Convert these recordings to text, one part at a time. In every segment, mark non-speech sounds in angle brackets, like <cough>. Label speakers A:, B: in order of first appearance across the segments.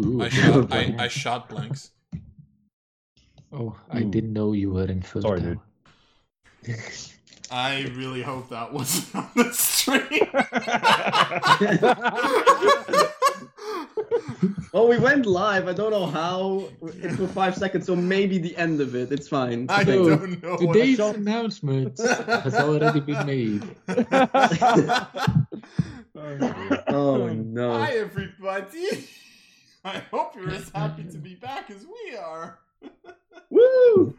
A: Ooh,
B: I
A: <laughs>
B: shot, I, I shot blanks.
A: oh, I
C: Ooh.
A: didn't know you were in first
C: Sorry,
A: tower.
B: I really hope that wasn't on the stream.
D: Well, we went live. I don't know how. It was five seconds, so maybe the end of it. It's fine.
B: I
A: So,
B: don't know. what
A: Today's <laughs>
C: shot-
A: announcement has already been made.
D: Oh
B: <laughs>
D: no.
B: Hi, everybody. I hope you're as happy to be back as we are.
D: Woo!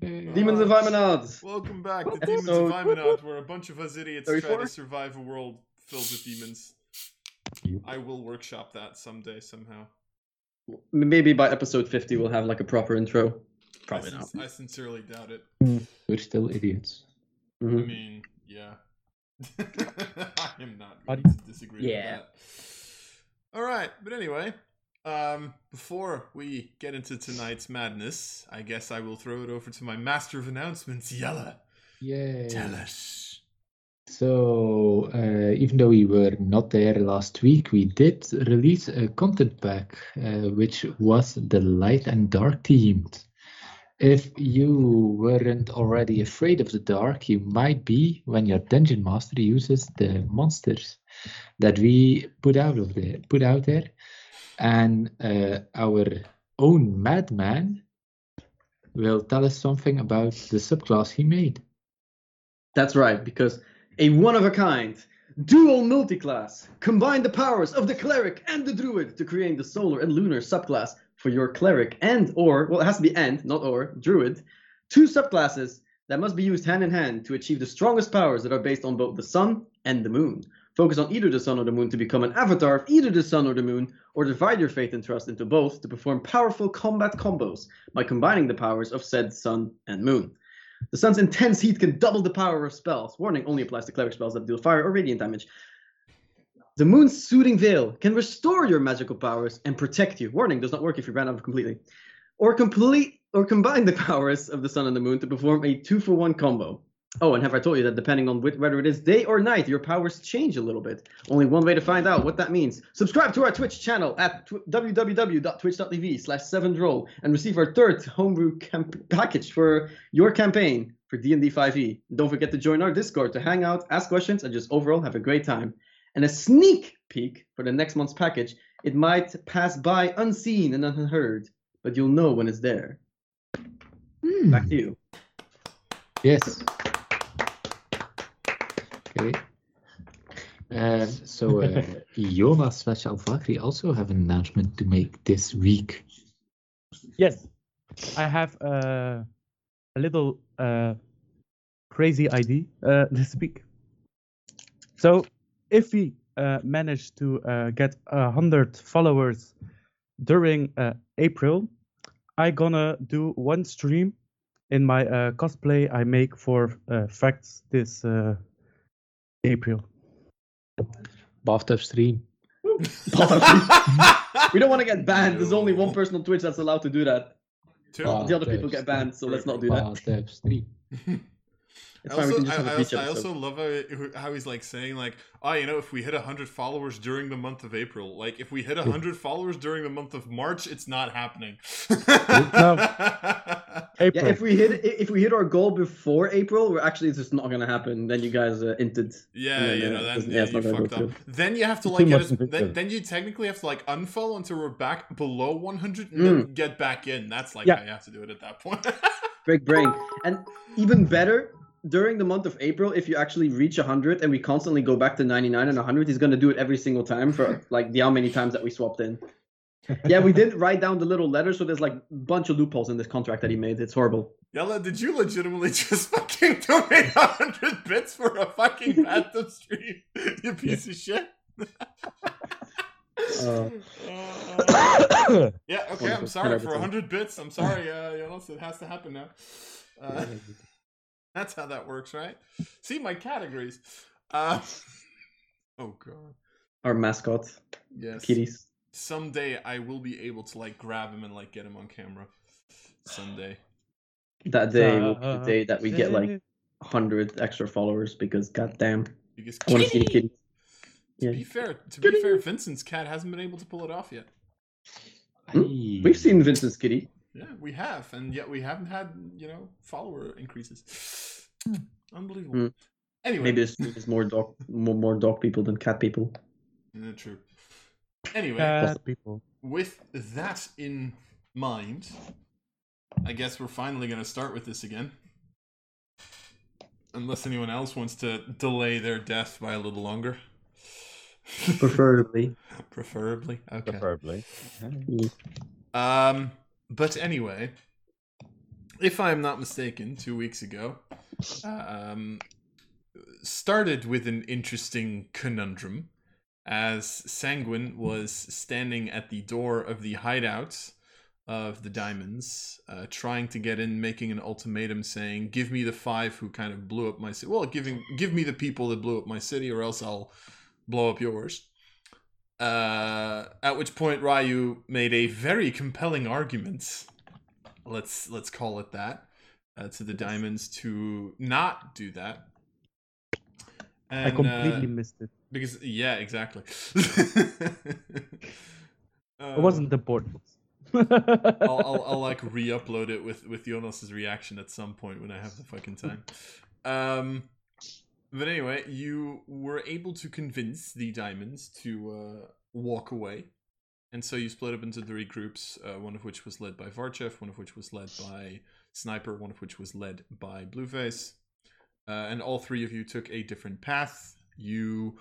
D: Demons
B: Alright.
D: of Imanad.
B: Welcome back to Demons
D: So-
B: of Imanot, where a bunch of us idiots try
D: 34?
B: to survive a world filled with demons. I will workshop that someday somehow.
D: Maybe by episode 50 we'll have like a proper intro.
B: I, sin- I sincerely doubt it.
A: We're still idiots.
B: I
D: Mhm.
B: mean, yeah. <laughs> I am not
C: But-
B: going to disagree
D: Yeah.
B: with that. All right, but anyway, um, before we get into tonight's madness, I guess I will throw it over to my master of announcements, Yella.
A: Yay.
B: Tell us.
A: So, uh, even though we were not there last week, we did release a content pack uh, which was the light and dark themed. If you weren't already afraid of the dark, you might be when your dungeon master uses the monsters that we put out of there, put out there, and uh, our own madman will tell us something about the subclass he made.
D: That's right, because a one of a kind dual multiclass combine the powers of the cleric and the druid to create the solar and lunar subclass for your cleric and or well it has to be and not or druid two subclasses that must be used hand in hand to achieve the strongest powers that are based on both the sun and the moon focus on either the sun or the moon to become an avatar of either the sun or the moon or divide your faith and trust into both to perform powerful combat combos by combining the powers of said sun and moon the sun's intense heat can double the power of spells. Warning only applies to cleric spells that deal fire or radiant damage. The moon's soothing veil can restore your magical powers and protect you. Warning does not work if you ran out of completely. Or complete or combine the <laughs> powers of the sun and the moon to perform a two for one combo. Oh, and have I told you that depending on wh- whether it is day or night, your powers change a little bit? Only one way to find out what that means. Subscribe to our Twitch channel at tw- www.twitch.tv slash 7droll and receive our third homebrew camp- package for your campaign for D&D 5e. E. Don't forget to join our Discord to hang out, ask questions, and just overall have a great time. And a sneak peek for the next month's package, it might pass by unseen and unheard, but you'll know when it's there. Back to you.
A: Yes. Okay. Um, so, uh,
E: <laughs>
A: Yoma slash Alvakri also have an announcement to make this week.
C: yes, I have uh, a little uh, crazy idea uh, this week. So, if we uh, manage to uh, get a hundred followers during uh, April, I gonna do one stream in my uh, cosplay I make for uh, facts this uh, April.
A: Bathtub stream.
D: <laughs> We don't want to get banned. There's only one person on Twitch that's allowed to do that.
B: Two.
D: Well, the other people get banned, so let's not do that.
A: Bathtub
E: <laughs>
A: stream.
D: It's
B: I
D: fine, we
B: also,
D: can just have
B: I,
D: a
B: I
D: beach
B: also, I
D: episode.
B: also love how, how he's like saying like, oh, you know, if we hit hundred followers during the month of April, like if we hit hundred followers during the month of March, it's not happening.
C: April.
B: <laughs>
D: Yeah, if we hit if we hit our goal before April, we're actually it's just not gonna happen. Then you guys uh, inted.
B: Yeah,
D: Yeah,
B: you
D: yeah,
B: know, that's,
D: yeah,
B: yeah,
D: it's
B: you
D: not gonna
B: fucked up.
D: go
B: Then you have to
C: Too
B: like get
C: much
B: us,
C: material.
B: then, then you technically have to like unfollow until we're back below 100 and then get back in. That's like
C: Yeah.
B: how you have to do it at that point. <laughs>
D: Break brain. And even better, during the month of April, if you actually reach 100 and we constantly go back to 99 and 100, he's going to do it every single time for like the how many times that we swapped in. yeah, we did write down the little letter, so there's like bunch of loopholes in this contract that he made. It's horrible.
B: Yella, did you legitimately <laughs> just fucking donate 100 bits for a fucking bathtub stream? You piece of shit. Uh, <laughs> yeah, okay, I'm sorry for 100 bits. I'm sorry, uh, Yella, it has to happen now. Uh, That's how that works, right? See my categories. Uh, <laughs> oh god.
D: Our mascot,
B: Yes.
D: kitties.
B: Someday I will be able to like grab him and like get him on camera. Someday.
D: That day
C: Uh,
D: will be <coughs> the day that we get like 100 extra followers because goddamn,
B: Because
D: I want to see the kitty.
B: to
D: Yeah.
B: be fair, to be fair, Vincent's cat hasn't been able to pull it off yet.
D: Hmm? We've seen Vincent's kitty.
B: Yeah, we have, and yet we haven't had you know follower increases. Unbelievable.
D: Hmm.
B: Anyway,
D: Maybe there's, there's more dog more, more dog people than cat people.
B: Yeah, true. Anyway,
C: Cat people.
B: with that in mind, I guess we're finally going to start with this again. Unless anyone else wants to delay their death by a little longer,
D: Preferably.
B: preferably. Okay.
E: preferably.
B: Um, but anyway, if I'm not mistaken, two weeks ago, um, started with an interesting conundrum as Sanguine was standing at the door of the hideout of the diamonds, uh, trying to get in, making an ultimatum saying, "Give me the five who kind of blew up my city. Well, giving give me the people that blew up my city, or else I'll blow up yours." Uh, at which point Ryu made a very compelling argument. Let's let's call it that. Uh, to the diamonds to not do that.
C: I
B: And, uh,
C: completely missed it.
B: because yeah, exactly. <laughs>
C: It wasn't important.
B: I'll, I'll, I'll like re-upload it with with Jonas's reaction at some point when I have the fucking time. Um, but anyway, you were able to convince the diamonds to uh, walk away, and so you split up into three groups. Uh, one of which was led by Varchev, one of which was led by Sniper, one of which was led by Blueface, uh, and all three of you took a different path. You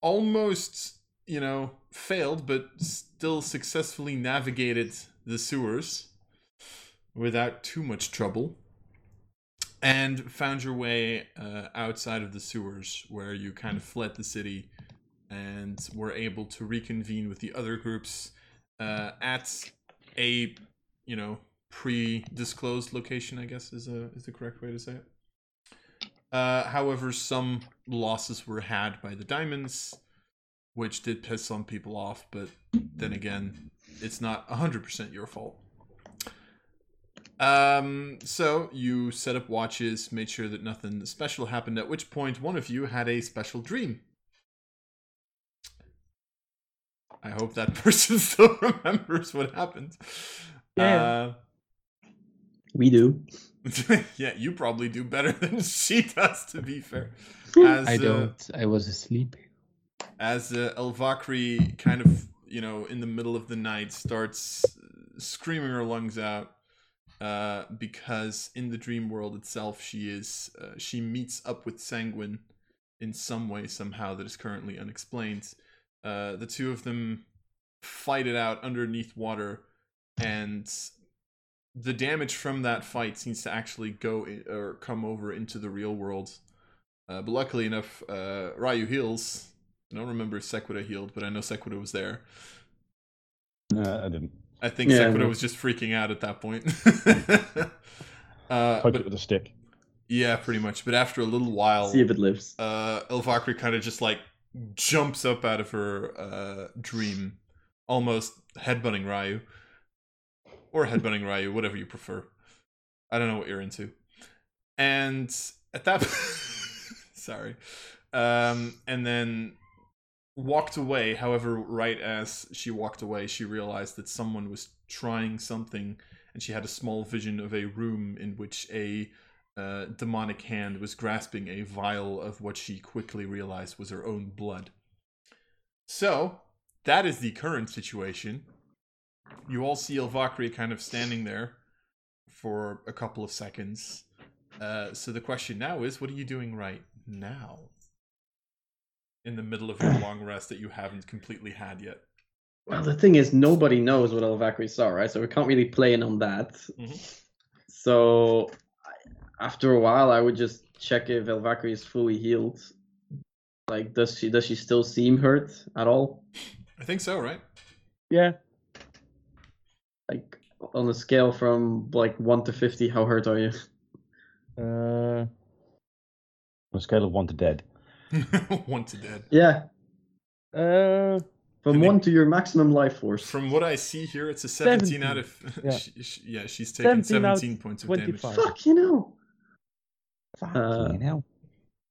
B: almost you know, failed but still successfully navigated the sewers without too much trouble and found your way uh, outside of the sewers where you kind of fled the city and were able to reconvene with the other groups uh, at a you know pre-disclosed location i guess is a, is the correct way to say it uh, however some losses were had by the diamonds which did piss some people off, but then again, it's not 100% your fault. Um, so you set up watches, made sure that nothing special happened, at which point one of you had a special dream. I hope that <laughs> person still remembers what happened.
C: Yeah.
D: We do.
B: Uh, <laughs> yeah, you probably do better <laughs> than she does, to be fair. As,
A: I
B: uh,
A: don't. I was asleep.
B: as uh, El Vakri kind of, you know, in the middle of the night starts uh, screaming her lungs out uh, because in the dream world itself, she is uh, she meets up with Sanguine in some way somehow that is currently unexplained. Uh, the two of them fight it out underneath water, and the damage from that fight seems to actually go i or come over into the real world. Uh, but luckily enough, uh, Ryu heals I don't remember if Sequita healed, but I know Sequita was there.
E: No, I didn't.
B: I think
D: Yeah,
B: Sequita
D: no.
B: was just freaking out at that point. <laughs> uh,
E: Poke it
B: but,
E: with a stick.
B: yeah, pretty much. But after a little while,
D: See if it lives.
B: uh, Elvakri kind of just like jumps up out of her uh, dream, almost headbutting Ryu. Or headbutting Ryu, whatever you prefer. I don't know what you're into. And at that <laughs> sorry. Um, and then walked away. However, right as she walked away, she realized that someone was trying something, and she had a small vision of a room in which a uh, demonic hand was grasping a vial of what she quickly realized was her own blood. So, that is the current situation. You all see Elvakri kind of standing there for a couple of seconds. Uh, so the question now is, what are you doing right now? In the middle of your long rest that you haven't completely had yet.
D: Well, the thing is, nobody knows what Elvacri saw, right? So we can't really play in on that.
B: Mhm.
D: So I- after a while, I would just check if Elvacri is fully healed. Like, does she does she still seem hurt at all?
B: I think so, right?
C: <laughs>
B: <laughs>
C: yeah.
D: Like on a scale from like one to fifty, how hurt are you?
C: Uh,
E: On a scale of one to dead.
B: One to dead.
D: <laughs> Yeah,
C: uh,
D: from
B: I mean-
D: one to your maximum life force.
B: From what I see here, it's a 17, out of. <laughs>
C: Yeah.
B: Yeah. She, she- yeah, she's taken 17,
C: 17 out
B: points of damage.
C: 25.
D: Fuck, you know.
E: Fucking
D: Uh,
E: hell.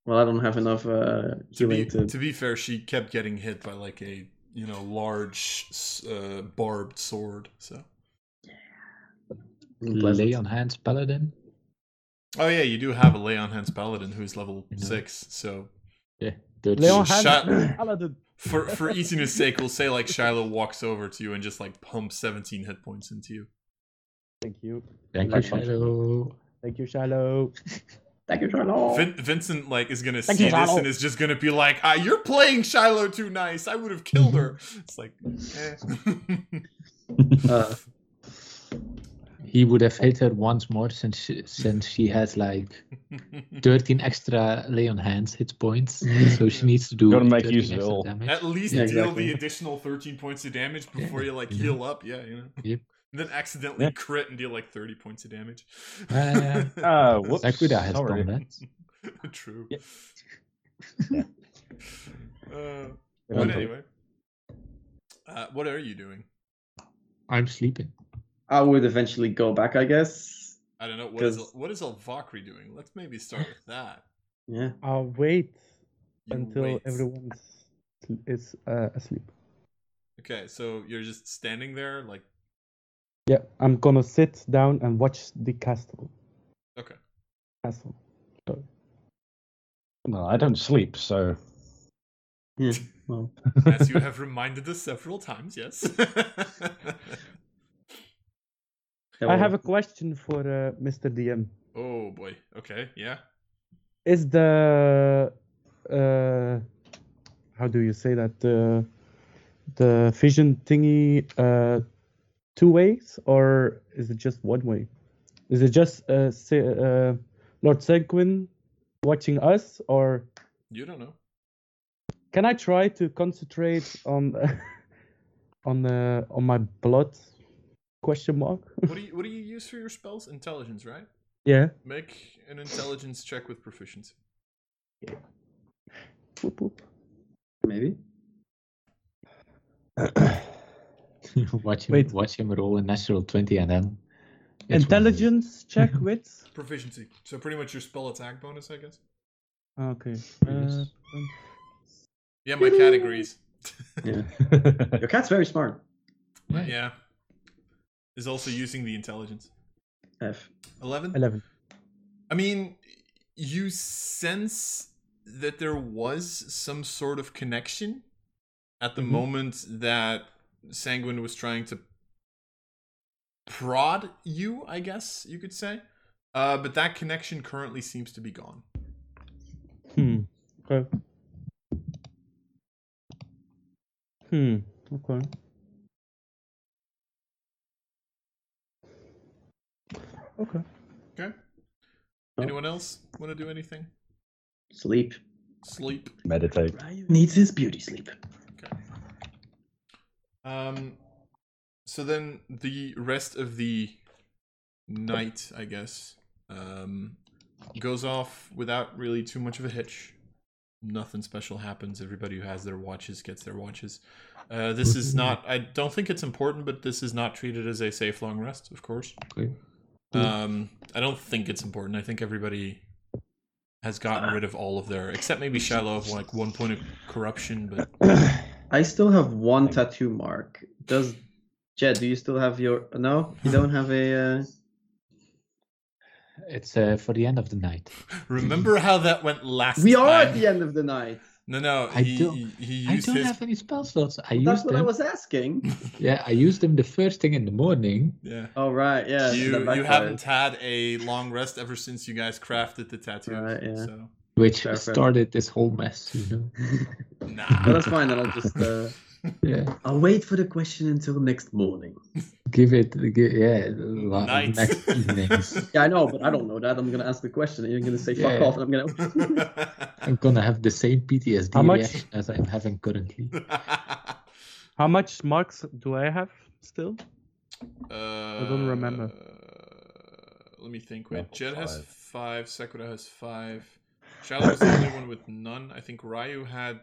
D: Well, I don't have enough uh,
B: To
D: healing
B: be,
D: to.
B: to be fair, she kept getting hit by like a you know large uh, barbed sword. So
A: lay on hands paladin.
B: Oh yeah, you do have a lay on hands paladin who's level
A: You know.
B: six. So
A: Yeah,
C: Lay on
B: Shut-
C: hands, paladin.
B: for for easiness sake, we'll say like Shiloh walks over to you and just like pumps seventeen hit points into you.
C: Thank you.
A: Thank you,
E: Like punch.
A: Shadow.
C: Thank you, Shiloh.
D: Thank you, Charlotte.
B: Vin- Vincent like is gonna
C: Thank
B: see
C: you,
B: this
C: Shiloh.
B: and is just gonna be like, ah, "You're playing Shiloh too nice. I would have killed her."
C: Mm-hmm.
B: It's like, eh. <laughs>
D: Uh,
A: He would have hit her once more since she, since she has
E: <laughs>
A: like 13 extra lay on hands hit <laughs> points. So she needs to do
E: Gotta make
A: 13
E: use of it
A: extra
E: all.
A: damage.
B: At least
D: Yeah,
B: deal
D: exactly.
B: the additional thirteen points of damage
A: Yeah,
B: before you like
A: you know.
B: heal up. Yeah, you know.
A: Yep.
B: And then accidentally
E: Yeah.
B: crit and deal like thirty points of damage.
A: Ah,
B: <laughs>
E: Ah, whoops.
A: Sakuda has
E: Sorry.
A: done
B: True. <laughs>
E: Yeah.
B: Uh,
E: I
B: but
E: don't
B: anyway, uh, what are you doing?
A: I'm sleeping. <laughs>
D: I would eventually go back, I guess.
B: I don't know. What is
D: 'Cause-
B: what is Alvakri doing? Let's maybe start with that.
D: Yeah.
C: I'll wait
B: You
C: until
B: wait.
C: everyone's is uh, asleep.
B: Okay, so you're just standing there, like
C: Yeah, I'm gonna sit down and watch the castle.
B: okay.
C: Castle.
E: Well, I don't sleep, <laughs> so
D: Yeah. <laughs> Well.
B: As you have reminded us several times, yes. <laughs>
C: I have a question for uh, Mr. DM.
B: oh boy. Okay. Yeah.
C: Is the uh, how do you say that the the vision thingy uh, two ways or is it just one way? Is it just uh, Se- uh, Lord Seguin watching us or
B: You don't know.
C: Can I try to concentrate on <laughs> on uh, on my blood? Question mark.
B: What do you What do you use for your spells? Intelligence, right?
C: Yeah.
B: Make an intelligence check with proficiency.
C: Whoop, whoop.
D: Maybe.
A: watch him
C: Wait.
A: watch him roll a natural 20 and then it's one. <laughs>
C: Intelligence check with.
B: Proficiency. So pretty much your spell attack bonus, I guess.
C: Okay. Uh,
A: Yes.
C: um,
B: Yeah, my cat agrees.
D: Your cat's very smart.
A: Yeah.
B: Yeah. Is also using the intelligence.
D: F.
B: Eleven.
C: Eleven.
B: I mean, you sense that there was some sort of connection at the
C: Mhm.
B: moment that Sanguine was trying to prod you, I guess you could say. Uh, but that connection currently seems to be gone.
C: Hmm. Okay. Hmm. Okay. Okay.
B: Okay.
D: Oh.
B: Anyone else want to do anything?
D: Sleep.
B: Sleep.
E: meditate.
D: Ryu needs his beauty sleep.
B: Okay. Um. So then, the rest of the night, I guess, um, goes off without really too much of a hitch. Nothing special happens. Everybody who has their watches gets their watches. Uh, this
D: Mm-hmm.
B: is not. I don't think it's important, but this is not treated as a safe long rest, of course.
A: Okay.
D: Mm-hmm.
B: Um, I don't think it's important. I think everybody has gotten rid of all of their, except maybe Shiloh, of like one point of corruption,
D: <laughs>
B: but
D: I still have one tattoo mark. Does Jed? Do you still have your? No, you don't have a. <laughs> Uh...
A: It's uh, for the end of the night.
B: Remember how that went last
D: We are
B: time?
D: at the end of the night.
B: No, no.
A: I
B: He,
A: don't-
B: he, he
A: I
B: used
A: don't
B: his.
A: have any spell slots. I
D: That's
A: used
D: what
A: them.
D: I was asking.
A: Yeah, I used them the first thing in the morning.
B: Yeah.
D: Oh right, yeah. so
B: you
D: that
B: you
D: backfired.
B: haven't had a long rest ever since you guys crafted the tattoo.
D: Right, yeah.
B: So
A: which
D: Fair, fair.
A: started this whole mess. You know?
D: But
B: nah.
D: that's fine. Then I'll just. Uh...
A: Yeah,
D: <laughs> I'll wait for the question until next morning.
A: give it, give, yeah, la-
B: Night.
A: next evenings.
D: Yeah, I know, but I don't know that. I'm gonna ask the question, and you're gonna say "fuck
A: Yeah.
D: off," and I'm gonna. <laughs>
A: I'm gonna have the same PTSD
C: How much-
A: reaction as I'm having currently.
C: How much marks do I have still?
B: I
C: don't remember.
B: Uh, Let me think. Wait,
E: Level
B: Jed has
E: five.
B: five. Sakura has five. Shiloh's the only one with none. I think Ryu had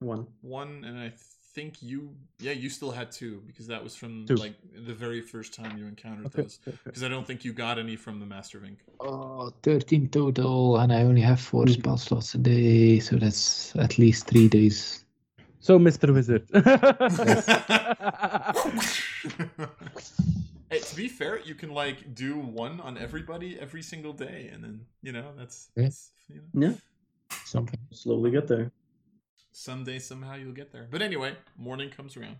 D: One.
B: one and i think you yeah you still had two because that was from
C: Two.
B: like the very first time you encountered those because i don't think you got any from the master of ink
A: Oh, 13 total, and I only have 4 spell slots a day, so that's at least three days.
C: So, Mr. <laughs> Wizard.
B: Hey, to be fair, you can like do one on everybody every single day, and then you know that's,
A: Yeah.
B: that's you know,
D: Yeah.
A: Something.
D: Slowly get there.
B: someday somehow you'll get there. But anyway, morning comes around.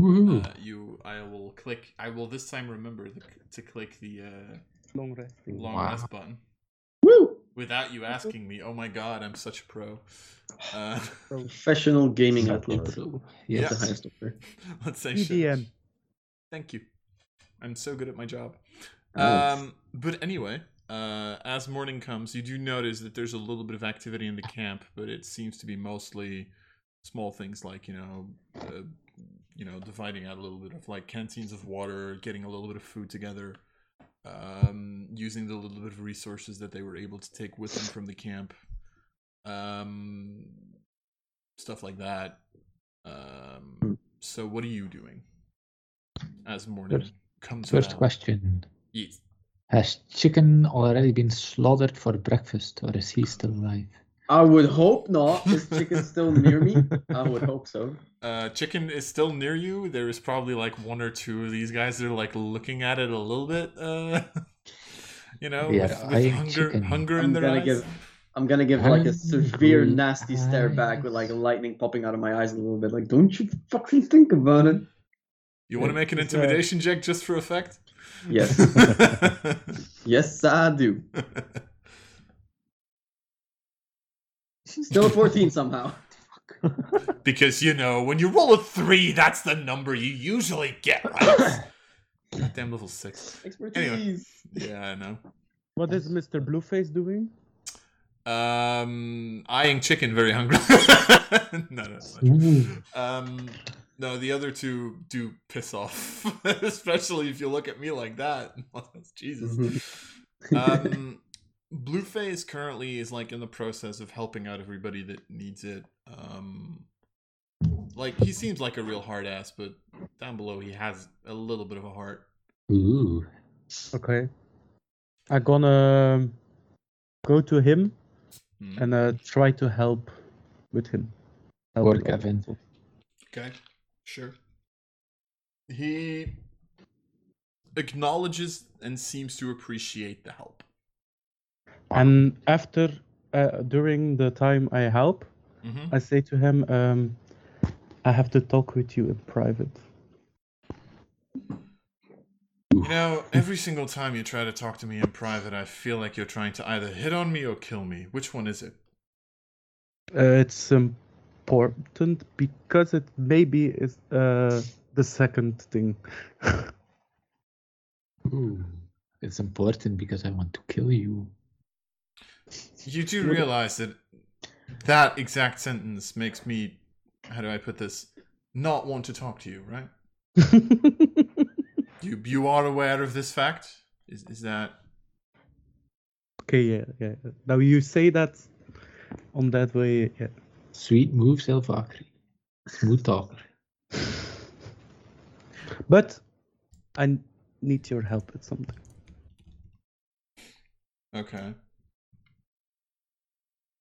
D: Mm-hmm.
A: Woohoo.
B: Uh, you, I will click. I will this time remember the, to click the uh,
C: Long rest.
B: long
A: Wow.
B: rest button
D: Woo!
B: without you asking me. Oh my god, I'm such a pro. Uh, <laughs>
D: Professional gaming athlete.
A: Yes.
D: The highest order.
B: <laughs> let's say shit.
C: EDM.
B: Thank you. I'm so good at my job.
D: Nice.
B: Um, but anyway, uh, as morning comes, you do notice that there's a little bit of activity in the camp, but it seems to be mostly small things like you know, uh, you know, dividing out a little bit of like canteens of water, getting a little bit of food together, um, using the little bit of resources that they were able to take with them from the camp, um, stuff like that.
A: Hmm.
B: Um, so, what are you doing as morning
A: First-
B: comes?
A: First
B: around?
A: question.
B: Yes.
A: Has chicken already been slaughtered for breakfast or is he still alive?
D: I would hope not. Is chicken still near me? I would hope so.
B: Uh, chicken is still near you. There is probably like one or two of these guys that are like looking at it a little bit. Uh, <laughs> you know,
A: Yeah,
B: with,
A: I
B: with
A: eat
B: hunger,
A: chicken.
B: hunger in
D: I'm
B: their
D: gonna
B: eyes.
D: give. I'm gonna give like a severe,
A: Hungry
D: nasty stare back with like
A: eyes.
D: lightning popping out of my eyes a little bit. Like, don't you fucking think about it?
B: You want to make an
C: It's, uh,
B: intimidation check just for effect?
D: <laughs>
B: <laughs>
D: Yes, yes, I do. Still a 14 somehow.
B: because you know, when you roll a three, that's the number you usually get,
D: <coughs>
B: right? Goddamn level six.
D: Expertise.
B: Yeah, I know.
C: What is Mr. Blueface doing?
B: Um, eyeing chicken very hungry. <laughs> no, no,
A: Mm-hmm.
B: no.
D: Mm-hmm.
A: Ooh.
B: Um, no, the other two do piss off, <laughs> especially if you look at me like that. <laughs> Jesus. um, Blueface currently is like in the process of helping out everybody that needs it. Um, like he seems like a real hard ass, but down below he has a little bit of a heart.
A: Ooh.
C: Okay. I'm gonna go to him
B: Hmm.
C: and uh, try to help with him. Help
A: Or
C: with other
A: Kevin.
C: people.
B: Okay, sure. He acknowledges and seems to appreciate the help.
C: And after, uh, during the time I help,
B: Mm-hmm.
C: I say to him, um, I have to talk with you in private.
B: You know, every single time you try to talk to me in private, I feel like you're trying to either hit on me or kill me. Which one is it?
C: Uh, it's important because it maybe is uh, the second thing. <laughs>
A: Ooh. It's important because I want to kill you.
B: You do realize that that exact sentence makes me, how do I put this, not want to talk to you, right? You you are aware of this fact? Is is that
C: okay, yeah, yeah. Now you say that on that way, yeah.
A: Sweet move, Silvakri. Smooth talker.
C: But I need your help with something.
B: okay?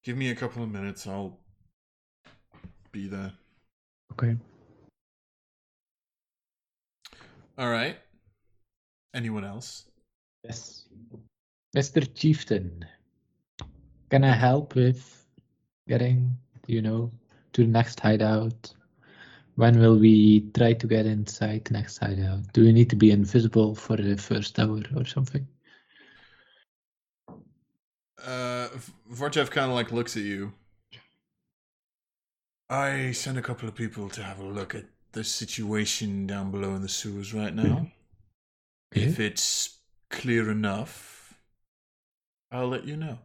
B: Give me a couple of minutes. I'll be there.
C: Okay.
B: All right. Anyone else?
A: Yes. Mr. Chieftain, can I help with getting, you know, to the next hideout? When will we try to get inside the next hideout? Do we need to be invisible for the first hour or something?
B: Uh, V- Vortev kind of like looks at you. I sent a couple of people to have a look at the situation down below in the sewers right now. If it's clear enough, I'll let you know.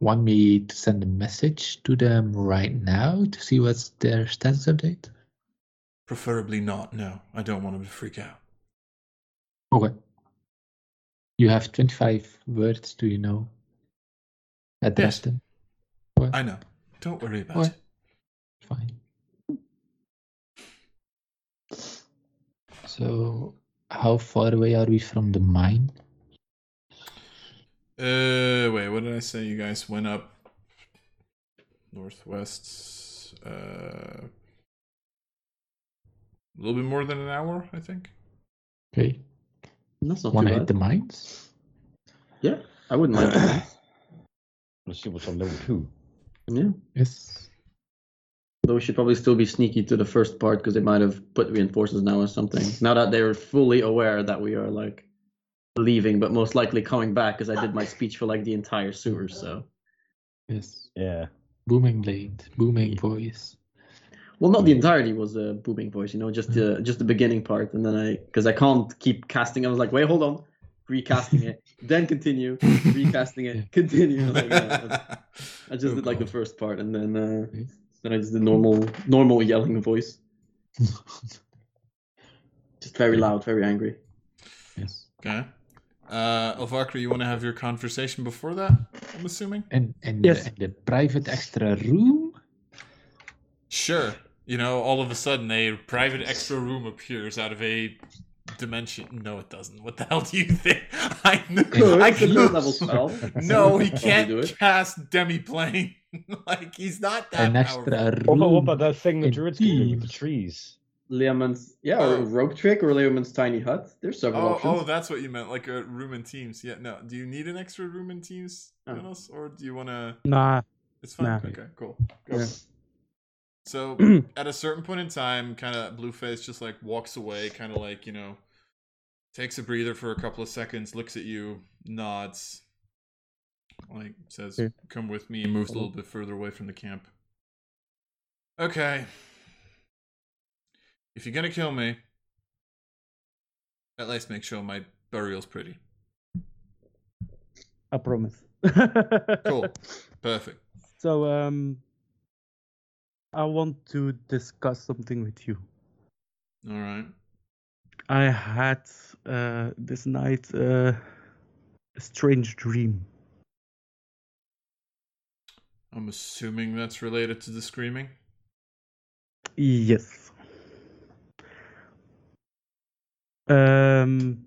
A: Want me to send a message to them right now to see what's their status update?
B: Preferably not. No, I don't want them to freak out.
A: Okay. You have 25 words, do you know? Address
B: Yes.
A: them.
B: I know. Don't worry about
A: What?
B: it.
A: Fine. So, how far away are we from the mine?
B: Uh, wait. What did I say? You guys went up northwest. Uh, A little bit more than an hour, I think.
A: Okay.
D: That's not
A: Want
D: too
A: to hit
D: bad.
A: the mines?
D: Yeah, I wouldn't mind.
E: Let's see what's on level two.
D: yeah.
A: Yes.
D: Though we should probably still be sneaky to the first part because they might have put reinforcements now or something. Now that they're fully aware that we are like leaving, but most likely coming back because I did my speech for like the entire sewer. So,
A: Yes.
E: Yeah.
A: Booming blade. Booming voice.
D: well, not the entirety was a booming voice, you know, just
B: Mm-hmm.
D: the just the beginning part, and then I because I can't keep casting. I was like, wait, hold on, recasting
B: <laughs>
D: it, then continue, recasting it, continue. Like, yeah,
B: <laughs>
D: I just
B: Oh,
D: did like the
B: God.
D: first part, and then uh,
B: Mm-hmm.
A: Okay.
D: then I just did normal normal yelling
B: <laughs>
D: voice, just very loud, very
B: <laughs>
D: angry.
A: yes.
B: Okay. Uh, Elvakra, you want to have your conversation before that? I'm assuming.
A: And and,
C: Yes.
A: the, and the private extra room.
B: Sure. You know, all of a sudden, a private extra room appears out of a dimension. No, it doesn't. What the hell do you think? <laughs> I know.
D: <laughs> Good,
B: I
D: good
B: know- <laughs>
D: level spell.
B: No, he
D: Probably
B: can't
D: do it.
B: cast demiplane. <laughs> like he's not that
A: An extra
B: powerful.
E: What about, what
A: room.
E: about that thing the druids can do with the
A: Indeed.
E: trees?
D: Leoman's yeah, or
B: Oh.
D: rope trick or Leoman's tiny hut. There's several
B: Oh,
D: options.
B: oh, that's what you meant, like a room in teams. Yeah, no. Do you need an extra room in teams,
D: Oh.
B: Jonas, or do you want to?
C: Nah.
B: It's fine.
C: Nah.
B: Okay, cool. Go.
D: Yeah. <clears throat>
B: So at a certain point in time, kind of Blueface just like walks away, kind of like you know, takes a breather for a couple of seconds, looks at you, nods, like says,
C: Okay.
B: "Come with me," and moves a little
D: Mm-hmm.
B: bit further away from the camp. Okay. If you're gonna kill me, at least make sure my burial's pretty.
C: I promise. <laughs>
B: Cool. Perfect.
C: So um, I want to discuss something with you.
B: All right.
C: I had uh, this night uh, a strange dream.
B: I'm assuming that's related to the screaming.
C: Yes. Um,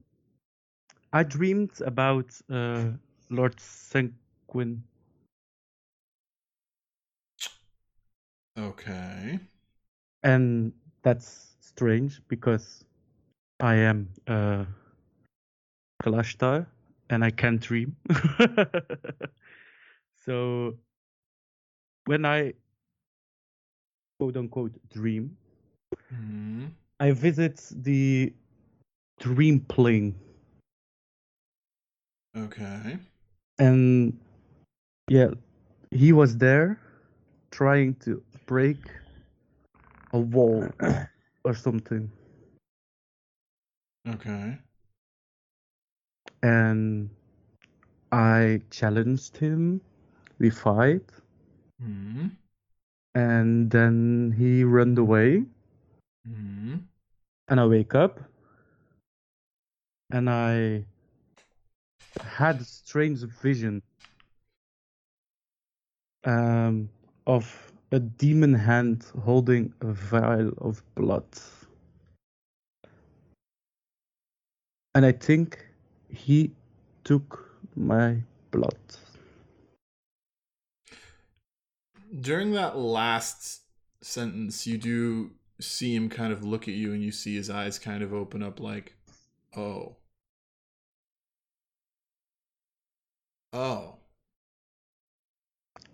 C: I dreamed about uh, Lord Senquin.
B: Okay.
C: and that's strange because I am uh, Kalashtar and I can't dream. <laughs> so when I quote unquote dream,
B: hmm
C: I visit the dream plane
B: Okay.
C: and yeah, he was there trying to break a wall or something.
B: Okay.
C: and I challenged him. We fight,
B: hmm
C: and then he runned away.
B: hmm
C: And I wake up, and I had a strange vision um, of a demon hand holding a vial of blood. And I think he took my blood.
B: During that last sentence, you do see him kind of look at you, and you see his eyes kind of open up, like, "Oh, oh."
C: <laughs>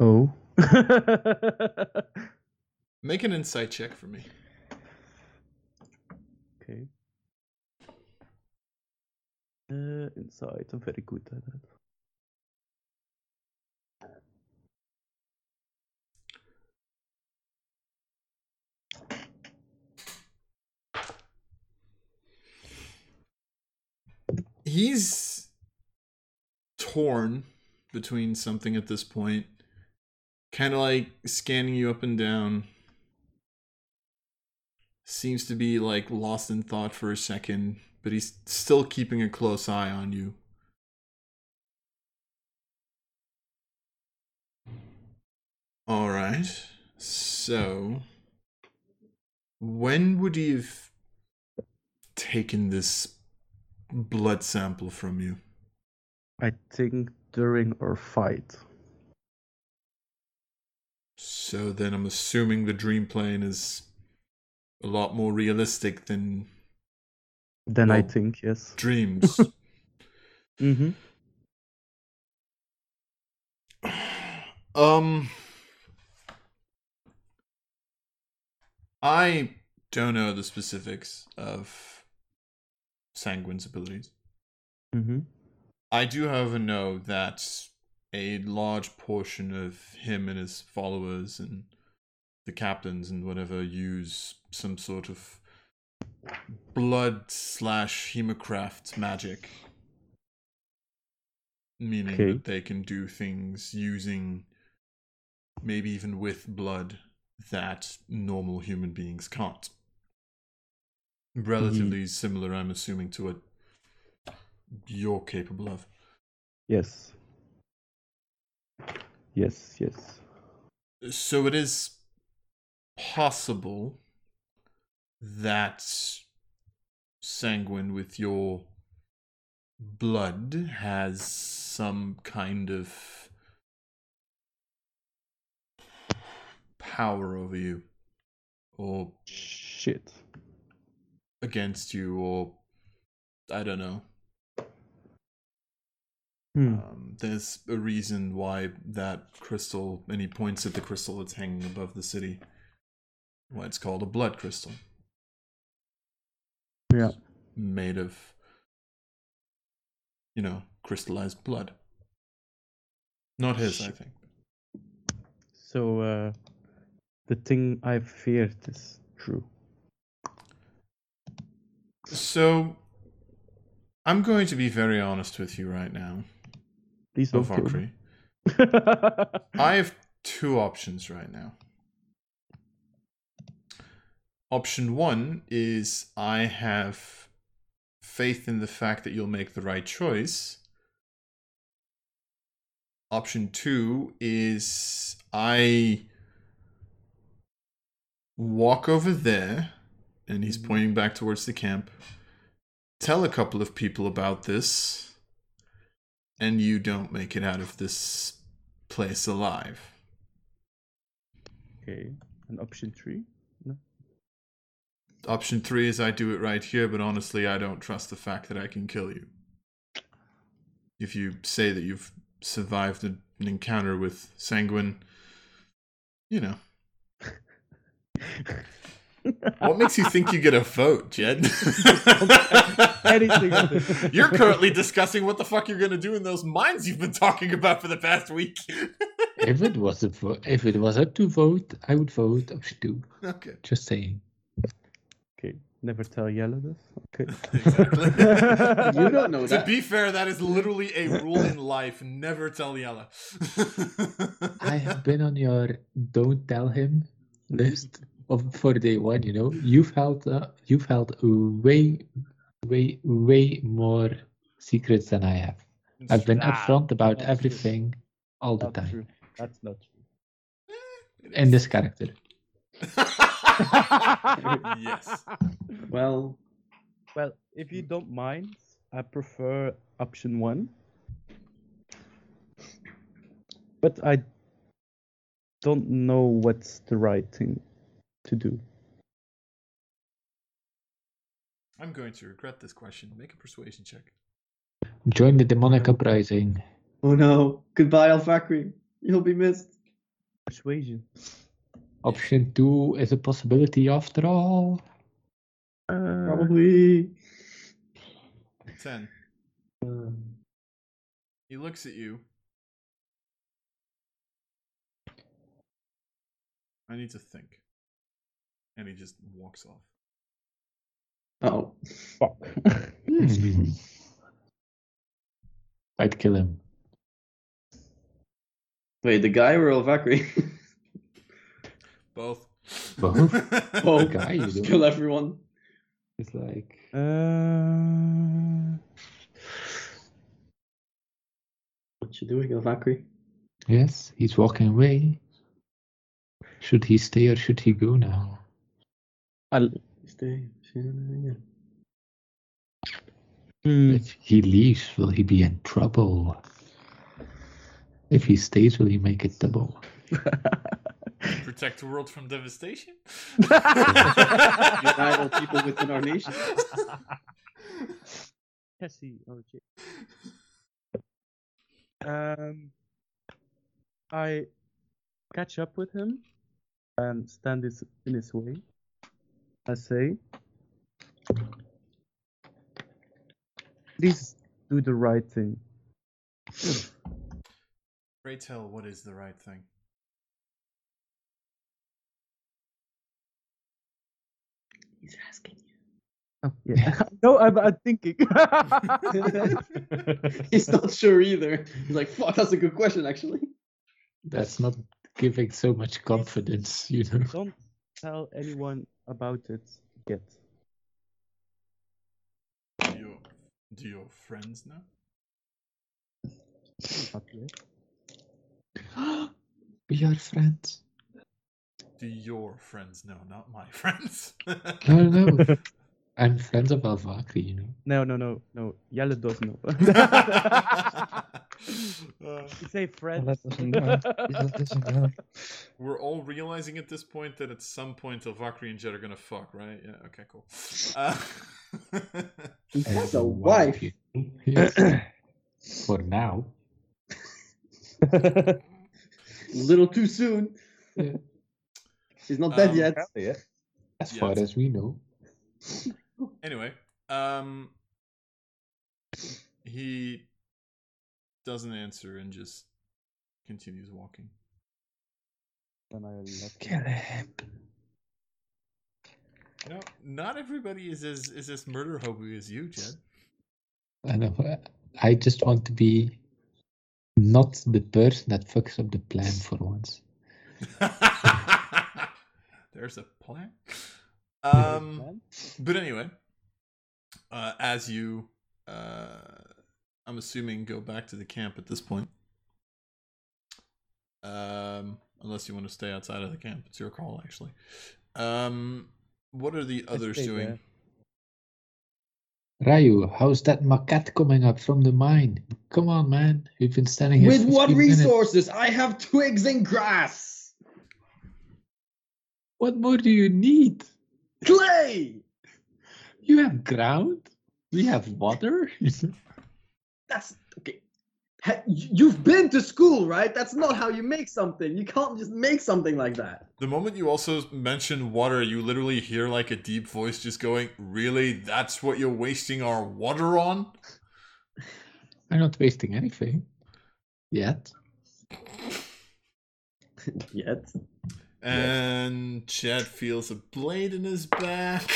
C: Oh.
B: Make an insight check for me.
C: okay. Uh, inside, I'm very good at that.
B: he's torn between something at this point kind of like scanning you up and down seems to be like lost in thought for a second but he's still keeping a close eye on you all right so when would he have taken this blood sample from you.
C: I think during our fight.
B: So then I'm assuming the dream plane is a lot more realistic than
C: Then I
B: Well,
C: think yes.
B: dreams.
C: Oh. Mm-hmm.
B: um I don't know the specifics of Sanguine's abilities.
C: Mm-hmm.
B: I do, however, know that a large portion of him and his followers and the captains and whatever use some sort of blood slash hemocraft magic. Meaning
C: Okay.
B: that they can do things using, maybe even with blood, that normal human beings can't. Relatively similar, I'm assuming, to what you're capable of.
C: Yes. Yes, yes.
B: So it is possible that Sanguine, with your blood, has some kind of power over you, or
C: Shit.
B: against you, or I don't know.
C: Hmm.
B: Um, there's a reason why that crystal, and he points at the crystal that's hanging above the city, why it's called a blood crystal.
C: Yeah.
B: Made of, you know, crystallized blood. Not his, I think.
C: So uh, the thing I feared is true.
B: So, I'm going to be very honest with you right now,
C: Please don't kill me.
B: Ovakri. I have two options right now. Option one is I have faith in the fact that you'll make the right choice. Option two is I walk over there, and he's pointing back towards the camp, tell a couple of people about this, and you don't make it out of this place alive.
C: <laughs> okay. And option three.
B: Option three is I do it right here, but honestly, I don't trust the fact that I can kill you. If you say that you've survived an an encounter with Sanguine, you know. What makes you think you get a vote, Jed? <laughs>
C: Anything with it.
B: You're currently discussing what the fuck you're gonna do in those mines you've been talking about for the past week. <laughs>
A: if it was a vo- if it was up to vote, I would vote option two.
B: okay.
A: Just saying.
C: Okay. Never tell Yellow this. Okay.
B: Exactly.
D: <laughs> You don't
B: <laughs>
D: know
B: To
D: that.
B: be fair, that is literally a rule
D: <laughs>
B: in life. Never tell Yella.
A: I have been on your don't tell him list of for day one. You know, you've held uh, you've held way, way, way more secrets than I have. I've been
C: Nah,
A: upfront about
C: not true.
A: everything all the time
C: True. That's not true.
A: in this character.
B: yes.
D: Well,
C: Well, if you don't mind, I prefer option one. But I don't know what's the right thing to do.
B: I'm going to regret this question. Make a persuasion check.
A: Join the demonic uprising.
D: oh no. Goodbye, Alfakri. You'll be missed.
C: Persuasion.
A: Option two is a possibility after all.
C: Uh,
D: Probably.
B: Ten. He looks at you. I need to think. And he just walks off.
D: Oh.
C: fuck.
A: Hmm. I'd kill him.
D: Wait, the guy or Alfakri? <laughs>
B: Both.
A: Both?
B: <laughs>
D: Both. <laughs>
A: Guy, you do.
D: Kill everyone.
A: It's like
C: Uh,
D: What you doing, Alfakri?
A: yes, he's walking away. Should he stay or should he go now?
C: I'll,
D: Stay.
C: Hmm,
A: If he leaves, will he be in trouble? If he stays, will he make it double?
B: Protect the world from
D: <laughs>
B: devastation. <laughs>
D: Unite all people within our nation. <laughs>
C: Tessie. Oh shit. Um, I catch up with him and stand his, in his way. I say, please do the right thing.
B: Pray tell, what is the right thing?
D: He's asking you.
C: Oh, yeah. <laughs> no, I'm, I'm thinking.
D: He's not sure either. He's like, fuck, that's a good question, actually.
A: That's not giving so much confidence, you know.
C: Don't tell anyone about it yet.
B: Do your, do your friends know?
C: Not yet.
A: <gasps> we are friends.
B: Do your friends know? Not my <laughs> friends.
A: No, no. no. I'm friends of Alvakri, you know.
C: No, no, no, no. Yellow does know. <laughs>
B: Uh,
C: you say friend.
A: <laughs>
C: <laughs>
B: we're all realizing at this point that at some point Elvakri and Jed are gonna fuck, right? Yeah. Okay. Cool. Uh, <laughs>
D: He has a wife.
A: Yes. For now.
E: yeah.
D: A little too soon.
A: Yeah.
D: She's not dead
B: Um,
D: yet.
A: As
B: Yeah,
A: far
B: it's-
A: as we know.
B: anyway, um, he doesn't answer and just continues walking.
C: Then I left.
B: You know, not everybody is as is as murder hobo as you, Jed.
A: I know. uh, I just want to be not the person that fucks up the plan for once.
B: <laughs> There's a plan.
C: There's a
B: Um.
C: plan.
B: But anyway, uh, as you, uh, I'm assuming, go back to the camp at this point. Um, unless you want to stay outside of the camp, it's your call, actually. Um, what are the others
C: stay
B: doing?
C: there.
A: Ryu, how's that maquette coming up from the mine? Come on, man. We've been standing here.
D: With
A: 15
D: what
A: minutes.
D: resources? I have twigs and grass.
A: What more do you need?
D: Clay!
A: You have ground. We have water. <laughs>
D: That's okay. Ha- You've been to school, right? That's not how you make something. You can't just make something like that.
B: The moment you also mention water, you literally hear like a deep voice just going, "Really? That's what you're wasting our water on?"
A: I'm not wasting anything yet.
D: Yet.
B: And Chad feels a blade in his back.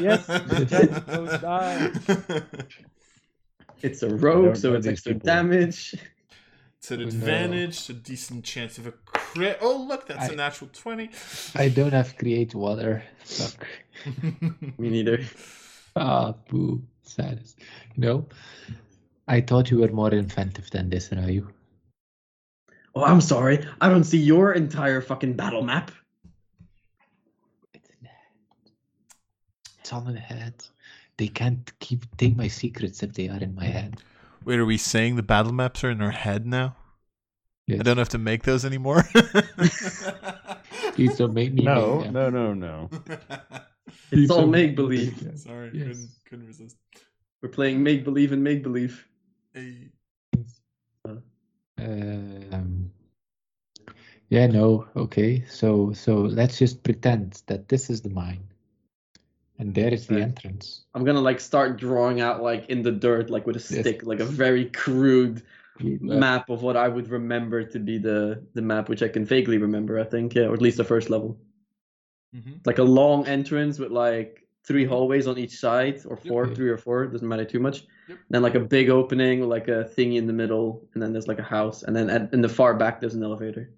C: Yes, Chad goes
B: down.
D: It's a
E: I
D: rogue,
E: don't
D: so
E: know
D: it's
E: these
D: extra
E: people.
D: damage.
B: <laughs> It's an
A: Oh, no.
B: advantage, a decent chance of a crit. Oh, look, that's a
A: I-
B: natural 20.
A: I don't have create water. Fuck.
D: Me neither.
A: Ah, boo. Sadness. No. I thought you were more inventive than this, Ryu.
D: Oh, I'm sorry. I don't see your entire fucking battle map.
A: It's in the head. It's all in the head. They can't keep take my secrets if they are in my head.
B: Wait, are we saying the battle maps are in our head now?
A: Yes.
B: I don't have to make those anymore.
A: Please don't make me.
E: No,
A: make them.
E: no, no, no.
A: Please
D: It's all
A: don't
D: make
A: me <laughs>
D: believe.
A: them.
B: <laughs> Sorry,
A: Yes.
B: couldn't, couldn't resist.
D: We're playing make believe and make believe.
B: Hey,
A: Um, yeah, no, okay. So so let's just pretend that this is the mine. And there is the
D: Right.
A: entrance.
D: I'm gonna like start drawing out like in the dirt, like with a
A: Yes.
D: stick, like a very crude
A: Uh,
D: map of what I would remember to be the the map, which I can vaguely remember, I think, yeah, or at least the first level.
B: mhm.
D: Like a long entrance with like three hallways on each side, or four,
A: Yep.
D: three or four, doesn't matter too much.
B: Yep.
D: Then like a big opening with like a thingy in the middle, and then there's like a house, and then at, in the far back there's an elevator.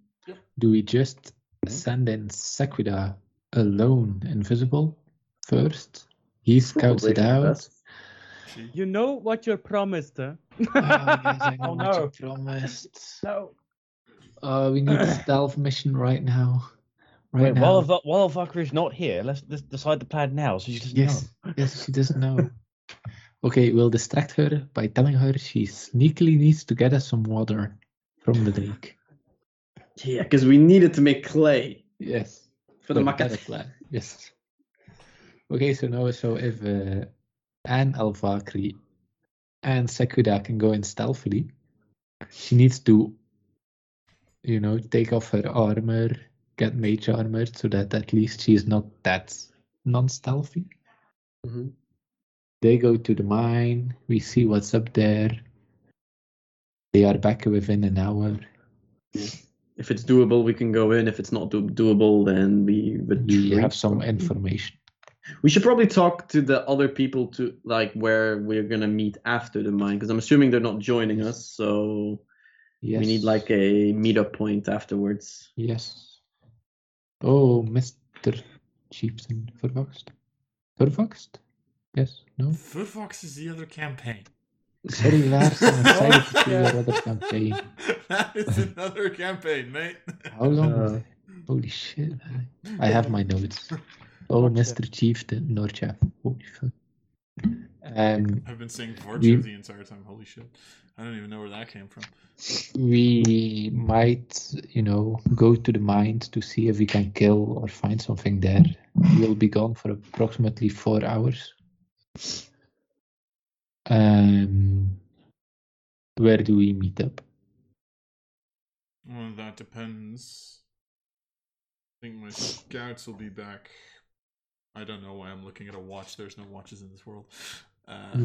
A: Do we just
D: Hmm?
A: send in Sequida alone, invisible, first? He scouts it
D: Probably
A: out. <laughs>
D: that's-
B: She-
C: You know what you're promised, huh?
B: Oh,
A: Ah, yes, I know
C: Oh,
A: what you
C: no.
A: promised.
C: No.
A: Uh, we need
C: <clears throat>
A: a stealth mission right now. Right
E: Wait,
A: now.
E: while Va- while Valkyrie's not here, let's, let's decide the plan now. So she doesn't
A: Yes,
C: <laughs>
A: yes, she doesn't know. Okay, we'll distract her by telling her she sneakily needs to get us some water from the lake.
D: Yeah, because we needed to make clay.
A: Yes.
D: For the
A: with
D: maquette.
A: Butterfly. Yes. Okay, so now so if uh, Anne Alvacri and Sakuda can go in stealthily, she needs to, you know, take off her armor, get mage armor, so that at least she's not that non-stealthy.
D: hmm
A: They go to the mine. We see what's up there. They are back within an hour.
D: If it's doable, we can go in. If it's not do- doable, then we
A: We
D: retreat.
A: have some information.
D: We should probably talk to the other people to like where we're gonna meet after the mine, because I'm assuming they're not joining us. So
A: Yes.
D: we need like a meetup point afterwards.
A: Yes. Oh, Mr. Chieftain Vervaxt. Vervaxt? Yes, no?
B: Food Fox is the other campaign.
A: Sorry, Lars, I'm excited to see your
B: <laughs>
A: other campaign.
B: that is another campaign, mate.
A: How long?
D: Uh,
A: was it? Holy shit. I- I have my notes. Oh, Mr. Chieftain Norchef. Holy fuck. Um,
B: I've been saying
A: You-
B: Vorcha the entire time. Holy shit. I don't even know where that came from.
A: we might, you know, go to the mines to see if we can kill or find something there. We'll be gone for approximately four hours. Um, where do we meet up?
B: Well, that depends. I think my scouts will be back. I don't know why I'm looking at a watch. There's no watches in this world. Uh,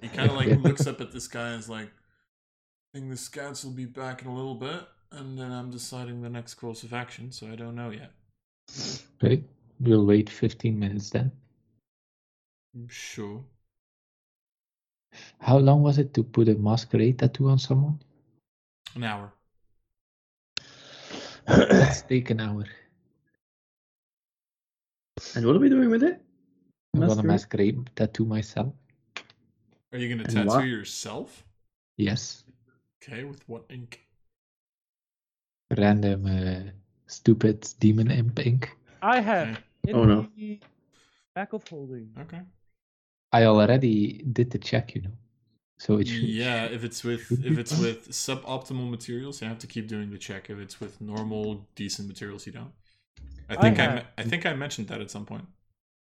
B: he kind of
A: <laughs>
B: like
A: Yeah.
B: looks up at this guy and is like, I think the scouts will be back in a little bit, and then I'm deciding the next course of action, so I don't know yet.
A: Okay, we'll wait 15 minutes then.
B: Sure.
A: How long was it to put a masquerade tattoo on someone?
B: An hour.
A: Let's take an hour.
D: And what are we doing with it?
A: I'm gonna
D: Masquerade?
A: masquerade tattoo myself.
B: Are you going to
D: And
B: tattoo
D: what-
B: yourself?
A: Yes,
B: Okay, with what ink?
A: random, uh, stupid demon imp ink.
C: I have
B: Okay.
C: in
D: Oh, no.
C: the back of holding.
B: okay.
A: I already did the check, you know. So it should.
B: Yeah, if it's with if it's with suboptimal materials, you have to keep doing the check. If it's with normal decent materials, you don't. I
C: I
B: think I,
C: have-
B: me- I think I mentioned that at some point.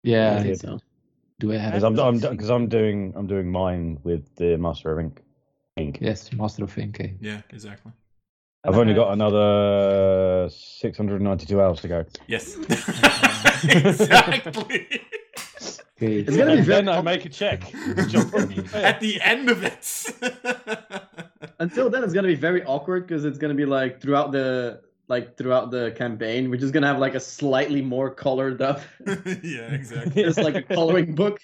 A: Yeah.
D: I
A: I
D: think
A: did.
D: so.
A: Do I have?
E: Because I'm, I'm, cause I'm doing I'm doing mine with the Master of Ink. Ink.
A: Yes, master of eh? Inke.
B: Yeah, exactly.
E: I've only got another 692 hours to go.
B: Yes. exactly.
A: Okay.
D: It's gonna be
E: And
D: very
E: then I make a <laughs> check. Jump on.
B: <laughs> at the end of it. <laughs>
D: until then it's gonna be very awkward because it's gonna be like throughout the like throughout the campaign we're just gonna have like a slightly more colored up <laughs>
B: yeah, exactly.
D: just like a coloring book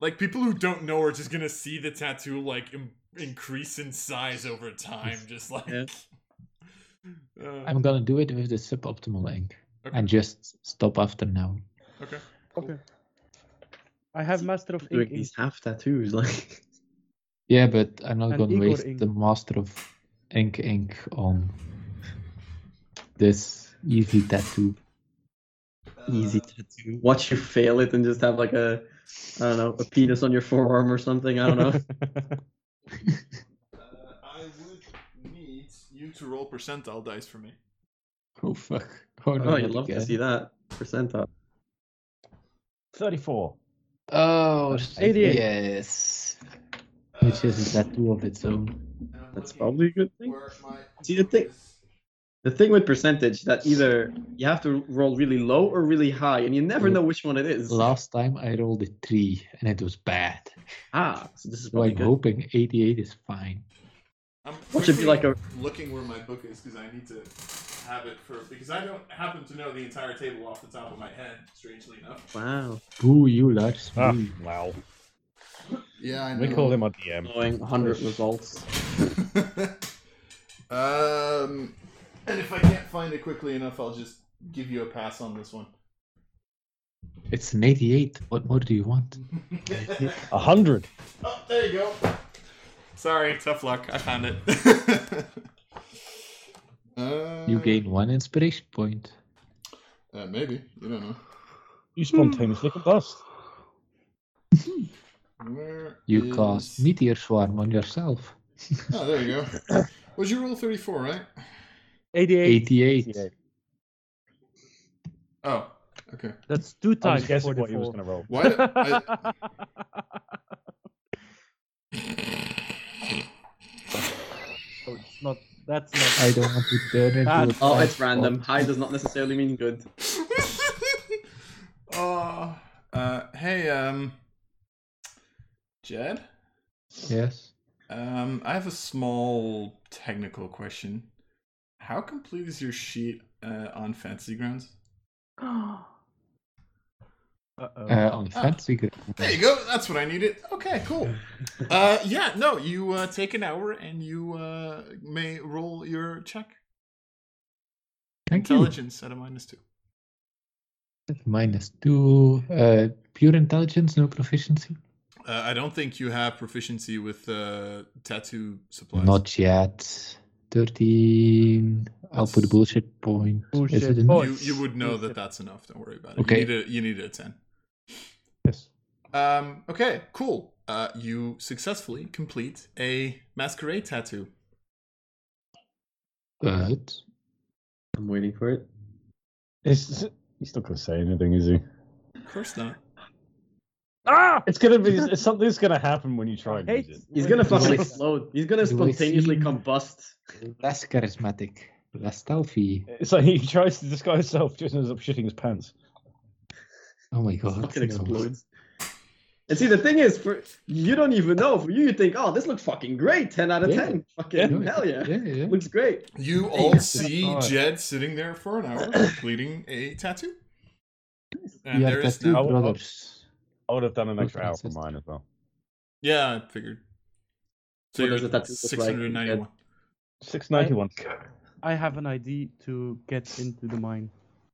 B: Like people who don't know are just gonna see the tattoo like Im- increase in size over time, just like.
D: Yeah.
B: <laughs> Uh,
A: I'm gonna do it with the suboptimal ink
B: okay.
A: and just stop after now.
B: okay.
C: Okay. I have Master of
D: doing
C: Ink. ink.
D: these half tattoos like
A: Yeah, but I'm not
C: And
A: gonna
C: Igor
A: waste
C: ink.
A: the master of ink ink on this easy tattoo. <laughs> Uh,
D: easy tattoo watch you fail it and just have like a i don't know a penis on your forearm or something i
A: <laughs>
D: don't
C: <laughs>
D: know Oh,
B: Uh, I would need you to roll percentile dice for me.
A: Oh fuck! Oh no!
D: oh you'd
A: not
D: love to
A: again.
D: see that percentile
E: 34.
A: Oh,
C: 88.
A: yes. Which is a tattoo of its own.
D: that's probably a good thing
B: my
D: See, the thing- the thing with percentage that either you have to roll really low or really high and you never know which one it is
A: Last time I rolled a three and it was bad.
D: ah so this is
A: So
D: probably
A: I'm
D: good
A: hoping 88 is fine.
B: I'm
D: What should be
B: quickly
D: like a-
B: looking where my book is because I need to have it for because I don't happen to know the entire table off the top of my head, strangely enough.
D: wow
A: Boo you, Lars. Boo.
E: Ah, wow.
B: Yeah, I
E: We call him a DM.
D: Knowing 100 results.
B: um, and if I can't find it quickly enough, I'll just give you a pass on this one.
A: It's an 88. What more do you want?
E: 100.
B: Oh, there you go. Sorry, tough luck. I found it. uh,
A: You gain one inspiration point.
B: Uh, maybe you don't know.
E: You spontaneously combust.
B: Where
A: You
B: is-
A: cast meteor swarm on yourself.
B: Oh, there you
A: <coughs>
B: go. Was your roll thirty-four, right?
C: 88.
A: 88.
E: Yeah.
B: Oh, okay.
C: That's two
E: I was
C: times
E: guessing what he was
C: 44.
E: going to roll.
A: <laughs>
B: What? I, <laughs>
C: <laughs> So it's not. That's not.
A: I don't want to turn into
C: Ah.
A: a
D: Oh, it's
A: fast
D: random.
A: ball.
D: High does not necessarily mean good.
B: oh, uh, hey, um, Jed.
A: Yes.
B: Um, I have a small technical question. How complete is your sheet uh, on fancy grounds?
C: Uh-oh.
A: Uh, on fancy ground.
B: There you go. That's what I needed. Okay, cool.
A: <laughs>
B: Uh, yeah, no, you uh, take an hour and you uh, may roll your check.
A: Thank you.
B: Intelligence at a minus two.
A: Minus two. Uh, pure intelligence, no proficiency.
B: Uh, I don't think you have proficiency with uh, tattoo supplies.
A: Not yet. Thirteen. I'll put a
B: That's-
A: bullshit point.
C: Bullshit
A: Is it enough?
C: point.
B: you, you would know
C: Bullshit.
B: that that's enough. Don't worry about it.
A: Okay.
B: You need a, you need a 10.
A: Yes.
B: Um, okay, cool. Uh, you successfully complete a masquerade tattoo.
A: But
D: I'm waiting for it.
E: It's, he's not going to say anything, is he?
B: Of course not.
C: Ah!
E: It's going to be it's, something's going to happen when you try and
C: Hate
E: use it.
D: He's gonna
A: Do I-
D: fucking
C: <laughs>
D: explode. He's gonna
A: do I
D: spontaneously
A: see-
D: combust.
A: less charismatic, less stealthy.
E: It's like he tries to disguise himself, just ends up shitting his pants.
A: Oh my god.
D: fucking
A: no.
D: explodes. And see, the thing is, for you don't even know. For you, you think, oh, this looks fucking great. Ten out of
A: Yeah.
D: ten.
A: <laughs>
D: Fucking
A: No,
D: hell yeah.
A: Yeah, yeah.
D: Looks great.
B: You
D: Hey,
B: all
D: that's
B: see
E: not-
B: Jed sitting there for an hour completing a tattoo. And
A: we
B: there
A: are
B: is
A: tattoo
E: now-
B: now.
A: brothers.
E: I would have done an extra hour for
A: Francis.
E: mine as well.
B: Yeah, I figured. So
D: What
B: you're
D: does the tattoo look
B: 691.
D: like,
E: Six ninety one.
C: I have an ID to get into the mine.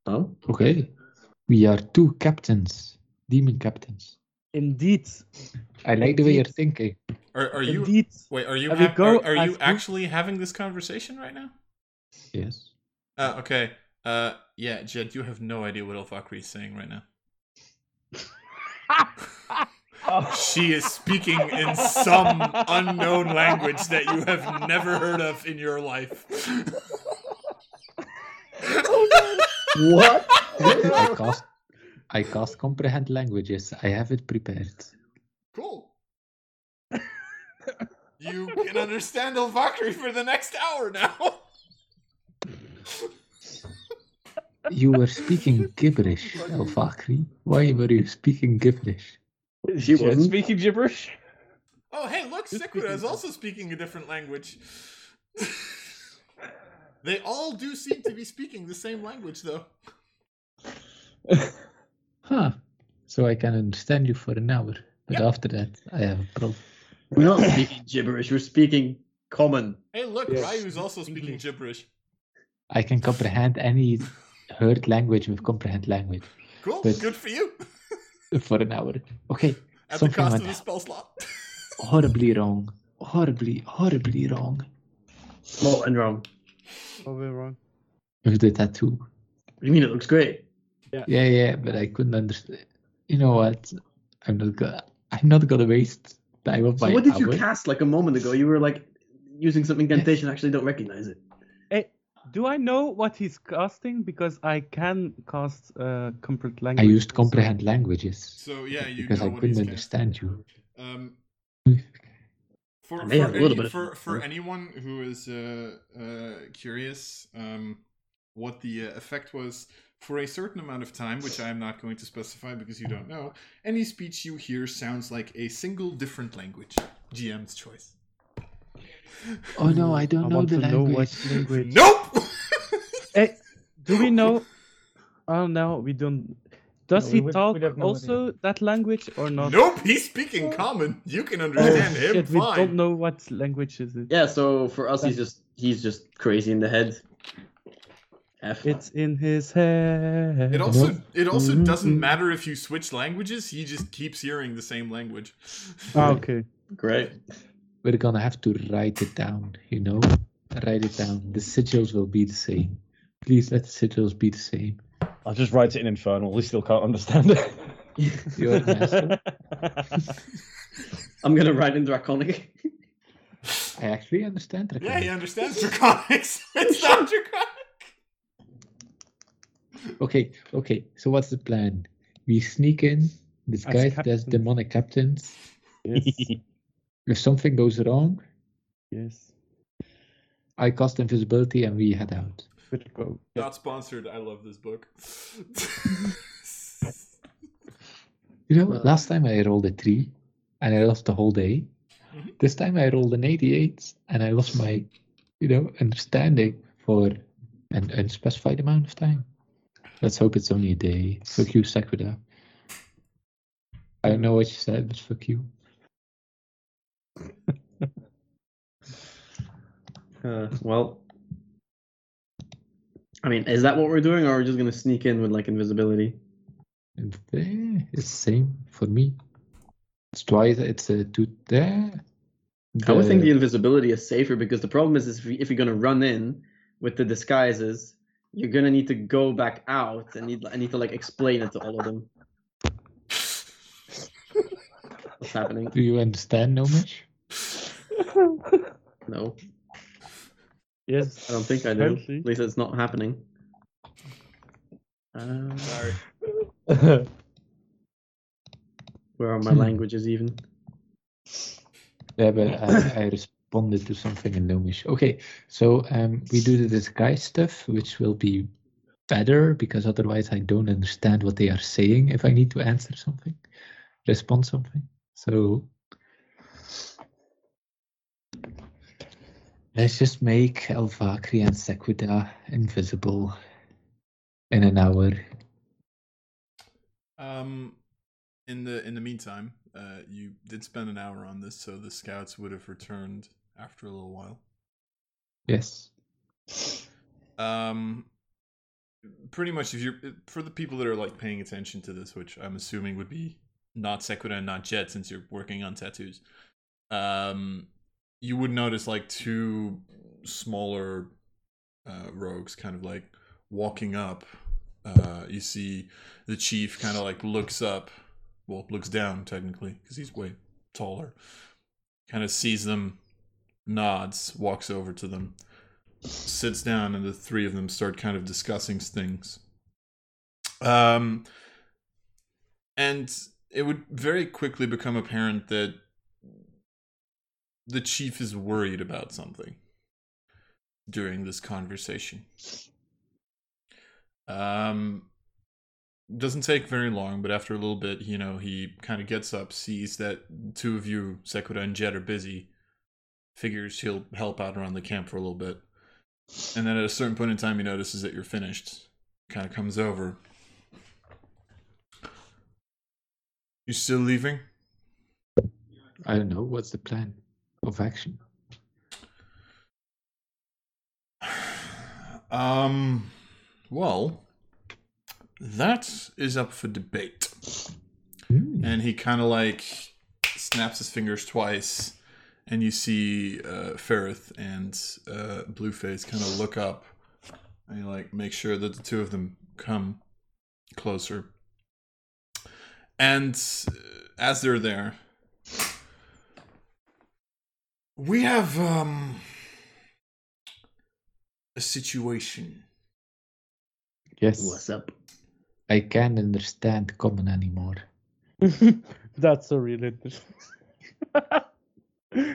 D: Oh,
A: Okay. We are two captains, demon captains.
C: Indeed.
A: I like the way you're
C: Indeed.
A: thinking.
B: Are, are you
C: Indeed.
B: wait? Are you
C: There we
B: hap-
C: go,
B: are, are you
C: Asku.
B: actually having this conversation right now?
D: <laughs>
A: Yes.
B: Uh, okay. Uh, yeah, Jed, you have no idea what Elfakri is saying right now. She is speaking in some unknown language that you have never heard of in your life.
D: what?
A: I cast I cast comprehend languages. I have it prepared.
B: cool. You can understand Elvakri for the next hour now. <laughs>
A: You were speaking gibberish, Elfakri. Why were you speaking gibberish?
D: She wasn't.
E: speaking gibberish.
B: Oh, hey, look,
C: Who's
B: Sikura is
C: speaking-
B: also speaking a different language. <laughs> they all do seem to be speaking the same language, though.
A: Huh. So I can understand you for an hour. But after that I have a problem.
D: We're not speaking gibberish. We're speaking common.
B: Hey, look,
E: Yes.
B: Ryu's also speaking gibberish.
A: I can comprehend any heard language with comprehend language
B: Cool,
A: But-
B: good for you.
A: for an hour. Okay.
B: At the
A: Something
B: cost
A: went
B: of a spell slot.
A: horribly wrong. Horribly, horribly wrong
D: Small and round.
C: Oh, we're wrong.
A: with the tattoo.
D: What do you mean? It looks great.
A: Yeah, yeah, but I couldn't understand. You know what? I'm not gonna. I'm not gonna waste time of
D: So
A: my
D: what did you
A: hour.
D: cast like a moment ago? You were like using some incantation. I actually don't recognize it.
C: Do I know what he's casting? Because I can cast uh, Comfort
A: I
C: Language.
A: used comprehend languages
B: So, yeah, you
A: because
B: know
A: I
B: what he's
A: couldn't
B: saying.
A: understand Hmm. you.
B: Um,
D: I
B: for
D: may
B: for,
D: have a
B: any-
D: little bit of-
B: for, for anyone who is uh, uh, curious um, what the uh, effect was for a certain amount of time, which I am not going to specify because you don't know, any speech you hear sounds like a single different language. GM's choice.
A: Oh no, I don't
C: I
A: know
C: want
A: the
C: to know
A: language.
C: what language.
B: Nope.
C: Eh, do we know? Oh no, we don't. Does
E: No,
C: he
E: we- we
C: talk
E: have no
C: also that language or
A: Oh.
C: not?
B: nope. He's speaking common. You can
C: Oh,
B: understand him
C: shit, we
B: fine.
C: don't know what language is it.
D: Yeah. So for us, he's just he's just crazy in the head. F.
C: It's in his head.
B: It also
A: Nope.
B: it also
C: Mhm.
B: doesn't matter if you switch languages. He just keeps hearing the same language.
C: Ah, okay.
D: great.
A: We're gonna have to write it down. You know, write it down. The sigils will be the same. Please let the sigils be the same.
E: I'll just write it in infernal. He still can't understand it.
A: You're a master.
D: I'm gonna write in draconic.
A: I actually understand.
B: <laughs> Yeah, he
A: Rakan.
B: <laughs> understands draconics. it's not draconic.
A: Okay, okay. So what's the plan? We sneak in, disguised as
C: captain.
A: demonic captains.
E: Yes.
A: <laughs> If something goes wrong,
E: yes.
A: I cast invisibility and we head out.
C: Good go.
B: Not sponsored. I love this book. <laughs>
A: You know,
D: Well-
A: last time I rolled a three and I lost the whole day.
B: Mhm.
A: This time I rolled an 88 and I lost my, you know, understanding for an unspecified amount of time. Let's hope it's only a day. Fuck you, Sakura. I don't know what you said, but fuck you.
D: Uh, well, I mean, is that what we're doing, or are we just gonna sneak in with like invisibility?
A: And eh, it's the same for me. It's twice, it's a two there.
D: I would think the invisibility is safer because the problem is, is if, you, if you're gonna run in with the disguises, you're gonna need to go back out and need I need to like explain it to all of them. What's happening?
A: Do you understand, Nomish?
D: No,
C: Yes.
D: I don't think I do.
C: Apparently.
D: At least it's not happening. Uh,
B: Sorry.
D: <laughs> where are my
A: Hmm.
D: languages even?
A: Yeah, but <coughs> I, I responded to something in Nomish. Okay, so um, we do the disguise stuff, which will be better because otherwise I don't understand what they are saying if I need to answer something, respond something. So let's just make Elvakri and Sequida invisible in an hour.
B: Um, in the in the meantime, uh, you did spend an hour on this, so the scouts would have returned after a little while.
A: Yes.
B: Um, pretty much, if you're uh, for the people that are like paying attention to this, which I'm assuming would be not Sequita and not Jet, since you're working on tattoos. Um, you would notice like two smaller uh, rogues, kind of like walking up. Uh, you see the chief kind of like looks up, well, looks down technically because he's way taller. Kind of sees them, nods, walks over to them sits down and the three of them start kind of discussing things. Um, and it would very quickly become apparent that the chief is worried about something during this conversation. Um, doesn't take very long, but after a little bit, you know, he kind of gets up, sees that two of you, Sekura and Jet, are busy, figures he'll help out around the camp for a little bit. And then at a certain point in time, he notices that you're finished. Kind of comes over. You still leaving?
A: I don't know. What's the plan of action?
B: Um, well, that is up for debate.
A: Hmm.
B: and he kind of like snaps his fingers twice and you see uh Ferrith and uh Blueface kind of look up and you like make sure that the two of them come closer and uh, as they're there we have um a situation
A: Yes.
D: What's up?
A: I can't understand common anymore.
C: <laughs> That's a real <laughs>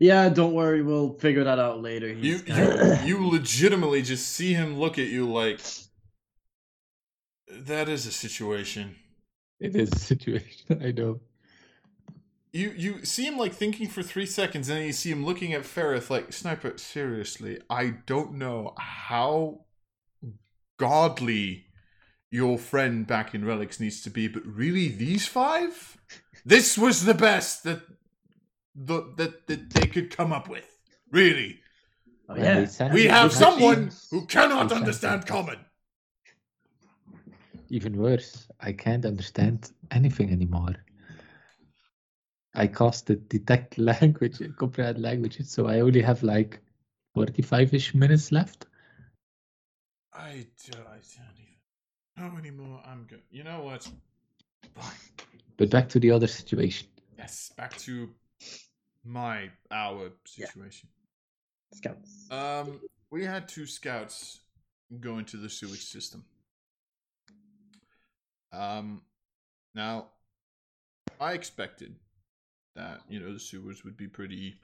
D: Yeah, don't worry, we'll figure that out later.
B: you
D: He's
B: you,
D: Mm.
B: you legitimately just see him look at you like that is a situation
A: It is a situation, I know.
B: you you see him like thinking for three seconds and then you see him looking at Ferrith like sniper seriously i don't know how godly your friend back in relics needs to be but really these five this was the best that the, that that they could come up with really
D: Oh,
A: When
D: yeah.
A: they send
B: we
A: me
B: have
A: to
B: someone
A: machines,
B: who cannot understand common
A: Even worse, I can't understand anything anymore. I cast the detect <laughs> language and comprehend languages, so I only have like 45 ish minutes left.
B: I do. I don't even know anymore. I'm good. You know what? Fine.
A: But back to the other situation.
B: Yes, back to my our situation.
D: Scouts.
B: Um, we had two scouts go into the sewage system. Um, now, I expected that you know the sewers would be pretty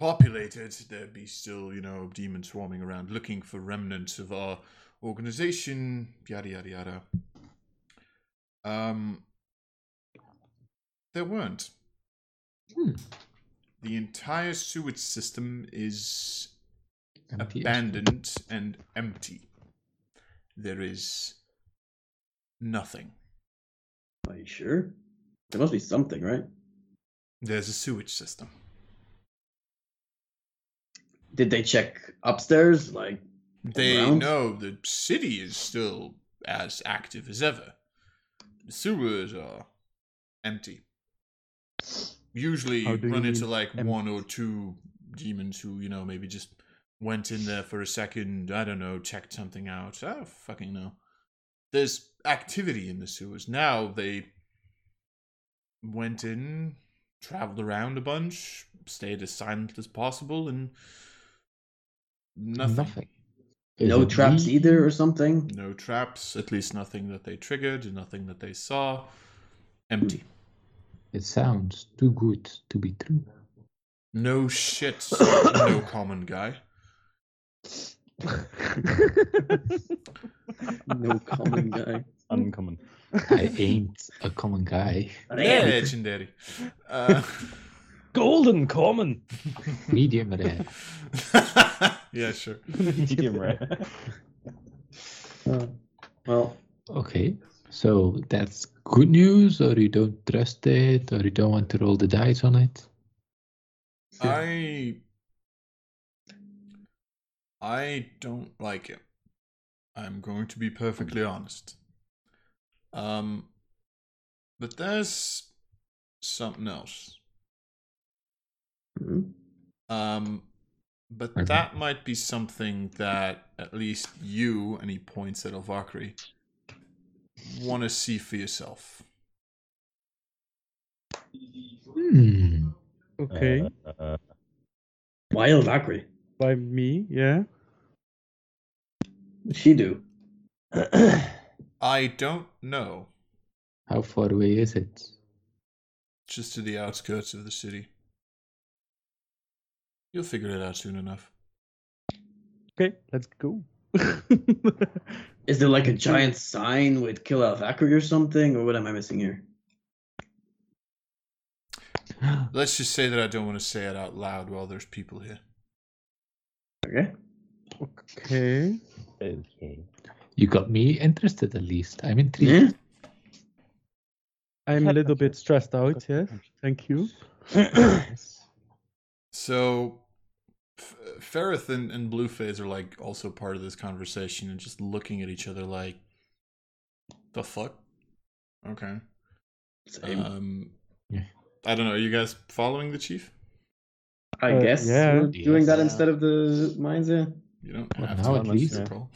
B: populated. There'd be still you know demons swarming around looking for remnants of our organization. Yada yada yada. Um, there weren't.
A: Hmm.
B: The entire sewage system is
A: Empty.
B: abandoned and empty. There is nothing.
D: Are you sure? There must be something, right?
B: There's a sewage system.
D: Did they check upstairs? Like,
B: They
D: Around?
B: know the city is still as active as ever. The sewers are empty. Usually
C: How
B: you
C: do
B: run
C: you
B: into
C: mean
B: like
C: empty?
B: one or two demons who, you know, maybe just went in there for a second, I don't know, checked something out. I don't fucking know. There's activity in the sewers. Now they went in, traveled around a bunch, stayed as silent as possible, and nothing.
A: Is
D: no
A: it
D: traps
A: me?
D: either or something?
B: No traps, at least nothing that they triggered, nothing that they saw. Empty.
A: It sounds too good to be true.
B: No shit, <coughs> no common guy.
D: <laughs> No common guy.
E: Uncommon.
A: I ain't a common
D: <laughs>
A: guy.
B: Legendary. Uh, <laughs>
E: Golden common.
A: Medium rare.
B: yeah, sure.
E: Medium rare.
D: Uh, well,
A: Okay, so that's good news, or you don't trust it, or you don't want to roll the dice on it.
B: I I don't like it. I'm going to be perfectly honest. Um but there's something else.
D: Mhm.
B: Um but
A: Okay.
B: that might be something that at least you and he points at Alvakri want to see for yourself.
A: Hmm.
C: Okay.
E: Uh, uh,
D: wild Akri.
C: By me, yeah.
D: What'd she <clears throat> do?
B: I don't know.
A: How far away is it?
B: just to the outskirts of the city. You'll figure it out soon enough.
C: Okay, let's
D: <laughs>
C: go.
D: Is there like a giant sign with kill out Akri or something? Or what am I missing here?
B: Let's just say that I don't want to say it out loud while there's people here.
D: Okay.
C: okay.
E: okay.
A: You got me interested at least. I'm
D: Yeah.
A: intrigued.
C: I'm a little bit stressed out, yes. Thank you.
B: So, F- Ferrith and, and Blueface are like also part of this conversation and just looking at each other like, the fuck? Okay.
D: Same.
B: Um,
A: Yeah.
B: I don't know. Are you guys following the chief?
D: I
C: uh,
D: guess
C: yeah.
D: we're doing that
A: Yeah.
D: instead of the mines, yeah.
B: You don't
A: Well,
B: have
A: now
B: to
A: at
B: unless
A: least.
B: you're pro.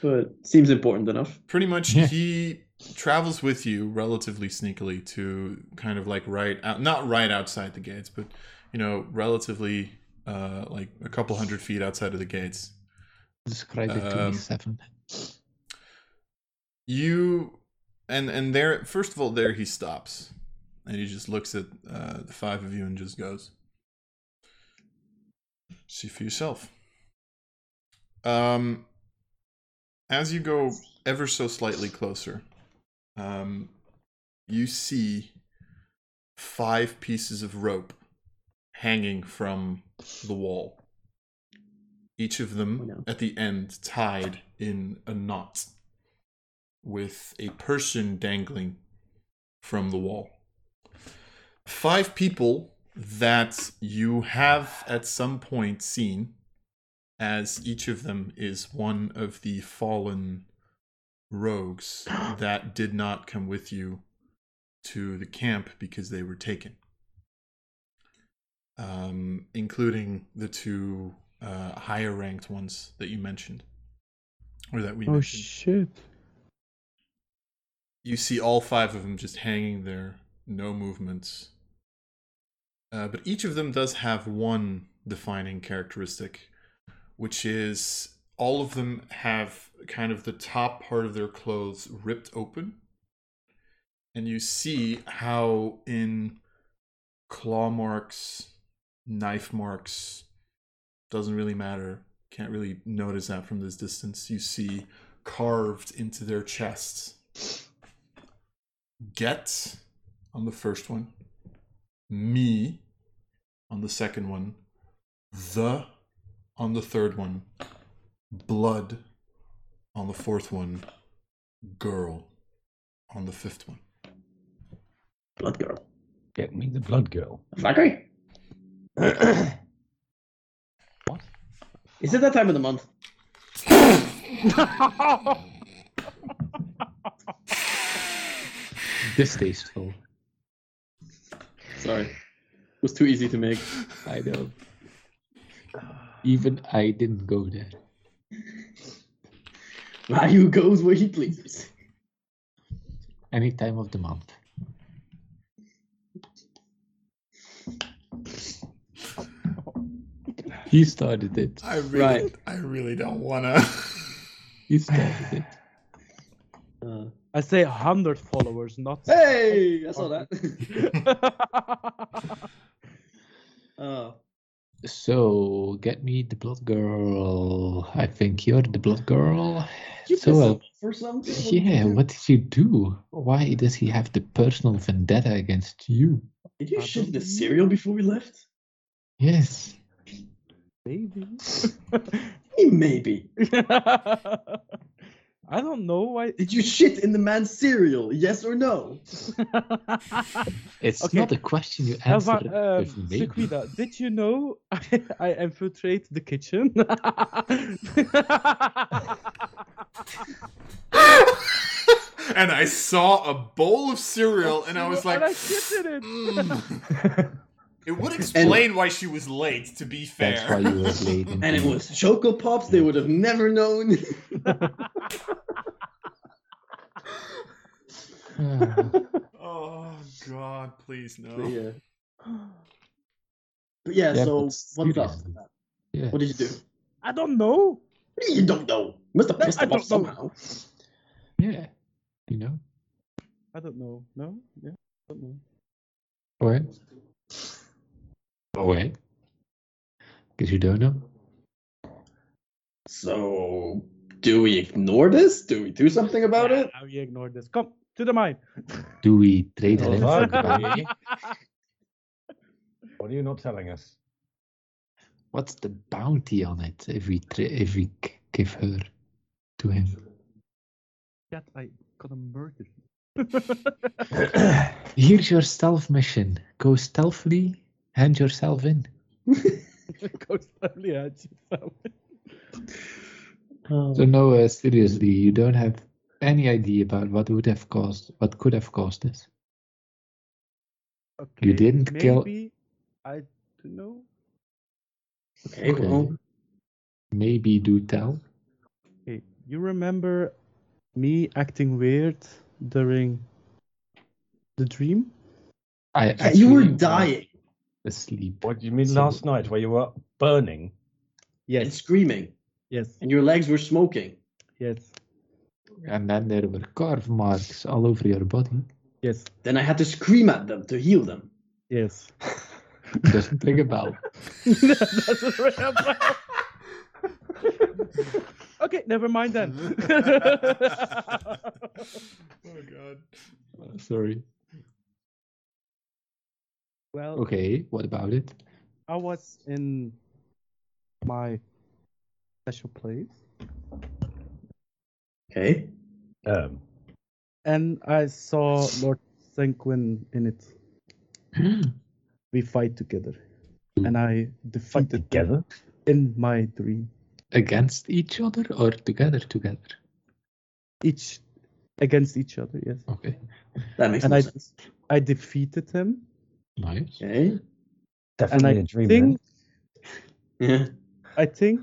D: But seems important enough.
B: pretty much
A: Yeah.
B: he travels with you relatively sneakily to kind of like right out not right outside the gates but you know relatively uh like a couple hundred feet outside of the gates
A: Describe it to
B: Um,
A: me, seven.
B: you and and there first of all there he stops and he just looks at uh the five of you and just goes see for yourself um as you go ever so slightly closer um you see five pieces of rope hanging from the wall each of
D: Oh,
B: them
D: no.
B: at the end tied in a knot with a person dangling from the wall. Five people that you have at some point seen, as each of them is one of the fallen rogues that did not come with you to the camp because they were taken. Um, including the two uh, higher ranked ones that you mentioned, or that we
C: Oh
B: mentioned
C: shit.
B: you see all five of them just hanging there, no movements. Uh, but each of them does have one defining characteristic, which is all of them have kind of the top part of their clothes ripped open and you see how in claw marks, knife marks, doesn't really matter. Can't really notice that from this distance. You see carved into their chests. Get on the first one, me on the second one, the on the third one, blood on the fourth one, girl on the fifth one.
D: Blood girl.
E: Get me the blood girl.
D: Zachary.
E: What?
D: Is it that time of the month?
A: Distasteful.
D: Sorry. It was too easy to make.
A: I know. Even I didn't go there.
D: Ryu goes where he pleases.
A: Any time of the month. He started it.
B: I really,
D: Right.
B: I really don't wanna. <laughs>
A: He started it.
D: Uh,
C: I say 100 followers, not.
D: hey, I saw that. uh,
A: <sighs> So get me the blood girl. I think you're the blood girl.
D: you
A: So, uh,
D: pissed him off or something? What did you
A: Yeah,
D: do?
A: what did you do? Why does he have the personal vendetta against you?
D: Did you
C: I
D: shit
C: don't
D: in the
C: know.
D: cereal before we left?
A: Yes.
C: <laughs>
D: <laughs>
C: Maybe. <laughs>
D: Maybe.
C: I don't know why.
D: Did you shit in the man's cereal? Yes or no?
A: It's
C: Okay.
A: not a question you
C: Uh,
A: answer.
C: but, um,
A: with maybe.
C: Sequida, did you know <laughs> I, I infiltrate the kitchen? <laughs>
B: and I saw a bowl of cereal, and I was like,
C: <laughs> and I shit in it.
B: <laughs> "Mm." it would explain why she was late. To be fair,
A: That's why you were late. in
D: <laughs> And it
A: the- <laughs>
D: was Choco Pops they would have never known. <laughs>
A: Ah,
B: <laughs> oh God, please no.
D: But yeah. But yeah,
A: Yeah,
D: so
A: but
D: what's
A: serious.
D: up?
A: yeah.
D: What did you do?
C: I don't know.
D: What do you mean You don't know. Must have pissed
C: I
D: him off
C: don't know.
D: somehow.
A: yeah. You know?
C: I don't know. No? Yeah. I don't know.
A: Why? Oh, wait. Because you don't know?
D: So do we ignore this? Do we do something about
C: Yeah,
D: it?
C: Now you ignore this. Come to the mine.
A: Do we trade
E: Oh,
A: hands
E: fuck, <laughs>
A: about
E: man.
A: it?
E: What are you not telling us?
A: What's the bounty on it if we tra- if we g- give her to him?
C: That I gonna murder <laughs> you.
A: Here's your stealth mission. Go stealthily, hand yourself in.
C: Ghost only had yourself.
D: Um,
A: So no, uh, seriously, you don't have any idea about what would have caused, what could have caused this.
C: Okay,
A: didn't
C: maybe
A: kill-
C: I don't know.
D: Okay, well,
A: Maybe do tell.
C: Hey, you remember me acting weird during the dream?
A: I
D: yeah, you were
A: actually was
D: dying
A: asleep.
E: What do you mean
A: So-
E: last night where you were burning?
D: and screaming,
C: yes,
D: and your legs were smoking.
C: yes,
A: And then there were carve marks all over your body.
C: yes,
D: Then I had to scream at them to heal them.
C: yes. <laughs>
A: Doesn't
D: <laughs>
A: ring a bell.
C: That's a real problem. okay, never mind then.
B: <laughs> oh God.
D: Uh,
A: Sorry.
C: well,
A: Okay, what about it?
C: I was in my special place
D: Okay.
E: Um,
C: and I saw Lord Sanquin in it. We fight together. And I defeated them
E: together?
C: in my dream.
A: Against each other or together? Together.
C: each against each other. Yes,
A: Okay.
D: That makes
C: And
D: no
C: I-
D: sense.
C: I defeated him,
A: Nice.
D: Okay.
E: Definitely
C: and I
E: a dream.
C: think
D: Yeah.
C: I think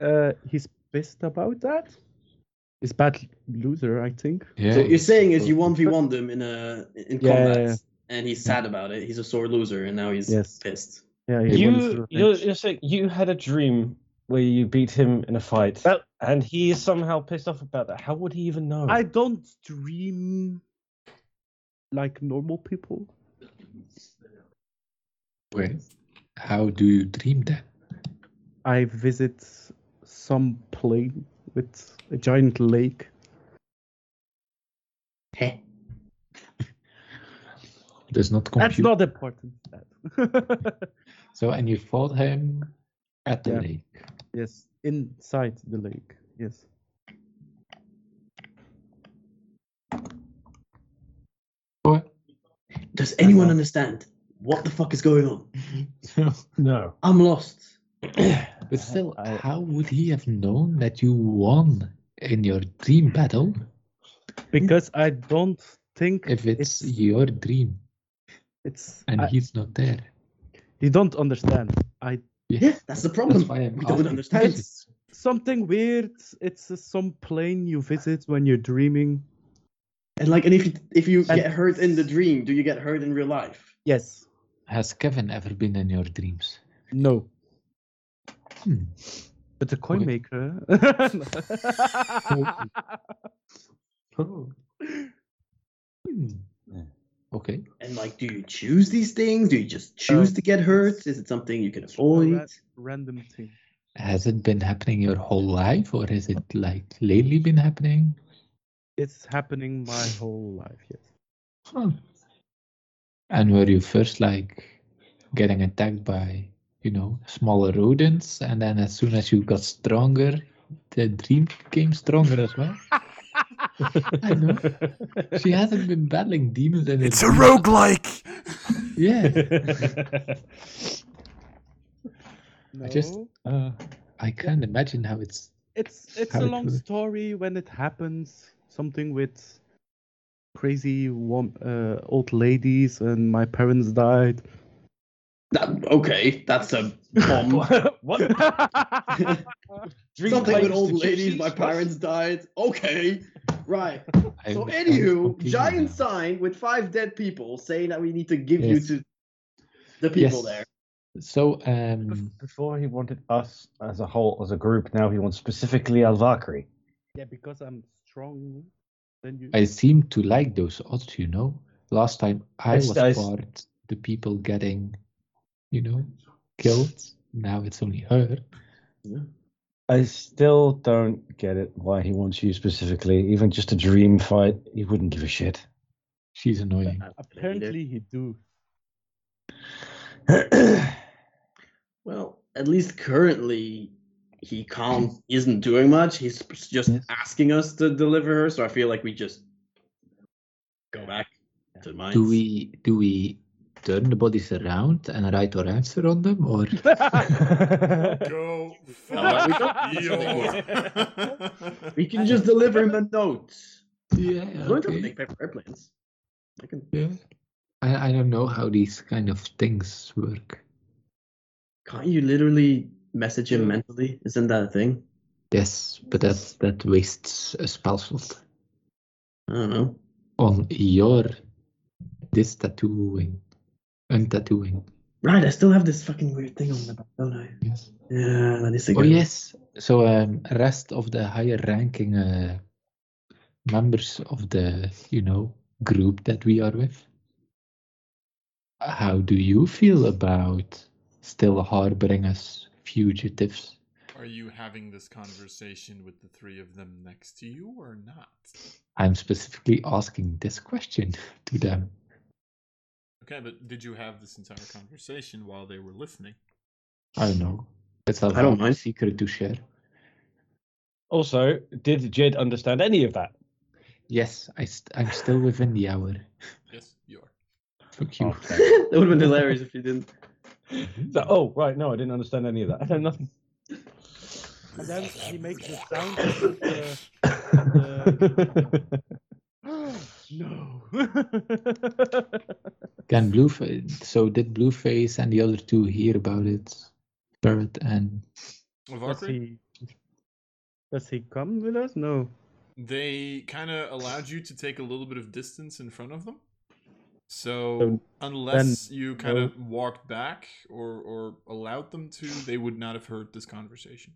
C: uh, he's pissed about that. He's bad loser, I think.
A: Yeah.
D: So what you're saying is you one v one them in a in
C: Yeah,
D: combat,
C: yeah, yeah.
D: and he's sad about it. He's a sore loser, and now he's
C: Yes.
D: pissed.
C: Yeah, he wants to
E: You, you're,
C: revenge.
E: you're saying you had a dream where you beat him in a fight,
C: Well-
E: and he is somehow pissed off about that. How would he even know?
C: I don't dream like normal people.
A: Wait, how do you dream that?
C: I visit some plain with a giant lake.
A: Heh. Does not
C: That's
A: compute.
C: not important. <laughs> That.
A: So, and you fought him at the
C: Yeah.
A: lake.
C: yes, inside the lake. Yes.
A: What?
D: Does anyone understand what the fuck is going on? <laughs>
E: No.
D: I'm lost.
A: But still,
E: I-
A: how would he have known that you won in your dream battle
C: Because I don't think
A: if it's,
C: It's-
A: your dream
C: it's.
A: and
C: I-
A: he's not there?
C: you don't understand. I
D: Yeah, that's the problem.
A: That's why I'm
D: we don't
A: asking.
D: understand.
C: It's something weird. It's uh, some plane you visit when you're dreaming.
D: And like, and if you if you
C: And-
D: get hurt in the dream, do you get hurt in real life?
C: Yes.
A: Has Kevin ever been in your dreams?
C: No.
A: Hmm.
C: But the coin
A: Okay. <laughs>
C: maker.
A: Oh. Hmm. Okay.
D: And like, do you choose these things? Do you just choose
C: Um,
D: to get hurt? Is it something you can
C: It's a ra-
D: avoid?
C: Oh, random thing.
A: Has it been happening your whole life, or is it like lately been happening?
C: It's happening my whole life. Yes.
A: Huh. Hmm. And were you first like getting attacked by, you know, smaller rodents, and then as soon as you got stronger, the dream became stronger as well? I know. She hasn't been battling demons and
F: It's a roguelike!
A: Yeah.
C: No.
A: I just- Uh, I can't imagine how it's
C: It's it's
A: How
C: a
A: it
C: long
A: works.
C: story when it happens. Something with crazy wom- uh, old ladies and my parents died.
D: That, okay, that's a
A: <laughs>
D: bomb. <laughs>
C: what?
D: Something with old ladies. My parents died. Okay, right.
A: <laughs> I
D: so,
A: understand
D: anywho,
A: completely
D: giant
A: now.
D: sign with five dead people saying that we need to give
A: Yes.
D: you to the people
A: Yes.
D: there.
A: So, um,
E: Before he wanted us as a whole, as a group. Now he wants specifically Alvakri.
C: yeah, because I'm strong. Then you.
A: I seem to like those odds, you know. Last time I
E: Yes,
A: was
E: I s-
A: part the people getting, you know, killed. Now it's only her.
E: I still don't get it why he wants you specifically. Even just a dream fight, he wouldn't give a <laughs> shit.
A: She's annoying.
C: Apparently he do.
D: <clears throat> Well, at least currently, he can't
A: <clears throat>
D: isn't doing much. He's just
E: Yes.
D: asking us to deliver her. So I feel like we just go back to mine.
A: Do we do we turn the bodies around and write our answer on them,
E: <laughs>
A: or
B: Go.
D: Uh, we
B: fuck
D: don't-
B: you.
D: <laughs> We can just deliver him a note.
A: yeah,
D: I don't
A: okay.
D: make paper airplanes. I can
A: yeah. I, I don't know how these kind of things work.
D: Can't you literally message him mentally? Isn't that a thing?
A: Yes, but that's that wastes a spell slot
D: I don't know.
A: on your this tattooing, untattooing.
D: Right, I still have this fucking weird thing on my back, don't I?
A: Yes.
D: Yeah, that is a
A: Oh
D: good-
A: yes. So um, rest of the higher ranking uh, members of the you know group that we are with. How do you feel about still harboring us fugitives?
B: <laughs> Are you having this conversation with the three of them next to you or not?
A: I'm specifically asking this question <laughs> to them.
B: Okay, but did you have this entire conversation while they were listening?
A: I don't know. It's a
D: I don't mind.
A: secret to share.
E: also, did Jed understand any of that?
A: Yes, I st- I'm still within the hour.
B: Yes, you are.
A: Fuck
D: Oh.
A: you.
D: <laughs> that would
A: <laughs>
D: have been hilarious if you didn't.
E: So- oh, right. No, I didn't understand any of that. I know nothing.
C: And then he makes the
E: <laughs>
C: sound. uh, of the- uh, no.
A: Can Blueface? So did Blueface and the other two hear about it? Barrett and
C: Does he? Does he come with us? No.
B: They kind of allowed you to take a little bit of distance in front of them. So
C: So
B: unless you kind of walked back or, or allowed them to, they would not have heard this conversation.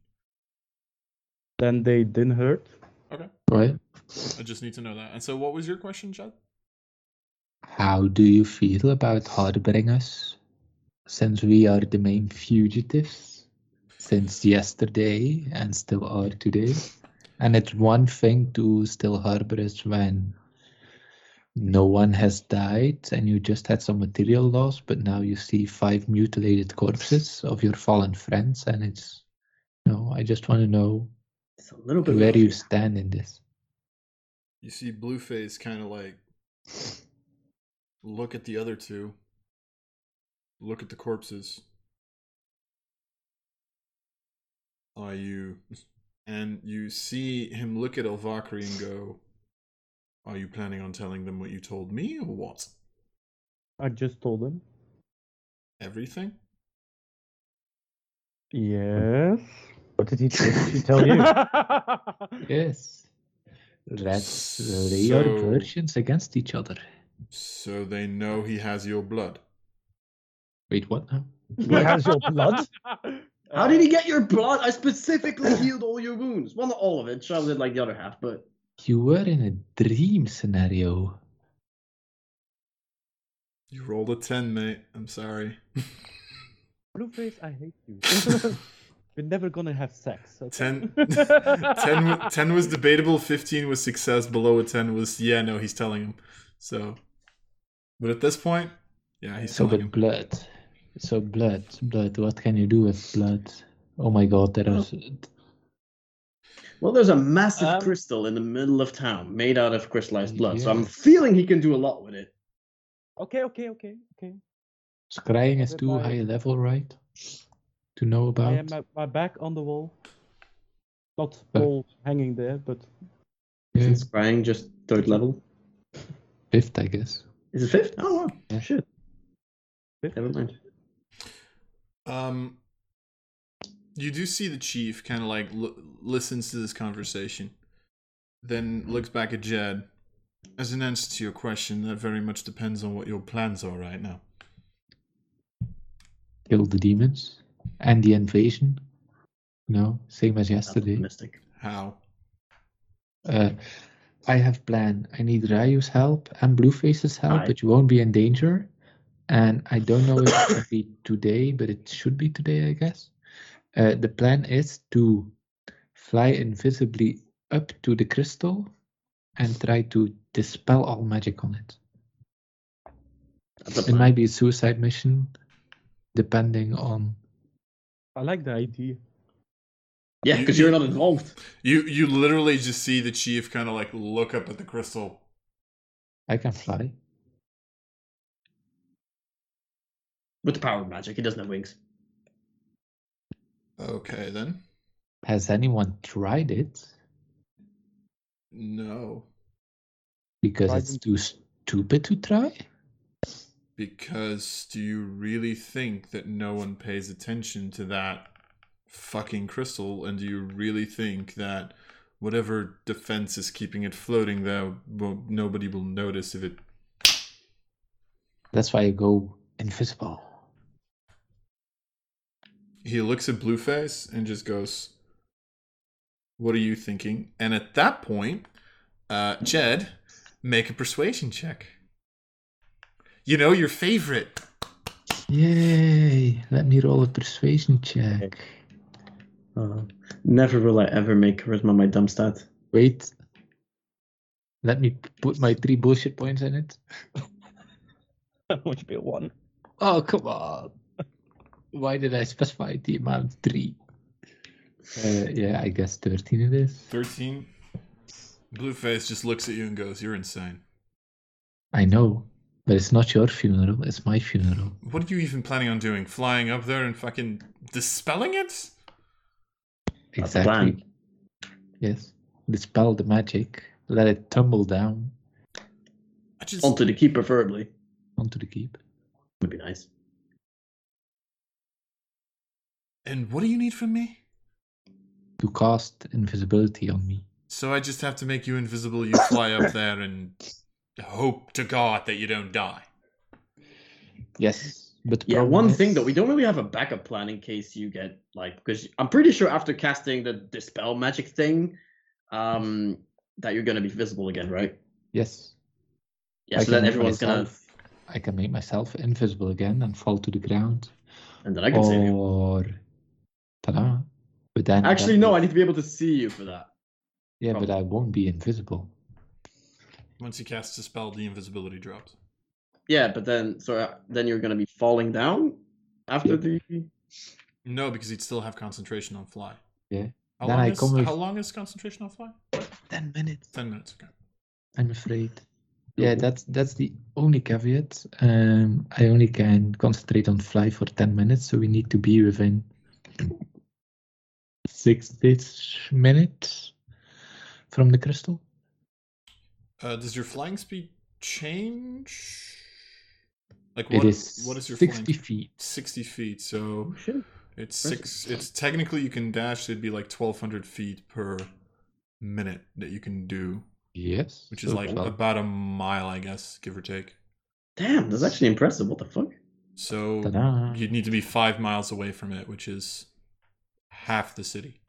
C: Then they didn't hurt.
B: Okay,
A: right.
B: I just need to know that. And so, what was your question, Chad?
A: How do you feel about Harbringers? Since we are the main fugitives since yesterday and still are today. And it's one thing to still harbor us when no one has died and you just had some material loss, but now you see five mutilated corpses of your fallen friends, and it's no, I just want to know
D: It's a little bit.
A: where
D: rough.
A: you stand in this.
B: You see Blueface kind of like look at the other two, look at the corpses. Are you. And you see him look at Elvakri and go, Are you planning on telling them what you told me or what?
C: I just told him.
B: Everything?
C: Yes.
E: What did he, what did he <laughs> tell you?
A: Yes. Let's lay
B: So-
A: your versions against each other.
B: So they know he has your blood.
A: Wait, what now?
E: he has your blood.
D: How did he get your blood? I specifically healed all your wounds. Well, not all of it. Charles did like the other half, but
A: You were in a dream scenario.
B: You rolled a 10, mate. I'm sorry.
C: Blueface, I hate you. <laughs> We're never gonna have sex. okay?
B: 10, 10, wa- 10 was debatable, 15 was success, below a 10 was, yeah, no, he's telling him. So, but at this point, yeah, he's
A: So,
B: telling him.
A: but blood. So, blood, blood. What can you do with blood? Oh my god, there are.
D: well, there's a massive
E: Um,
D: crystal in the middle of town made out of crystallized blood. So I'm
A: Yeah.
D: feeling he can do a lot with it.
C: Okay, okay, okay, okay.
A: Scrying is too
C: Everybody-
A: high level, right? To know
C: I am
A: about.
C: my, my back on the wall. Not
A: Uh.
C: all hanging there, but
A: Yeah,
D: Is scrying just third level?
A: fifth, I guess.
D: Is it fifth? Oh wow!
A: Yeah.
D: Shit.
C: Fifth?
D: Never mind.
B: Um, you do see the chief kind of like l- listens to this conversation, then looks back at Jed. As an answer to your question, that very much depends on what your plans are right now.
A: Kill the demons and the invasion. No, same as yesterday.
D: Mystic.
B: How?
A: Uh, I have plan. I need Ryu's help and Blueface's help,
D: Aye.
A: but you won't be in danger. And I don't know if it should be <coughs> today, but it should be today, I guess. Uh, the plan is to fly invisibly up to the crystal and try to dispel all magic on it.
D: That's a
A: It
D: plan.
A: might be a suicide mission, depending on.
C: I like the idea.
D: Yeah,
B: You-
D: because you're not involved.
B: You you literally just see the chief kind of like look up at the crystal.
A: I can fly.
D: With the power of magic, he doesn't have wings.
B: Okay then.
A: Has anyone tried it?
B: No,
A: Because
C: Tried
A: it's
C: and-
A: too stupid to try?
B: because do you really think that no one pays attention to that fucking crystal? And do you really think that whatever defense is keeping it floating there, will nobody will notice if it?
A: That's why I go invisible.
B: He looks at Blueface and just goes, "What are you thinking?" And at that point, uh, Jed, make a persuasion check. You know your favorite.
A: Yay! Let me roll a persuasion check.
D: Uh, never will I ever make charisma my dumb stat.
A: Wait. Let me put my three bullshit points in it.
C: Which be a one.
A: Oh, come on. Why did I specify the amount three? Uh, yeah, I guess 13 it is.
B: 13. Blueface just looks at you and goes, You're insane.
A: I know, but it's not your funeral, it's my funeral.
B: What are you even planning on doing? Flying up there and fucking dispelling it?
D: That's the plan.
A: Exactly. Yes. Dispel the magic, let it tumble down
B: I just.
D: Onto the key, preferably.
A: onto the keep.
D: Would be nice.
B: And what do you need from me?
A: To cast invisibility on me.
B: So I just have to make you invisible, you fly up there and hope to God that you don't die.
A: Yes. But
D: Yeah, one thing though, we don't really have a backup plan in case you get like because I'm pretty sure after casting the dispel magic thing, um, that you're gonna be visible again, right?
A: Yes.
D: Yeah,
A: I
D: so then
A: can
D: everyone's gonna
A: myself I can make myself invisible again and fall to the ground.
D: And then I can save you.
A: or ta-da. But then that
D: Actually, no,
A: will-
D: I need to be able to see you for that.
A: yeah, but I won't be invisible.
B: Once you cast a spell, the invisibility drops.
D: Yeah, but then so uh, then you're gonna be falling down after the.
B: No, because he'd still have concentration on fly.
A: Yeah.
B: How,
A: Then
B: long,
A: I
B: is,
A: come with-
B: how long is concentration on fly?
A: Ten minutes.
B: Ten minutes. Okay.
A: I'm afraid. Yeah, that's that's the only caveat. Um, I only can concentrate on fly for ten minutes, so we need to be within six-ish minutes from the crystal.
B: Uh, does your flying speed change? Like
A: it
B: what?
A: is
B: what is your
A: sixty
B: flying?
A: feet.
B: Sixty feet. So
D: oh, shit.
B: it's six. It's technically you can dash. It'd be like twelve hundred feet per minute that you can do,
A: Yes, Oh,
B: which is
A: so
B: like
A: well,
B: about a mile, I guess, give or take.
D: Damn, that's actually impressive. What the fuck?
B: So
A: ta-da.
B: you'd need to be five miles away from it, which is half the
E: <coughs>
B: city.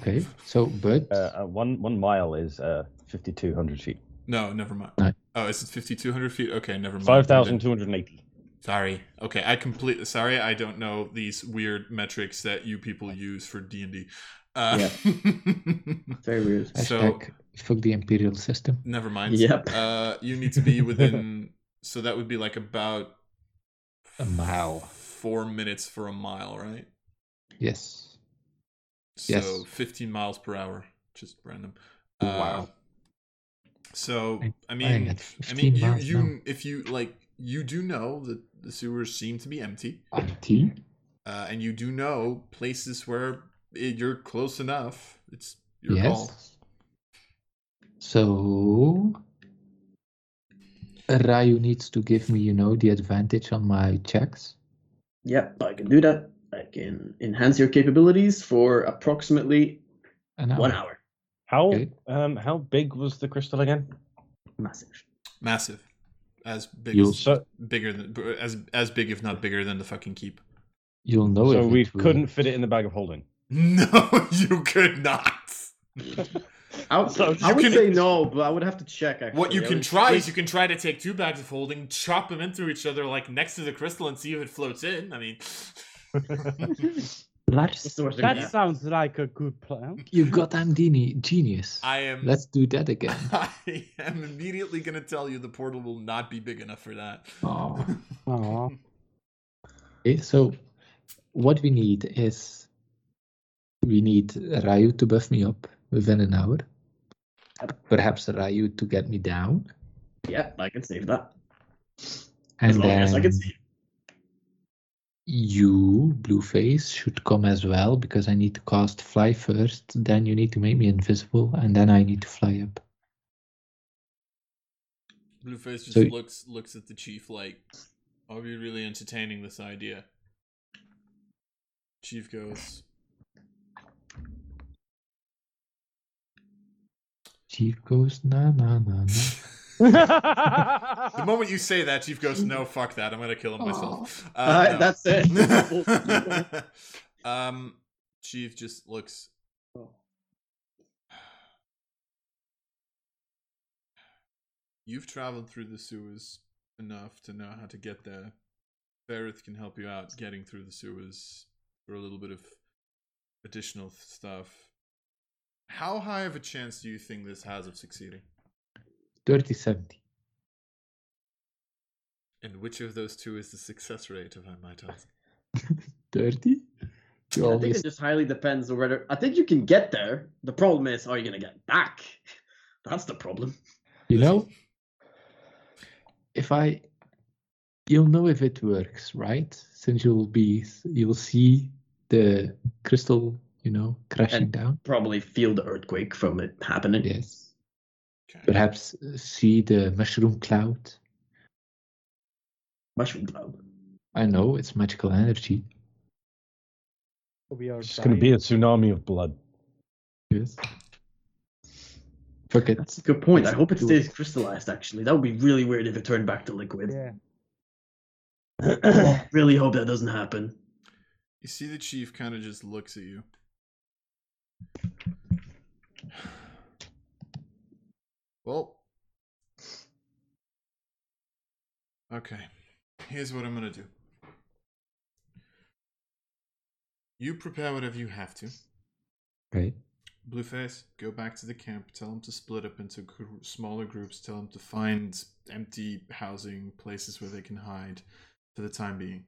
A: Okay, so but
E: Uh, uh, one one mile is uh, fifty two hundred feet.
B: No, never mind.
A: No.
B: Oh, is it fifty two hundred feet? Okay, never mind.
E: Five thousand two hundred eighty.
B: Sorry. Okay, I completely sorry. I don't know these weird metrics that you people use for D Uh, and <laughs> D.
D: Very weird.
B: so-
A: hashtag fuck the imperial system.
B: Never mind.
D: Yep.
B: Uh, you need to
A: <laughs>
B: be within. so that would be like about
A: A mile.
B: Four minutes for a mile, right?
A: Yes,
B: So
A: Yes.
B: 15 miles per hour, just random. Uh,
A: Wow.
B: So
A: I-
B: I
A: I
B: mean,
A: got
B: I mean,
A: 15
B: you
A: miles
B: you
A: now.
B: if you like, you do know that the sewers seem to be empty,
A: empty.
B: uh, and you do know places where it, you're close enough. It's your
A: Yes.
B: call.
A: So Ryu needs to give me, you know, the advantage on my checks.
D: Yep, I can do that. I can enhance your capabilities for approximately
A: And
D: one hour.
E: How
A: Okay.
E: um how big was the crystal again?
D: Massive.
B: Massive, as big
A: You-
B: as,
E: So
B: bigger than as as big if not bigger than the fucking keep.
A: You'll know
E: so
A: if
E: we
A: Oh, it will-
E: couldn't fit it in the bag of
A: <laughs>
E: holding.
B: No, <laughs> you could not.
D: I,
E: So
D: I
E: you
D: would
B: can-
D: say no, but I would have to check. Actually.
B: What you
D: I
B: can
D: would-
B: try
D: wait,
B: is you can try to take two bags of holding, chop them into each other like next to the crystal, and see if it floats in. I mean,
D: what's
A: Lars,
D: the worst that
C: That
D: can happen?
C: sounds like a good plan.
A: you got I'm geni- genius.
B: I am.
A: Let's do that
E: <laughs>
A: again.
B: <laughs> I am immediately going to tell you the portal will not be big enough for that.
A: Oh.
C: Aw.
A: Okay, Eh, so what we need is we need Ryu to buff me up within an hour. Perhaps Ryu to get me down.
D: Yeah, I can save that.
A: And
D: as long
A: then
D: as I can see.
A: you, Blueface, should come as well because I need to cast fly first. Then you need to make me invisible, and then I need to fly up.
B: Blueface just
A: So-
B: looks looks at the chief like, "Are we really entertaining this idea?" Chief <laughs> goes,
A: Chief goes na na na na.
B: The moment you say that, Chief goes, "No, fuck that! I'm gonna kill him myself." Uh,
D: All right,
B: no.
D: that's it.
B: <laughs>
D: <laughs>
B: um, Chief just looks. You've traveled through the sewers enough to know how to get there. Ferrith can help you out getting through the sewers for a little bit of additional stuff. How high of a chance do you think this has of succeeding?
A: Dirty seventy. <laughs>
B: And which of those two is the success rate, if I might ask?
A: Dirty. You
D: I think
A: always
D: it just highly depends on whether. I think you can get there. The problem is, are you gonna get back? <laughs> That's the problem.
A: You
B: Does
A: know, if I, you'll know if it works, right? Since you'll be, you'll see the crystal, you know, crashing
D: And-
A: down.
D: Probably feel the earthquake from it happening.
A: Yes.
B: Okay.
A: Perhaps uh, see the mushroom cloud.
D: Mushroom cloud.
A: I know it's magical energy.
C: We are
E: It's going to be a tsunami of blood.
A: Yes. Fuck
D: That's a
A: it.
D: good point. I hope it
A: Do
D: stays crystallized. Actually, that would be really weird if it turned back to liquid.
C: Yeah.
D: <clears throat> really hope that doesn't happen.
B: You see the chief kind of just looks at you. <sighs> Well, Okay. Here's what I'm gonna do. You prepare whatever you have to.
E: Right.
B: Blueface, go back to the camp. Tell them to split up into gr- smaller groups. Tell them to find empty housing places where they can hide for the time being.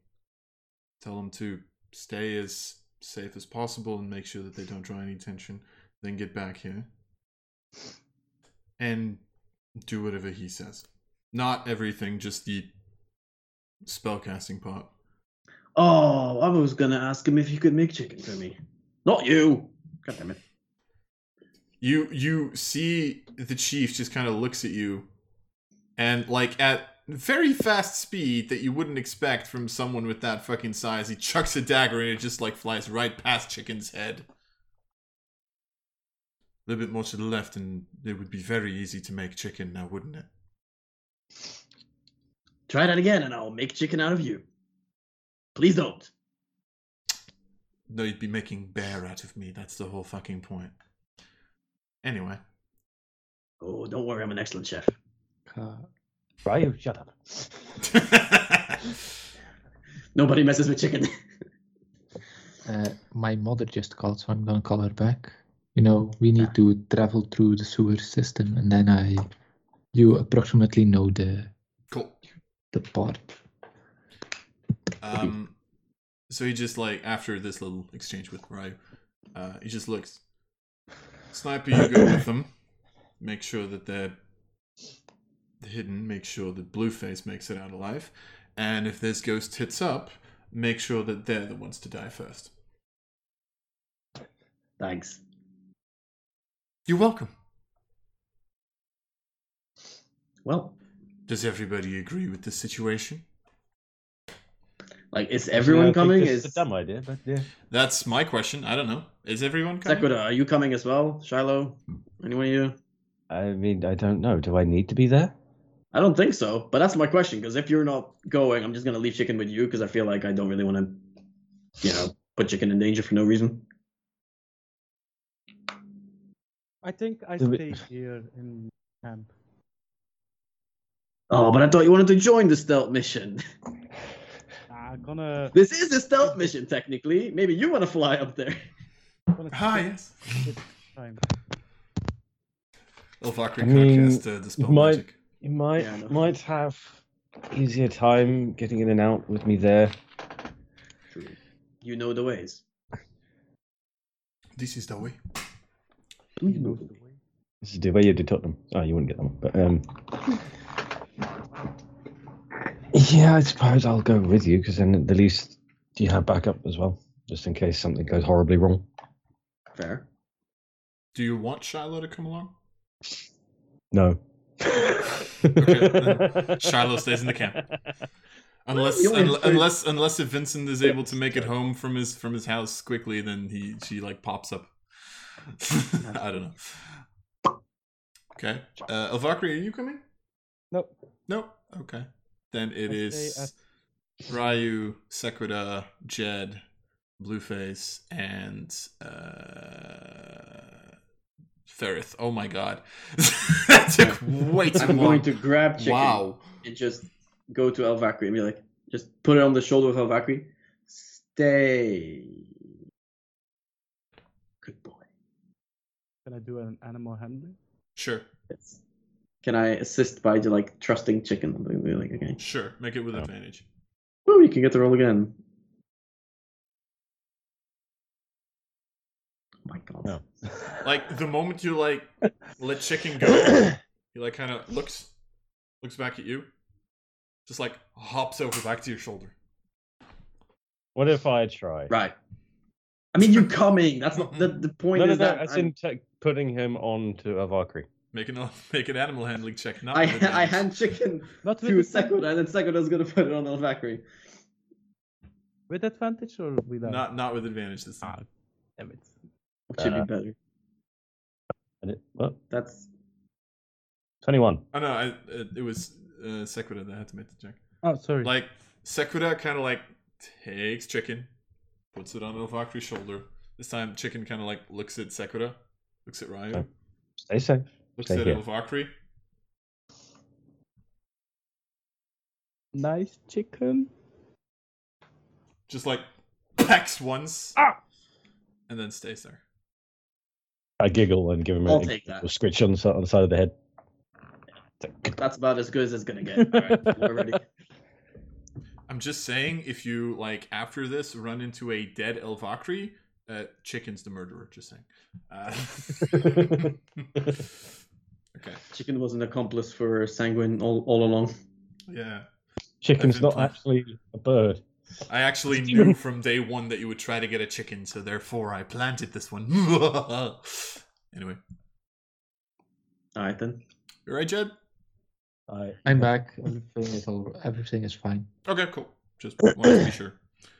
B: Tell them to stay as safe as possible and make sure that they don't draw any attention. Then get back here and do whatever he says. Not everything, just the spellcasting part.
D: Oh, I was gonna ask him if you could make chicken for me. Not you. God damn it.
B: You you see the chief just kind of looks at you, and like at very fast speed that you wouldn't expect from someone with that fucking size, he chucks a dagger and it just like flies right past Chicken's head. A little bit more to the left, and it would be very easy to make chicken now, wouldn't it?
D: Try that again, and I'll make chicken out of you. Please don't.
B: No, you'd be making bear out of me. That's the whole fucking point. Anyway. <laughs>
D: Oh, don't worry, I'm an excellent chef.
E: Uh, Ryu, shut up.
D: Nobody messes with chicken. <laughs>
A: Uh, my mother just called, so I'm gonna call her back. You know, we need to travel through the sewer system, and then I, you approximately know the
B: Cool.
A: the part.
B: Um, so he just like after this little exchange with Ryu, uh, he just looks. Sniper, you go with them. Make sure that they're hidden. Make sure that Blueface makes it out alive. And if this ghost hits up, make sure that they're the ones to die first.
D: Thanks.
B: You're welcome.
D: Well,
B: Does everybody agree with this situation?
D: like, is
E: I
D: everyone
E: think
D: coming?
E: this
D: Is
E: a dumb idea, but yeah.
B: That's my question. I don't know. Is everyone coming?
D: Sakura, are you coming as well? Shiloh? Anyone of you?
E: I mean, I don't know. Do I need to be there?
D: I don't think so, but that's my question. Because if you're not going, I'm just gonna leave chicken with you because I feel like I don't really want to, you know, put chicken in danger for no reason.
C: I think I
E: Do we-
C: stay here in camp.
D: Oh, but I thought you wanted to join the stealth mission. <laughs>
C: I'm gonna.
D: This is a stealth mission technically. Maybe you want to fly up there.
C: gonna
B: Ah,
C: take
B: yes.
E: <laughs>
C: time.
B: Ilvakri
E: I mean,
B: can't cast uh, Dispel
E: my-
B: Magic.
E: You might
D: Yeah, I know.
E: might have easier time getting in and out with me there.
D: You know the ways.
B: This is the way.
D: You know the ways.
E: This is the way you did Tottenham. Oh, you wouldn't get that one, but um. Yeah, I suppose I'll go with you because then at the least you have backup as well, just in case something goes horribly wrong.
D: Fair.
B: Do you want Shiloh to come along?
E: No. <laughs>
B: then Shiloh stays in the
D: <laughs>
B: camp. Unless
D: you only
B: un-
D: have to-
B: unless unless if Vincent is able to make it home from his from his house quickly, then he she like pops up. <laughs> I don't know. Okay, uh, Ilvakri, are you coming?
C: Nope.
B: Nope. Okay. Then it
C: I
B: is
C: stay at-
B: Ryu, Sekuda, Jed, Blueface, and uh, Ferrith. Oh my god, <laughs> that took way too long.
D: I'm going to grab chicken
B: wow.
D: and just go to El Vakri and be like, just put it on the shoulder of El Vakri. Stay. Good boy.
C: Can I do an animal handling?
B: Sure,
D: Yes. Can I assist by like trusting chicken? Like, we're like, okay.
B: sure. Make it with advantage.
D: Oh, you can get the roll again. Oh my god.
E: No.
B: Like the moment you
D: <laughs>
B: like let chicken go, he like kind of looks looks back at you, just like hops over back to your shoulder.
E: what if I try?
D: Right. I mean, you're coming. That's not the, the point.
E: No, no,
D: is
E: no.
D: that
E: As
D: I'm-
E: in t- putting him on to Avakri.
B: Make an <laughs> make an animal handling check. Not
D: I,
B: with
D: I
B: advantage.
D: hand
E: <laughs>
D: chicken
C: Not with,
D: to
C: advan-
D: Sekuda, and then Sekuda's gonna put it on El Vakri.
C: with advantage or without?
B: not not with advantage this time.
C: Ah, damn it.
D: Which should
E: Uh,
D: be better.
E: And it- What?
D: That's
E: Twenty-one.
B: Oh no, I, it, it was uh, Sekuda that had to make the check.
C: Oh, sorry.
B: Like Sekuda kind of like takes chicken, puts it on Ilvakri's shoulder. This time, chicken kind of like looks at Sekuda, looks at Ryu,
E: Okay. Stay safe.
B: looks
E: Thank
B: at
E: you.
B: Ilvakri,
C: nice chicken.
B: Just like pecks once
C: Ah!
B: and then stays there.
E: I giggle and give him
D: I'll
E: a,
D: take that.
E: a scritch on the, si- on the side of the head.
D: That's about as good as it's gonna get. All right, we're
E: <laughs>
D: ready.
B: I'm just saying, if you like after this run into a dead Elvakri, uh, chicken's the murderer. Just saying. Uh, <laughs> okay.
D: Chicken was an accomplice for Sanguine all, all along.
B: Yeah.
E: Chicken's
B: I've
E: not
B: been
E: actually a bird.
B: I actually knew from day one that you would try to get a chicken, so therefore I planted this one. <laughs> anyway,
D: All right then.
B: you right, Jed?
D: <laughs>
E: I, <laughs>
A: I'm back. Everything is all. Everything is fine.
B: Okay, cool. Just wanted to be sure.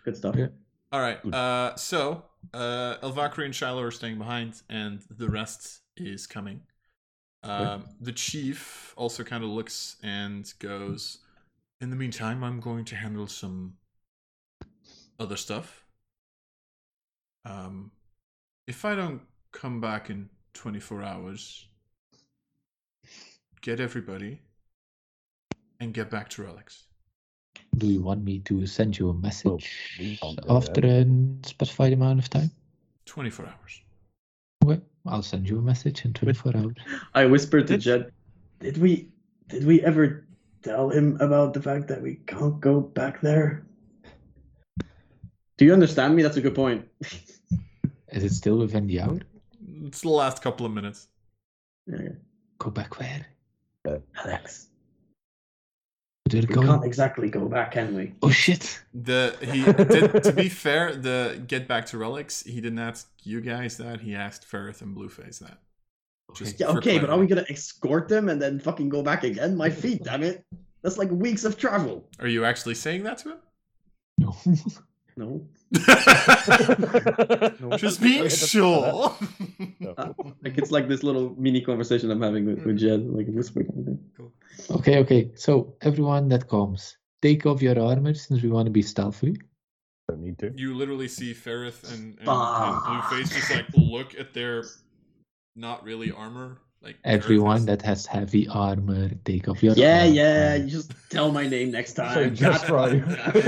D: Good stuff.
A: Yeah.
B: All right.
E: Good.
B: Uh, so uh, Elvakri and Shiloh are staying behind, and the rest is coming. Um, the chief also kind of looks and goes. In the meantime, I'm going to handle some other stuff. Um, if I don't come back in 24 hours, get everybody and get back to Relics.
A: Do you want me to send you a
E: we
A: message
E: can't do
A: after a specified amount of time?
B: 24 hours.
A: Well, I'll send you a message in 24 hours.
D: I whispered to
C: Did-
D: Jed, "Did we, did we ever tell him about the fact that we can't go back there?" Do you understand me? That's a good point.
A: Is it still within the hour?
B: It's the last couple of minutes.
A: Go back where?
D: <laughs> Alex,
A: To the
D: we
A: going-
D: can't exactly go back, can we?
A: Oh shit!
B: The he did, to be fair, the get back to relics. He didn't ask you guys that. He asked Ferrith and Blueface that. Just-
D: Yeah,
B: For
D: okay, but are we
B: clarity.
D: gonna escort them and then fucking go back again? My feet, damn it! That's like weeks of travel.
B: Are you actually saying that to him?
A: No. <laughs>
D: No,
E: <laughs>
C: No.
B: Just being sure.
D: Uh, like it's like this little mini conversation I'm having with, with Jed, like whispering.
A: okay, okay. So everyone that comes, take off your armor since we want to be stealthy.
E: Don't need to.
B: <laughs> you literally see Ferrith and, and, and
D: Fuck.
A: Ah.
B: Blueface just like look at their not really armor. Like Ferrith
A: Everyone
B: has-
A: that has heavy armor, take off your
D: Yeah,
A: armor.
D: yeah. You just tell my name <laughs>
B: <laughs>
D: next
E: So
D: time.
E: just right.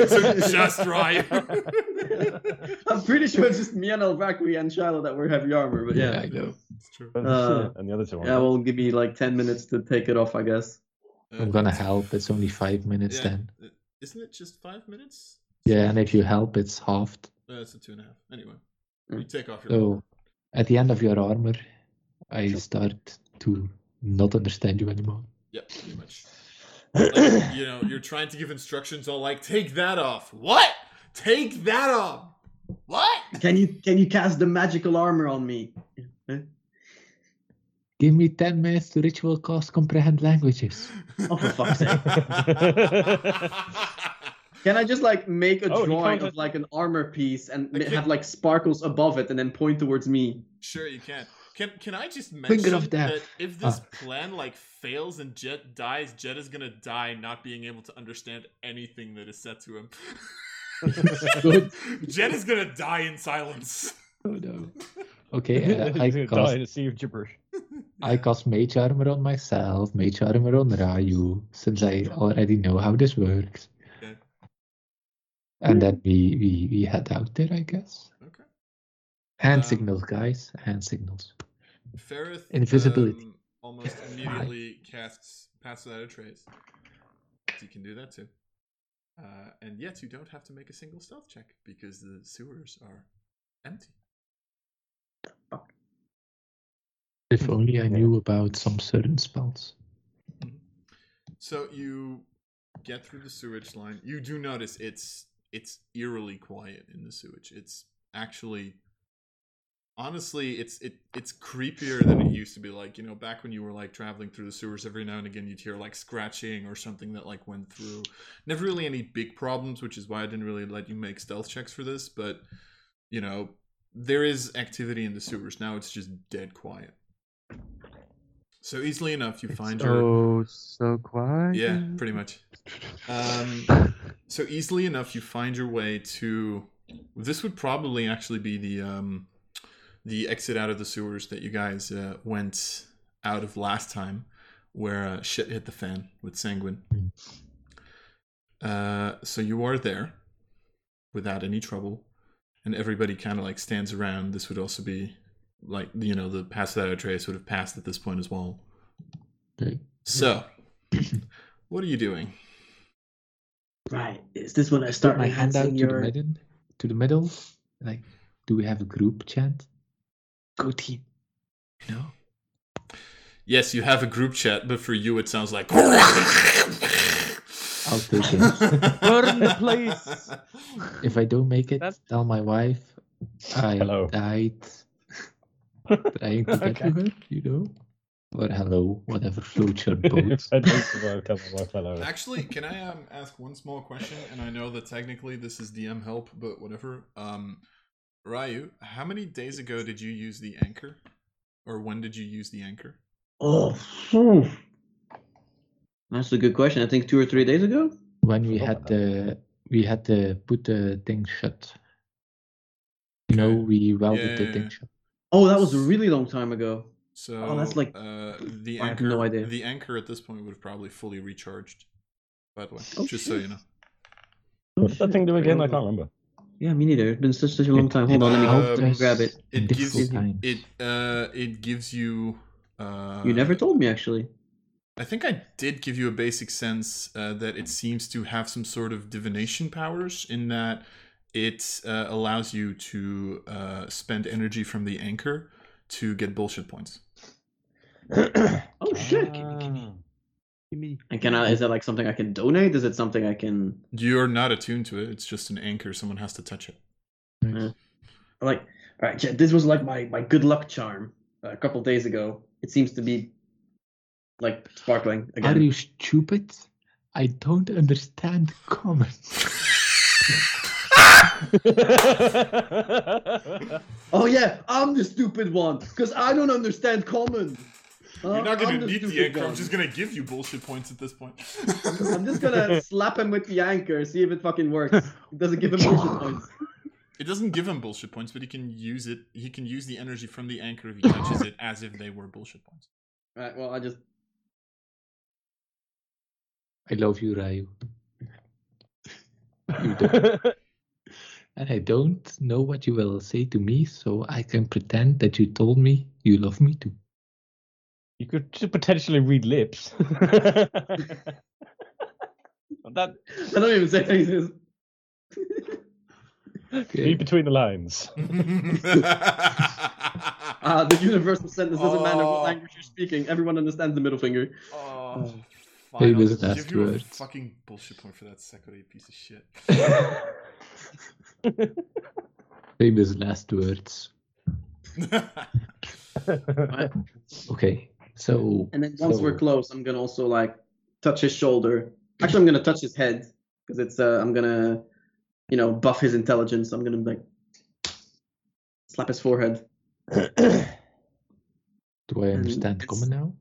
B: So just right.
D: I'm pretty sure it's just me and Elvakri and Shiloh that wear heavy armor, but yeah.
A: I know.
B: It's true.
D: Uh,
E: <laughs> and the other two
D: Yeah,
E: aren't. <laughs>
D: well, give me like 10 minutes to take it off, I guess.
A: I'm
B: Uh,
A: gonna help. It's only five minutes
B: yeah.
A: then.
B: Uh, Isn't it just five minutes?
A: Yeah, and if you help, it's halved.
B: Uh, it's a two and a half. Anyway,
D: Mm.
B: you take off your.
A: So at the end of your armor, I start to not understand you anymore.
B: Yeah, pretty
D: <clears throat>
B: much. Like, you know, you're trying to give instructions all like, take that off. What? Take that off. What?
D: Can you can you cast the magical armor on me?
A: Give me 10 minutes to ritual cast comprehend
B: <laughs>
A: languages.
D: Oh, for fuck's sake. Can I just like make a
E: Oh, he
D: drawing
E: can't-
D: of like an armor piece and ma-
B: Okay.
D: have like sparkles above it and then point towards me?
B: <laughs> sure, you can. Can can I just mention
A: Finger of death.
B: that if this
D: Ah.
B: plan like fails and Jet dies, Jet is gonna die not being able to understand anything that is said to him. <laughs>
A: Good.
B: Jet is gonna die in silence.
A: Oh no. <laughs> Okay,
B: <laughs>
A: uh, I,
E: He's gonna die
A: cast,
E: in a sea of gibberish. <laughs>
A: I cast mage armor on myself, mage armor on Ryu, since I already know how this works.
B: Okay.
A: And then we, we, we head out there, I guess.
B: Okay.
A: Hand
B: Um,
A: signals, guys. Hand signals.
B: Ferrith
A: Invisibility.
B: um, almost immediately casts Pass Without a Trace. You can do that too. Uh, and yet you don't have to make a single stealth check because the sewers are empty.
A: If only I knew about some certain spells.
B: So you get through the sewage line. You do notice it's it's eerily quiet in the sewage. It's actually honestly it's it it's creepier than it used to be like, you know, back when you were like traveling through the sewers every now and again you'd hear like scratching or something that like went through. Never really any big problems, which is why I didn't really let you make stealth checks for this, but you know, there is activity in the sewers. Now it's just dead quiet. So easily enough you <laughs> find your
C: Oh, so quiet.
B: yeah,
C: <laughs>
B: pretty much. Um, so easily enough, you find your way to. This would probably actually be the um, the exit out of the sewers that you guys uh, went out of last time, where uh, shit hit the fan with Sanguine. Uh, so you are there without any trouble, and everybody kind of like stands around. This would also be like you know the pass without a trace would have passed at this point as well.
A: Okay.
B: So, what are you doing?
D: Right. Is this when I start
A: Put my hand out
D: enhancing
A: to the
D: your?
A: middle, to the middle. Like, do we have a group chant? Go team. No.
B: Yes, you have a group chat, but for you it sounds like.
A: I'll take
C: <laughs>
A: it.
B: Burn
C: the place.
A: If I don't make it,
C: That's-
A: tell my wife I
B: <laughs>
E: Hello.
A: died trying to get to her, you know? Or hello, whatever floats your
B: <laughs>
A: boat.
E: I don't survive. Tell my wife hello.
B: Actually, can I um, ask one small question? And I know that technically this is DM help, but whatever. Um, Ryu, how many days ago did you use the anchor, or when did you use the anchor?
D: Oh, phew. that's a good question. I think two or three days ago.
A: When we had the we had to put the thing shut. You know,
B: Okay.
A: we welded
B: Yeah,
A: the
B: yeah,
A: thing
B: yeah.
A: shut.
D: Oh, that was a really long time ago.
B: So
D: Oh, that's like-
B: uh, the
D: I have
B: anchor.
D: no idea.
B: The anchor at this point would have probably fully recharged. By the way,
D: Oh,
B: just so
D: shit.
B: you know.
E: What did that thing do again? I can't remember.
D: Yeah, me neither. It's been such such a long time. Hold on, let me,
B: Uh,
D: let me
E: um,
D: grab it.
B: It gives
A: Difficult times.
B: it uh it gives you. Uh,
D: You never told me actually.
B: I think I did give you a basic sense uh, that it seems to have some sort of divination powers in that it uh, allows you to uh, spend energy from the anchor to get bullshit points.
D: Oh shit!
E: uh,
C: Gimme.
D: And can I? Is that like something I can donate? Is it something I can
B: You're not attuned to it. It's just an anchor. Someone has to touch it.
A: Nice.
D: Mm, like? All right, yeah, this was like my my good luck charm uh, a couple days ago. It seems to be like sparkling
A: Are
D: again.
A: you stupid? I don't understand comments.
D: Oh yeah, I'm the stupid one because I don't understand common.
B: You're not
D: I'm
B: going to
D: the
B: need the
D: stupid
B: anchor. I'm
D: one.
B: just going to give you bullshit points at this point.
D: <laughs> I'm just gonna slap him with the anchor, see if it fucking works. It doesn't give him bullshit points.
B: <laughs> it doesn't give him bullshit points, but he can use it. He can use the energy from the anchor
D: <laughs>
B: if he touches it as if they were bullshit points. <laughs>
D: Right, well, I just
A: I love you, Ryu. You don't. And I don't know what you will say to me, so I can pretend that you told me you love me too.
E: <laughs> you could just potentially read lips. that
D: I don't even say anything.
E: read between the lines.
D: Ah, the universal sentence doesn't matter
B: Oh.
D: what language you're speaking. Everyone understands the middle finger.
B: Oh,
A: Hey,
B: fine. I'll
A: those
B: just
A: last
B: give you
A: words.
B: a fucking bullshit point for that Sekiro piece of shit. <laughs>
A: <laughs> Famous last words. <laughs> Okay, so
D: And then once we're
A: So-
D: close, I'm gonna also like touch his shoulder. Actually, I'm gonna touch his head because it's uh, I'm gonna, you know, buff his intelligence. I'm gonna like slap his forehead.
A: do I
D: Um,
A: understand
D: it's-
A: common now?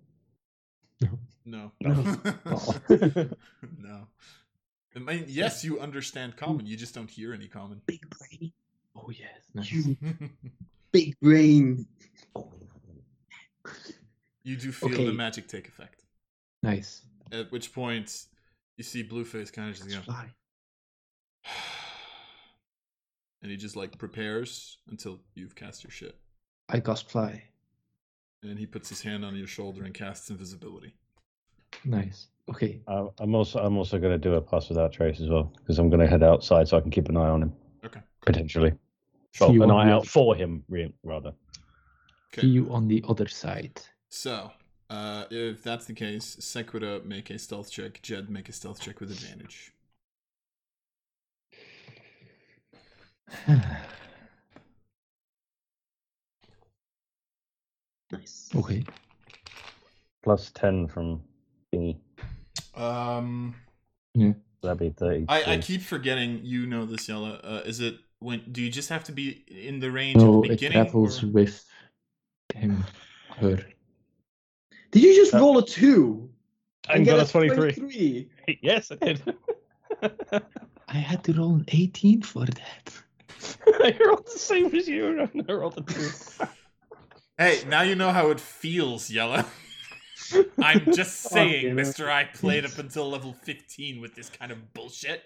B: no.
E: No.
B: <laughs> no. I mean, yes, you understand common. You just don't hear any common. <laughs>
D: Big brain,
A: Oh yes, nice.
D: big brain.
B: you do feel
A: Okay.
B: the magic take effect.
A: nice.
B: At which point, you see Blueface kind of just go,
D: Fly.
B: <sighs> and he just like prepares until you've cast your shit,
A: I cast fly.
B: and then he puts his hand on your shoulder and casts invisibility.
A: Nice. Okay.
E: I- Um, I'm also I'm also going to do a pass without trace as well because I'm going to head outside so I can keep an eye on him
B: Okay.
E: potentially.
A: See
E: Well,
A: you
E: an
A: on
E: eye
A: the-
E: out for him, re- rather.
A: See you on the other side. <sighs>
B: So, uh, if that's the case, Sequita make a stealth check. Jed make a stealth check with advantage.
D: Nice.
A: Okay.
E: Plus ten from thingy.
B: Um,
E: That'd be thirty.
B: I, I keep forgetting. You know this, Yella. Uh, is it when? Do you just have to be in the range
A: No,
B: at the
A: it
B: beginning?
A: travels
B: or-
A: with him, her.
D: Did you just
E: Uh,
D: roll a two?
E: I'm
D: and get
E: got
D: a
E: a twenty-three. <laughs>
D: 23?
E: Yes, I <laughs> did.
A: I had to roll an 18 for that.
E: You're all the same as you. and I rolled a two.
B: Hey, now you know how it feels, Yella. I'm just saying, Mister. I played up until level 15 with this kind of bullshit.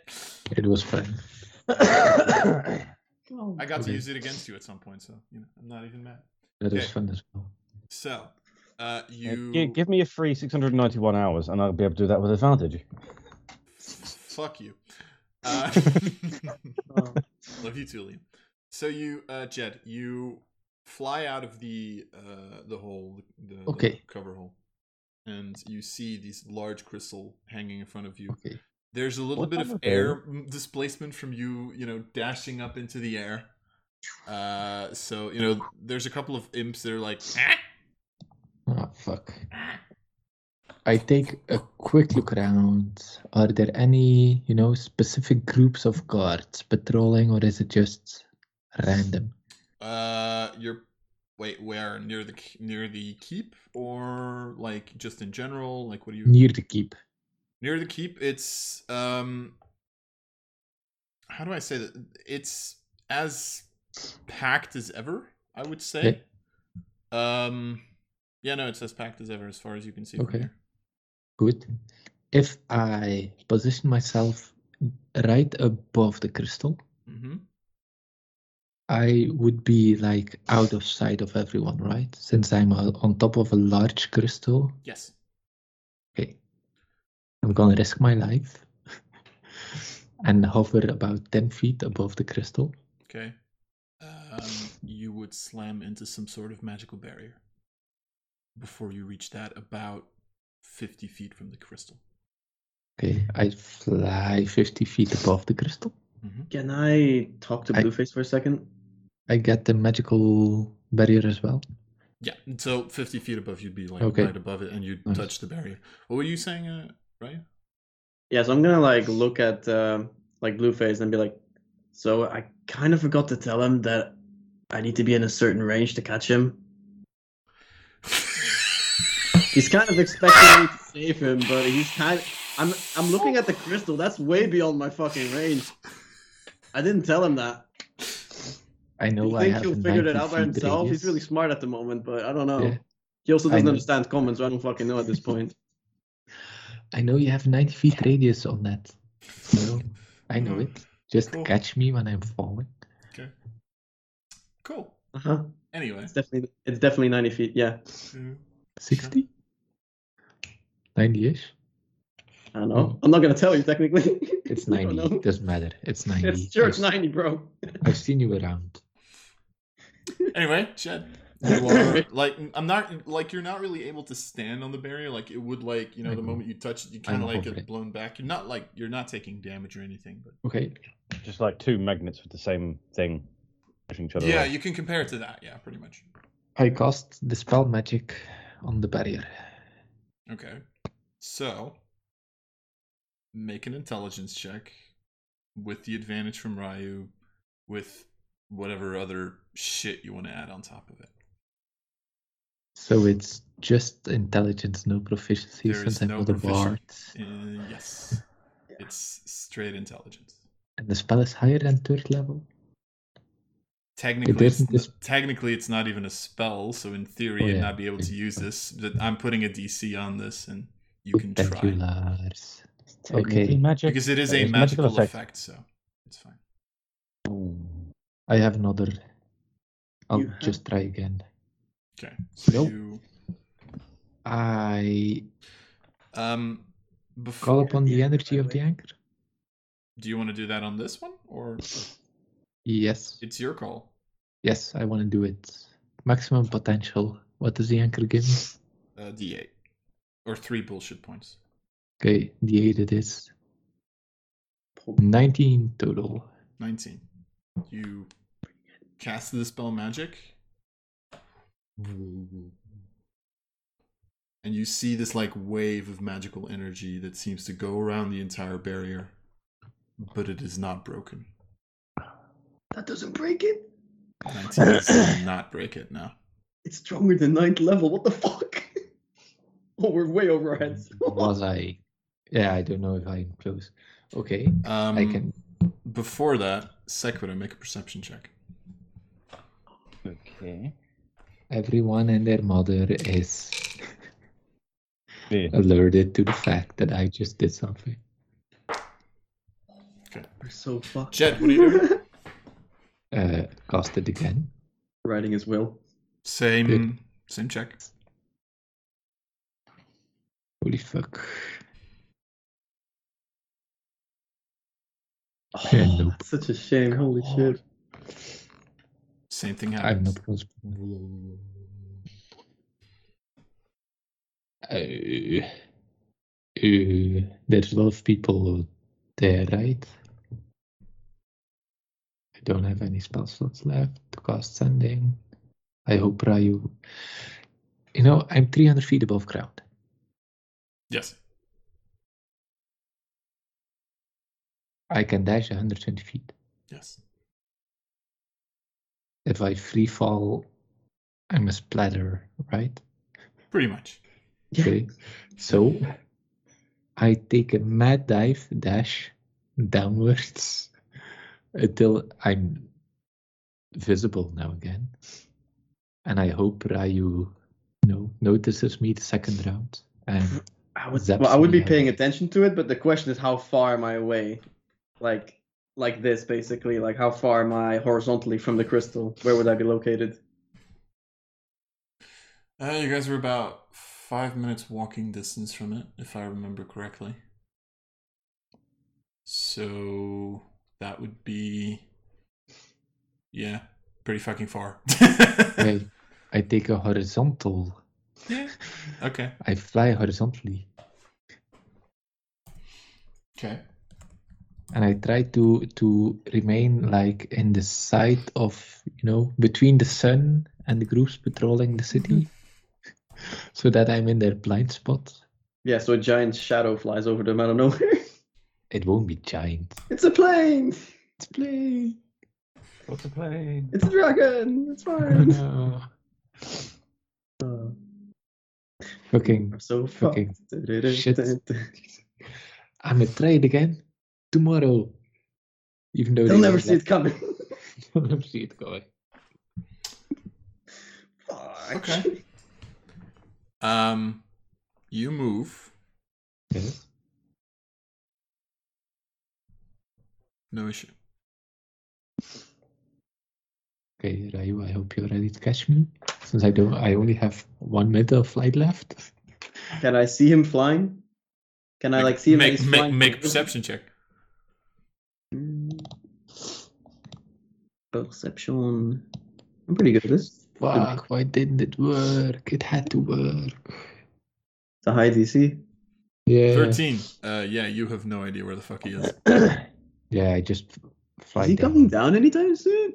A: It was fun.
B: <coughs> I got to use it against you at some point, so you know I'm not even mad.
A: That was
B: Okay.
A: fun as well.
B: So, uh,
E: Yeah,
B: you
E: gi- give me a free 691 hours, and I'll be able to do that with advantage.
B: fuck you. Uh, <laughs>
D: Oh,
B: love you too, Liam. So you, uh, Jed, you fly out of the uh, the hole, the, the
A: Okay.
B: cover hole, and you see these large crystal hanging in front of you.
A: Okay.
B: There's a little
E: What
B: bit of
E: kind of
B: air displacement from you, you know, dashing up into the air. Uh, so you know, there's a couple of imps that are like, "Ah!"
A: Ah, fuck. I take a quick look around. Are there any, you know, specific groups of guards patrolling, or is it just random?
B: Uh, you're wait where near the near the keep or like just in general? Like, what do you
A: Near the keep.
B: near the keep? It's um, how do I say that? It's as packed as ever. I would say. Um, yeah, no, it's as packed as ever as far as you can see. From
A: Okay.
B: here.
A: Good. If I position myself right above the crystal,
B: Mm-hmm.
A: I would be like out of sight of everyone, right? Since I'm uh, on top of a large crystal.
B: Yes.
A: Okay. I'm gonna risk my life <laughs> and hover about 10 feet above the crystal.
B: Okay. Um, you would slam into some sort of magical barrier before you reach that about fifty feet from the crystal.
A: Okay, I fly 50 feet above the crystal.
B: Mm-hmm.
D: Can I talk to
A: I-
D: Blueface for a second?
A: I get the magical barrier as well.
B: Yeah, so 50 feet above, you'd be like
A: Okay.
B: right above it, and you'd
A: Nice.
B: touch the barrier. What were you saying, uh, Ryan?
D: Yeah, so I'm gonna like look at um like Blueface and be like, so I kind of forgot to tell him that I need to be in a certain range to catch him. He's kind of expecting me to save him, but he's kind. I'm I'm looking at the crystal. That's way beyond my fucking range. I didn't tell him that.
A: I know
D: you
A: I
D: think
A: have
D: he'll
A: a
D: figure it
A: 90
D: out by
A: feet
D: himself?
A: radius.
D: He's really smart at the moment, but I don't know.
A: Yeah.
D: He also
A: I
D: doesn't
A: know.
D: understand common, so I don't fucking know at
A: <laughs>
D: this point.
A: I know you have 90 feet radius on that. So I
D: Hmm.
A: know it. Just
B: Cool.
A: catch me when I'm falling.
B: Cool.
D: Uh
A: Uh-huh.
D: huh.
B: Anyway.
D: It's definitely it's definitely 90 feet. Yeah.
B: Mm-hmm.
A: 60? 90 ish?
D: I don't know. I'm not gonna tell you technically.
A: Hmm.
D: <laughs>
A: It's
D: I
A: 90.
D: don't know.
A: It doesn't matter. It's 90.
D: It's sure it's
A: I've,
D: 90, bro.
A: I've seen you around.
B: Anyway, Chad, <laughs> you are like I'm not like you're not really able to stand on the barrier. Like it would like you know
A: I
B: the
A: know.
B: moment you touch it, you kind
A: know
B: of like
A: already.
B: get blown back. You're not like you're not taking damage or anything, but
A: Okay.
E: Just like two magnets with the same thing pushing each other.
B: yeah,
E: away.
B: you can compare it to that. Yeah, pretty much.
A: I cast Dispel Magic on the barrier.
B: Okay, so make an intelligence check with the advantage from Ryu, with whatever other shit you want to add on top of it.
A: So it's just intelligence, no proficiency,
B: There
A: since
B: is
A: I'm
B: no
A: not a
B: proficiency.
A: bard.
B: Uh, yes. It's straight intelligence.
A: And the spell is higher than third level.
B: Technically, it's,
A: doesn't dis-
B: n- technically, it's not even a spell, so in theory,
A: Oh,
B: you'd
A: yeah.
B: not be able to use this. But I'm putting a DC on this, and you can
A: Thank you,
B: try
A: Lars.
E: It's technically
A: Okay.
E: Magic.
B: because it is
E: That
B: a
E: is
B: magical,
E: magical
B: effect.
E: effect.
B: so it's fine.
A: I have another. I'll
D: You have-
A: just try again.
B: Okay, so
A: Nope.
B: you
A: I
B: um, before,
A: call upon the
D: Yeah,
A: energy
D: by
A: of
D: the
A: the anchor.
B: do you want to do that on this one, or
A: Yes.
B: it's your call?
A: Yes, I want to do it. Maximum potential. What does the anchor give me?
B: Uh, D8 or three bullshit points.
A: Okay, the 8 it is. 19 total.
B: 19. You cast the spell magic. And you see this like wave of magical energy that seems to go around the entire barrier, but it is not broken.
D: That doesn't break it.
A: <coughs>
B: 19 does not break it now.
D: It's stronger than ninth level. What the fuck? <laughs> oh, we're way over our heads.
A: <laughs> Was I? Yeah, I don't know if I'm close. Okay,
B: Um,
A: I can.
B: Before that, Sequitur, make a perception check.
E: Okay.
A: Everyone and their mother is
E: Yeah.
A: alerted to the fact that I just did something.
D: We're so fucked.
B: Jed, what are
A: <laughs>
B: you doing?
A: Uh, cast it again.
D: Writing his will.
B: Same,
A: Good.
B: same check.
A: Holy fuck. <laughs>
D: Oh,
A: Yeah, nope.
D: <sighs> that's such a shame. Holy shit.
B: Same thing
A: I'm
B: happens.
A: not close. Uh, uh, there's a lot of people there, right? I don't have any spell slots left to cast sending. I hope Ryu. You know, I'm 300 feet above ground.
B: Yes.
A: I can dash 120 feet.
B: Yes.
A: If I free fall, I'm a splatter, right?
B: Pretty much.
D: Yeah.
A: Okay. So I take a mad dive dash downwards until I'm visible now again. And I hope Ryu you know, notices me the second round. And
D: I would,
A: Zaps
D: well, I would be
A: me, I
D: paying
A: guess.
D: attention to it, but the question is how far am I away? Like like this basically, like how far am I horizontally from the crystal? Where would I be located?
B: Uh, you guys were about five minutes walking distance from it, if I remember correctly. So that would be, yeah, pretty fucking far.
A: I, I take a horizontal.
B: <laughs> Yeah. Okay.
A: I fly horizontally.
B: Okay.
A: and I try to to remain like in the sight of you know between the sun and the groups patrolling the
D: Mm-hmm.
A: city, <laughs> so that I'm in their blind spot.
D: Yeah, so a giant shadow flies over them out of nowhere. <laughs>
A: It won't be giant.
D: it's a plane!
A: It's plane.
E: What's
A: <laughs>
E: the plane?
D: It's a dragon! It's fine.
A: No.
D: Oh, Uh.
A: Fucking
D: I'm so fucked.
A: fucking. Shit.
D: They'll
A: I'm gonna try it again tomorrow. Even though they
D: never
A: won't
D: see it coming. <laughs>
A: let- <laughs> They'll never see it going.
D: Fuck.
B: Okay. Um, you move.
A: Yes.
B: No issue.
A: Okay, Rayu. I hope you're ready to catch me, since I don't. I only have one meter of flight left.
D: Can I see him flying? Can I like see him?
B: make
D: as he's
B: make,
D: flying?
B: make a perception check.
D: Mm. Perception. I'm pretty good at this.
A: Fuck, why didn't it work? It had to work.
D: It's a high DC.
A: Yeah.
B: Thirteen. Uh, yeah, you have no idea where the fuck he is.
A: Yeah, I just f- fly
D: Is he
A: down.
D: coming down anytime <laughs> soon?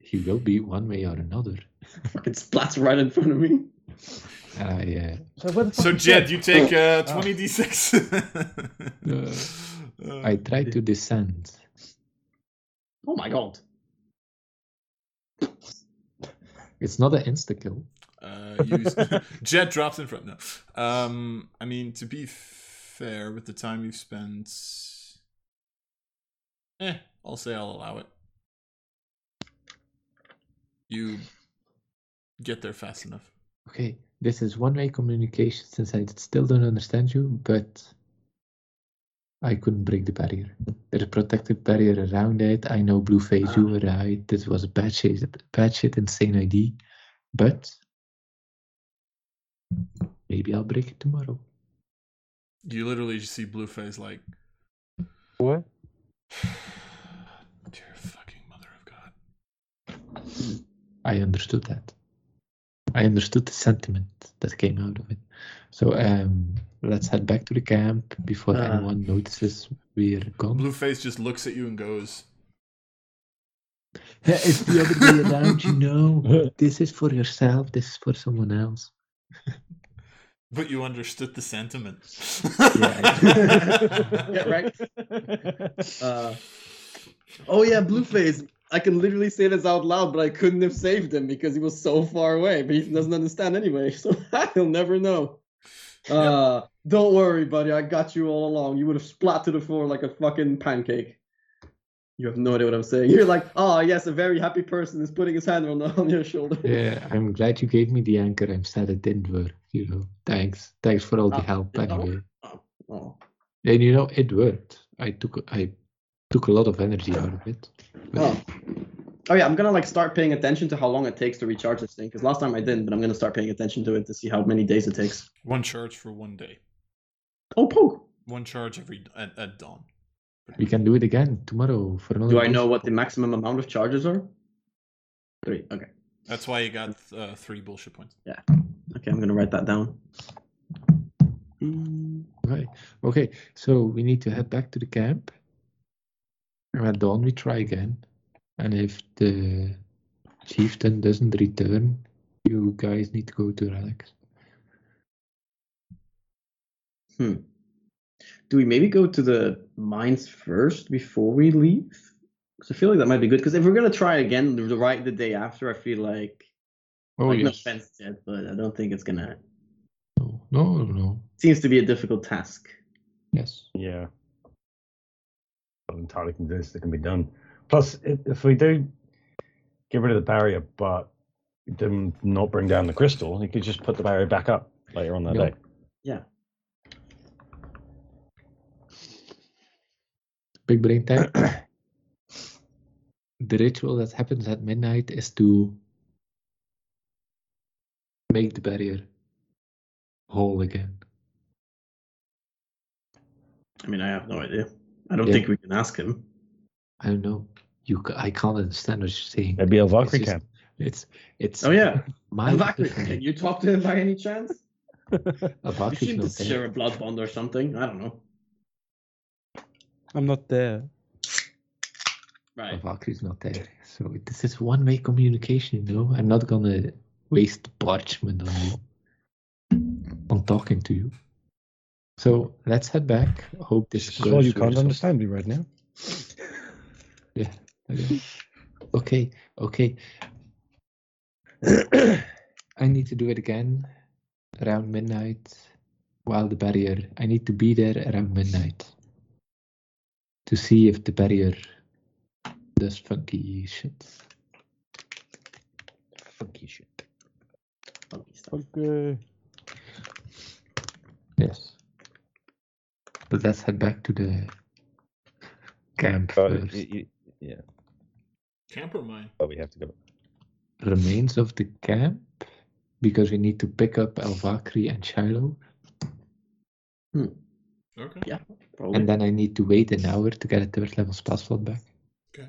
A: He will be one way or another.
D: Fucking splats right in front of me.
A: And I,
E: So, where the fuck
B: So
E: is
B: Jed,
E: Jed?
B: you take uh,
E: Ah.
B: twenty d six. <laughs>
A: Uh, I try to descend.
D: Oh my god.
A: It's not an insta kill.
B: Uh, use, <laughs> Jet drops in front. No, um, I mean to be fair, with the time you've spent, eh, I'll say I'll allow it. You get there fast enough.
A: Okay, this is one way communication since I still don't understand you, but I couldn't break the barrier. There's a protective barrier around it. I know Blueface, you were right. This was a bad shit, bad shit, insane idea. But maybe I'll break it tomorrow.
B: You literally just see Blueface like,
C: What?
B: dear fucking mother of God.
A: I understood that. I understood the sentiment that came out of it. So um, let's head back to the camp before
D: Ah.
A: anyone notices we're gone.
B: Blueface just looks at you and goes,
A: Yeah, it's the other way around, you <laughs> know. This is for yourself. This is for someone else.
B: "But you understood the sentiment."
D: Yeah, right.
E: <laughs>
D: Uh, oh yeah, Blueface. I can literally say this out loud, but I couldn't have saved him because he was so far away. But he doesn't understand anyway, <laughs> so he'll never know. Uh, Don't worry, buddy. I got you all along. You would have splat to the floor like a fucking pancake. You have no idea what I'm saying. <laughs> You're like, oh yes, a very happy person is putting his hand on, <laughs> on your shoulder.
A: Yeah, I'm glad you gave me the anchor. I'm sad it didn't work. You know, thanks, thanks for all the
D: Oh,
A: help
D: it- oh,
A: anyway.
D: Oh, oh.
A: And you know, it worked. I took I took a lot of energy out of it. But
D: Oh. Oh yeah, I'm gonna like start paying attention to how long it takes to recharge this thing. Because last time I didn't, but I'm gonna start paying attention to it to see how many days it takes.
B: <laughs> One charge for one day.
D: Oh, poke.
B: One charge every at, at dawn.
A: We can do it again tomorrow for another.
D: Do I know
A: bullshit.
D: what the maximum amount of charges are? Three. Okay.
B: That's why you got uh, three bullshit points.
D: Okay, I'm gonna write that down. Mm,
A: Right. Okay. So we need to head back to the camp. And at dawn we try again. And if the chieftain doesn't return, you guys need to go to Relics.
D: Do we maybe go to the mines first before we leave? Because I feel like that might be good. Because if we're gonna try again the the right the day after, I feel like
A: Oh
D: like, no
A: yes.
D: offense, Jed, but I don't think it's gonna.
A: No, no, no, no.
D: Seems to be a difficult task.
A: Yes.
E: Yeah. Not entirely convinced it can be done. Plus, if, if we do get rid of the barrier, but then not bring down the crystal, you could just put the barrier back up later on that
A: Yeah.
E: day.
A: Big brain <clears throat> time. the ritual that happens at midnight is to make the barrier whole again.
D: I mean, I have no idea. I don't
A: Yeah.
D: think we can ask him.
A: I don't know. You, ca- I can't understand what you're saying.
E: Maybe a
A: It's
E: Valkyrie
A: just-
E: can.
A: It's it's
D: Oh yeah,
A: my
D: Vakri, can you talk to him by any chance? You
A: Avakri's
D: should
A: not
D: just
A: there.
D: share a blood bond or something. I don't know.
C: I'm not there.
D: Right.
A: Avakri's not there. So this is one way communication, you know. I'm not gonna waste parchment on you on talking to you. So let's head back. Hope this
E: This is why
A: curse
E: you can't
A: works off.
E: understand me right now.
A: Okay. Okay, okay. <clears throat> I need to do it again around midnight while the barrier. I need to be there around midnight to see if the barrier does funky shit.
E: Funky shit.
D: Funky stuff.
C: Okay.
A: Yes. But let's head back to the camp
E: But
A: first.
E: it- it-
B: Camper mine.
E: but we have to go.
A: Remains of the camp because we need to pick up El Vakri and Shiloh.
B: Okay.
D: Yeah. Probably.
A: And then I need to wait an hour to get a third level spell slot back.
B: Okay.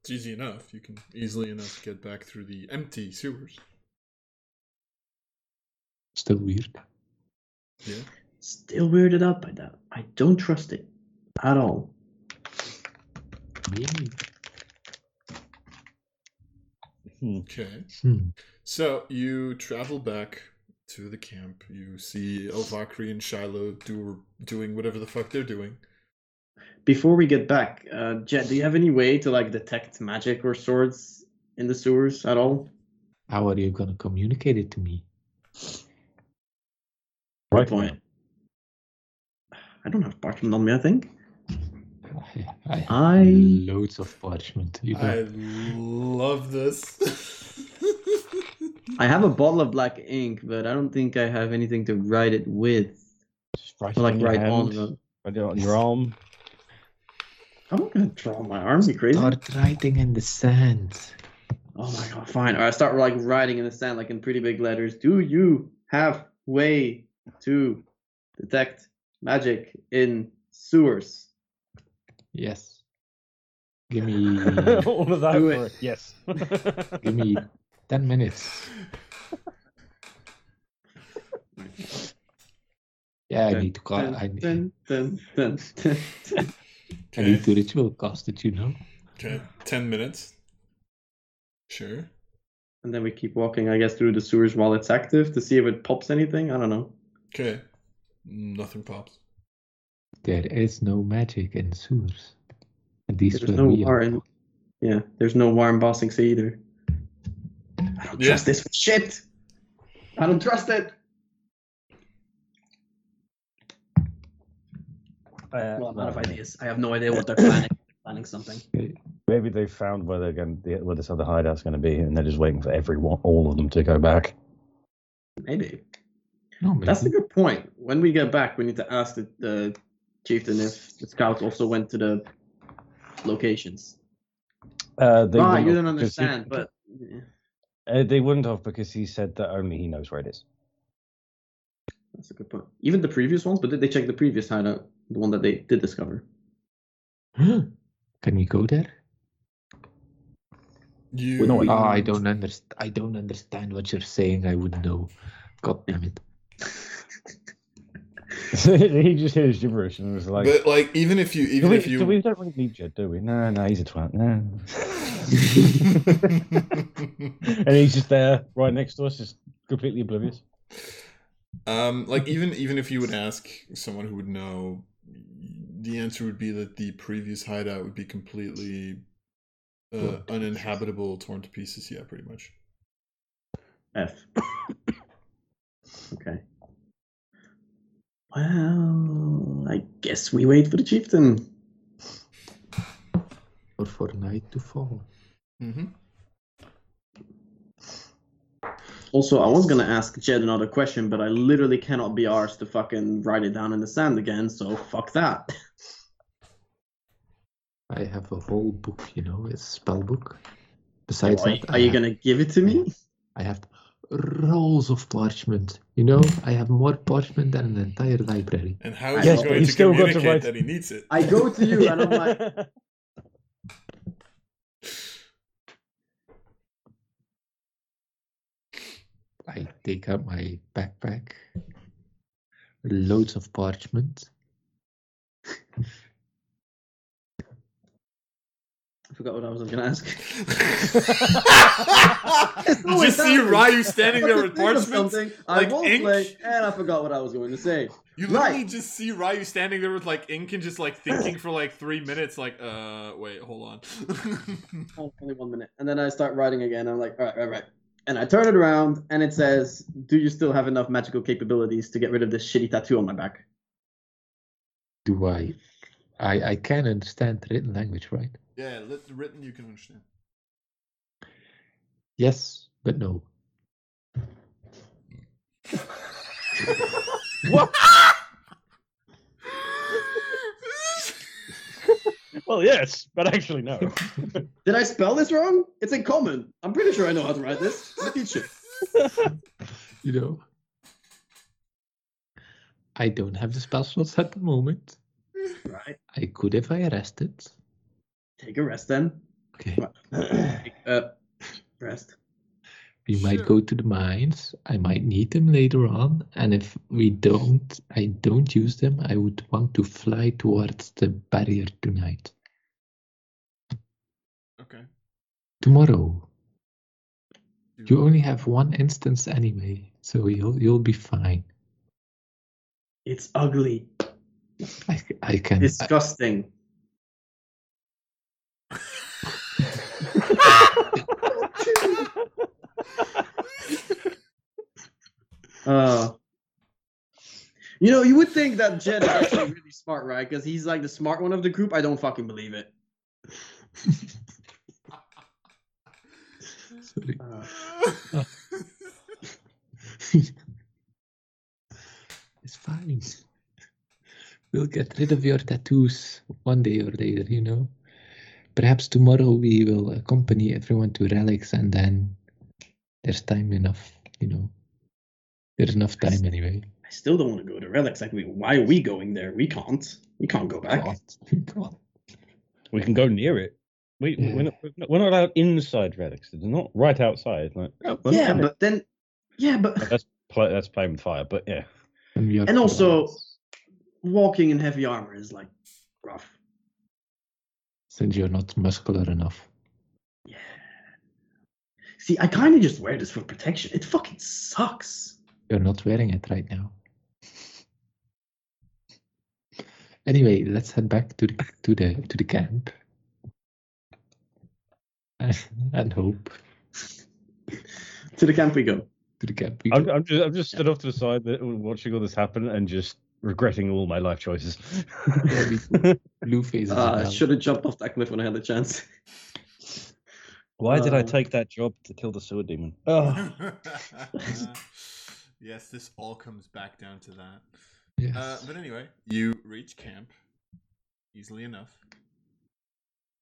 B: It's easy enough. You can easily enough get back through the empty sewers.
A: Still weird.
B: Yeah.
D: Still weirded out by that. uh, I don't trust it at all.
B: Okay.
A: Hmm.
B: So you travel back to the camp. You see Elvakri and Shiloh do, doing whatever the fuck they're doing.
D: Before we get back, uh, Jed, do you have any way to like detect magic or swords in the sewers at all?
A: How are you gonna communicate it to me?
E: Right.
D: point. <sighs> I don't have parchment on me. I think.
A: I, I have
D: I
A: loads of parchment. You
B: I
A: know,
B: love this.
E: <laughs>
D: I have a bottle of black ink, but I don't think I have anything to write it with.
E: Just write
D: Or,
E: it
D: like
E: on your
D: write on.
E: hand,
D: The...
E: write
D: <laughs>
E: it on your arm.
D: I'm not gonna draw my arms. You crazy?
A: start writing in the sand.
D: Oh my god, fine. Or I start like writing in the sand, like in pretty big letters. Do you have way to detect magic in sewers?
A: Yes. Give me
E: <laughs> All of that.
D: Mm. Do <laughs>
E: for- Yes.
A: give me ten minutes. Yeah, I
D: Dun,
A: need to call I need,
D: Dun, dun, dun, dun, dun. <laughs>
A: I need to
B: okay.
A: ritual cast it, you know.
B: okay. Ten minutes. Sure.
D: and then we keep walking, I guess, through the sewers while it's active to see if it pops anything. I don't know.
B: Okay. Nothing pops.
A: There is no magic in sewers. At least
D: There's
A: where
D: no
A: we are.
D: war in. Yeah, there's no war in Bossing Sea either. I don't
B: Yeah.
D: trust this shit. I don't trust it.
E: Uh,
D: Well, I'm out of ideas. I have no idea what they're planning. finding something.
E: Maybe they found where they're going, where this other hideout's going to be, and they're just waiting for everyone, all of them, to go back.
D: Maybe. No, maybe.
E: Mm-hmm.
D: That's a good point. When we get back, we need to ask the, the chieftain if the scouts also went to the locations.
E: Uh, they
D: ah,
E: wouldn't
D: you
E: have
D: don't
E: because he-
D: understand,
E: <laughs>
D: but yeah,
E: uh, they wouldn't have because he said that only he knows where it is. <laughs>
D: that's a good point. Even the previous ones, but did they check the previous hideout, the one that they did discover?
A: Can we go there?
B: You,
E: Well, no,
A: Ah, I don't understand. I don't understand what you're saying. I would know. God damn it!
E: he just hears gibberish and was like,
B: but like, even if you,
E: do
B: even
E: we,
B: if you,
E: do we don't really need you, do we? No, no, he's a twat.
B: <laughs>
E: No. and he's just there, right next to us, just completely oblivious. <laughs>
B: um, like even even if you would ask someone who would know, the answer would be that the previous hideout would be completely uh, uninhabitable, torn to pieces. Yeah, pretty much.
D: F. okay. Well, I guess we wait for the chieftain.
A: Or for night to fall.
B: Mm-hmm.
D: Also, I was gonna ask Jed another question, but I literally cannot be arsed to fucking write it down in the sand again, so fuck that.
A: I have a whole book, you know, it's spell book. Besides
D: are,
A: that,
D: are
A: I
D: you
A: have-
D: gonna give it to me?
A: I have rolls of parchment. You know, I have more parchment than an entire library.
B: And how is
D: Yes,
B: he
D: but
B: going
E: he's
B: to
E: still got to
B: communicate
E: write-
B: that he needs
E: <laughs>
B: it?
D: I go to <laughs> you and I'm like,
A: I take out my backpack, loads of parchment.
D: I forgot what I was gonna ask.
B: you just see
D: happens.
B: Ryu
D: <laughs>
B: standing there with
D: Think of
B: parchments.
D: something,
B: like
D: I won't
B: ink.
D: play, and I forgot what I was going to say.
B: You
D: Right.
B: literally just see Ryu standing there with like ink and just like
D: <clears throat>
B: thinking for like three minutes, like, uh, wait, hold on. <laughs>
D: Oh, only one minute, and then I start writing again. I'm like, all right, right, right. And I turn it around, and it says, "Do you still have enough magical capabilities to get rid of this shitty tattoo on my back?"
A: Do I? I, I can understand written language, right?
B: yeah, lit- written you can understand.
A: Yes, but no.
E: well, yes, but actually, no.
D: Did I spell this wrong? It's in common. I'm pretty sure I know how to write this. I'm a teacher.
A: You know? I don't have the spell slots at the moment.
D: Right.
A: I could if I arrested.
D: Take a rest then.
A: Okay.
D: Take a rest.
A: We might
B: Sure.
A: go to the mines. I might need them later on. And if we don't, I don't use them, I would want to fly towards the barrier tonight.
B: Okay.
A: Tomorrow. You only have one instance anyway, so you'll you'll be fine.
D: It's ugly.
A: I, I can I,
D: Disgusting. Uh, you know, you would think that Jed is actually really smart, right? Because he's like the smart one of the group. I don't fucking believe it.
A: sorry.
D: Uh,
A: <laughs> It's fine. We'll get rid of your tattoos one day or later, you know. Perhaps tomorrow we will accompany everyone to relics and then there's time enough, you know. There's enough time anyway.
D: I still don't want to go to relics. Like, we- why are we going there? We can't. We can't go
A: <laughs>
D: back.
A: God. God.
E: we can go near it. We,
A: Yeah.
E: we're, not, we're not- we're not allowed inside relics. They're not right outside. Like, oh, well,
D: Yeah,
E: okay.
D: but then, yeah, but
E: that's play, that's playing with fire. But yeah,
A: And, we are
D: and also walking in heavy armor is like rough.
A: since you're not muscular enough.
D: Yeah. See, I kind of just wear this for protection. It fucking sucks.
A: You're not wearing it right now. Anyway, let's head back to the to the to the camp. <laughs> and hope
D: To the camp we go.
A: to the camp. we
E: I'm,
A: go.
E: I'm just I'm just stood off to the side that- watching all this happen and just regretting all my life choices.
A: Blue phases.
D: Ah, I should have jumped off that cliff when I had the chance.
E: <laughs>
D: <laughs>
E: Why did I take that job to kill the sewer demon?
A: <laughs>
B: <laughs>
E: Oh,
B: yes, this all comes back down to that.
A: Yes.
B: Uh, but anyway, you reach camp easily enough.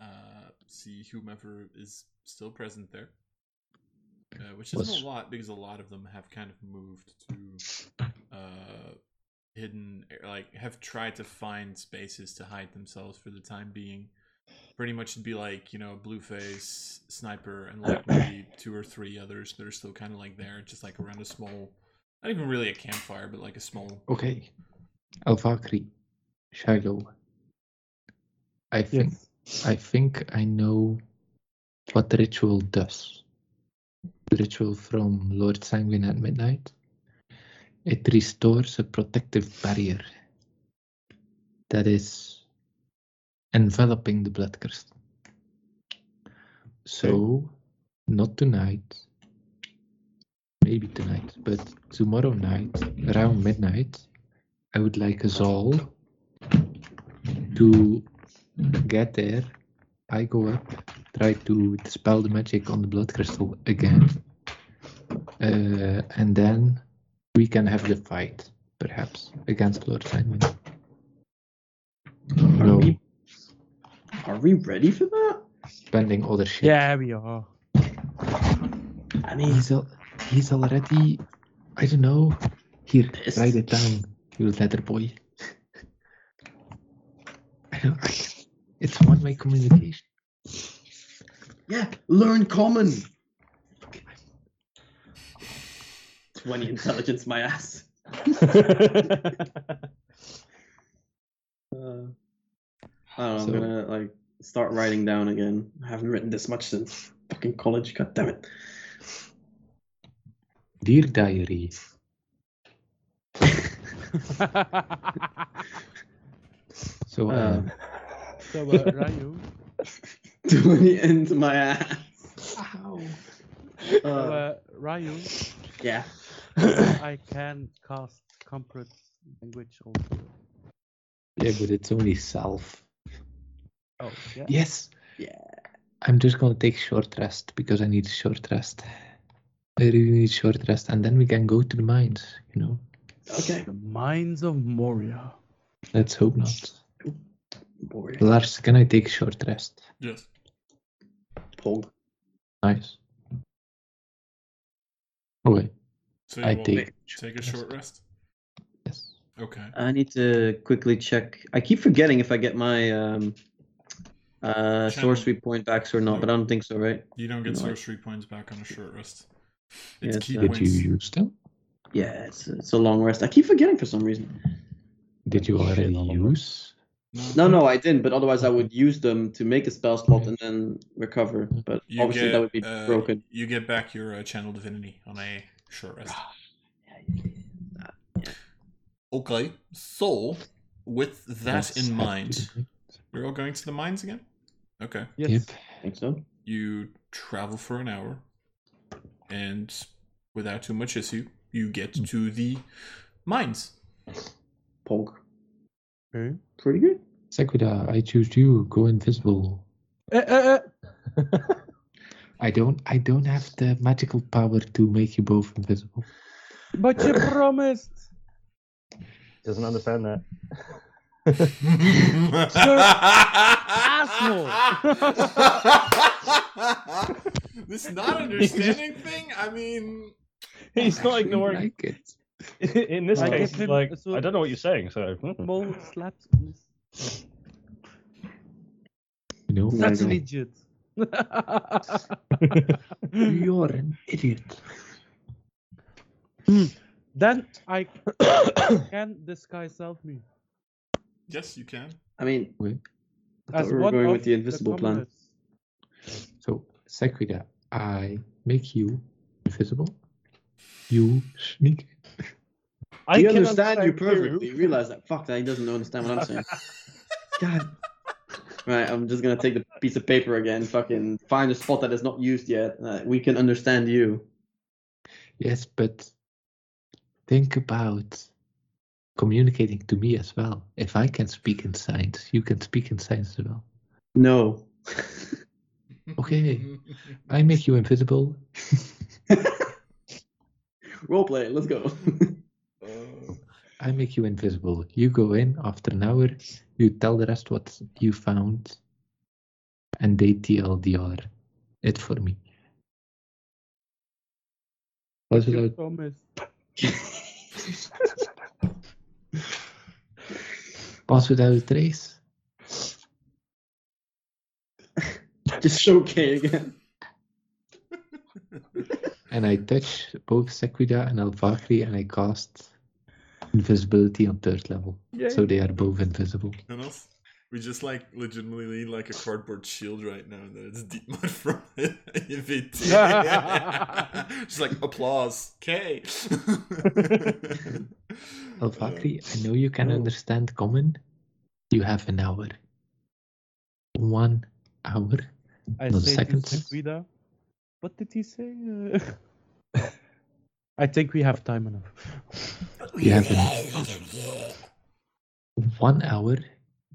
B: Uh, see whomever is still present there, uh, which isn't
E: Was-
B: a lot because a lot of them have kind of moved to uh, hidden, like have tried to find spaces to hide themselves for the time being. Pretty much it'd be like you know Blueface, Sniper, and like maybe two or three others that are still kind of like there, just like around a small, not even really a campfire, but like a small
A: Okay. Alvakri, Shiloh. I think
C: Yes.
A: I think I know what the ritual does. The ritual from Lord Sanguine at midnight. It restores a protective barrier that is enveloping the blood crystal. So, not tonight, maybe tonight, but tomorrow night, around midnight, I would like us all to get there. I go up, try to dispel the magic on the blood crystal again, uh, and then we can have the fight, perhaps, against Lord Simon.
D: Are
A: No,
D: we, are we ready for that?
A: spending other shit.
C: Yeah, we are.
D: I
A: And
D: mean,
A: he's al- he's already I don't know. Here,
D: Pissed.
A: write it down, you letter boy. <laughs> I don't I, it's one way communication.
D: yeah, learn common. Twenty intelligence, my ass. Uh, I don't know.
A: So-
D: I'm gonna like start writing down again. I haven't written this much since fucking college. God damn it.
A: Dear diary, so uh,
D: Uh, <laughs>
C: so, uh, Ryu,
D: Twenty into my ass.
C: so,
D: Uh,
C: uh, Ryu,
D: yeah.
C: I can cast comfort language also.
A: yeah, but it's only self.
C: Oh, yeah.
A: Yes.
D: Yeah.
A: I'm just gonna take short rest because I need a short rest. I really need short rest, and then we can go to the mines. You know,
D: Okay.
C: The Mines of Moria.
A: let's hope not.
D: Boy.
A: Lars, can I take short rest?
B: Yes.
D: Pog.
A: Nice. Okay,
B: So you
A: I
B: will
A: take.
B: take a short rest.
A: Yes.
B: Okay.
D: I need to quickly check. I keep forgetting if I get my um, uh,
B: Channel.
D: sorcery point back or not, but I don't think so, right?
B: You don't get
D: No, I-
B: sorcery points back on a short rest. It's
D: Yeah,
B: key
D: so-
A: Did
B: points.
A: you use them?
D: Yeah, it's, it's a long rest. I keep forgetting for some reason.
A: Did you already use?
D: No, no, I didn't. But otherwise, I would use them to make a spell slot and then recover. But
B: You
D: obviously,
B: get,
D: that would be
B: uh,
D: broken.
B: You get back your uh, channel divinity on a short rest. Okay, so with that
A: Yes,
B: in mind,
A: absolutely.
B: you're all going to the mines again. Okay,
C: Yes.
A: Yep.
D: I think so.
B: you travel for an hour, and without too much issue, you get to the mines.
D: Pog.
C: Okay.
D: Pretty good.
A: Sequida, I choose you. Go invisible.
C: Eh, eh, eh.
A: I don't. I don't have the magical power to make you both invisible.
C: But you promised.
E: Doesn't understand that.
B: this not understanding thing. I mean,
E: He's
A: I
E: not
A: actually
E: ignoring.
A: Like it.
E: <laughs> In this
D: I
E: case,
C: give him
E: it's like
C: a sort-
E: I don't know what you're saying. So hmm."
C: Small slaps.
A: You know.
D: No.
C: That's
D: no.
C: legit. <laughs>
A: You're an idiot.
C: then I can disguise self me.
B: yes, you can.
D: I mean, thought
C: As
D: we were
C: one
D: going
C: of
D: with the invisible plan.
C: commoners.
A: So, Sequida, I make you invisible. You sneak.
E: I
D: he
E: can
D: understand you
E: understand
D: perfectly. Realize that. Fuck that. He doesn't understand what I'm saying. God. Right. I'm just gonna take the piece of paper again. Fucking find a spot that is not used yet. Uh, we can understand you.
A: Yes, but think about communicating to me as well. If I can speak in signs, you can speak in signs as well.
D: No.
A: okay.
D: <laughs>
A: I make you invisible.
D: Roleplay, let's go. <laughs>
A: I make you invisible. You go in after an hour, you tell the rest what you found, and they TLDR it for me. Was it out?
C: Thomas.
A: Pass without a trace.
D: Just show K again.
A: And I touch both Sequida and Alvakri and I cast invisibility on third level.
C: Yay.
A: So they are both invisible.
B: You know, we just like legitimately need like a cardboard shield right now that it's deep mud from IVT. just like applause. K.
A: Oh,
B: Uh,
A: Alvakri, I know you can
E: Oh.
A: understand common. You have an hour. One hour.
C: I
A: No, the
C: say
A: second
C: to
A: thing.
C: Guida, What did he say? <laughs> Uh, I think we have time enough.
A: You have an- Eh, one hour,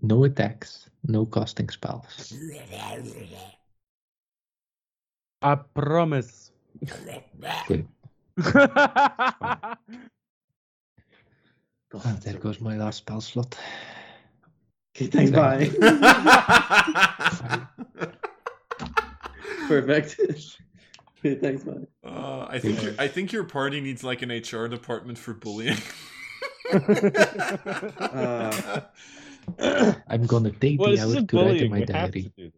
A: no attacks, no casting spells.
C: I promise.
A: Good.
C: Thanks
A: Ah, there goes my last spell slot.
D: Okay, thanks, bye.
B: <laughs>
D: Perfect. <laughs> okay, thanks, bye.
B: Uh, I think your- I think your party needs like an HR department for bullying. <laughs>
A: I'm gonna take
E: Well,
A: the
E: it's
A: hour
E: just
A: to write in
E: bullying.
A: my
E: We have to
A: diary.
E: do this.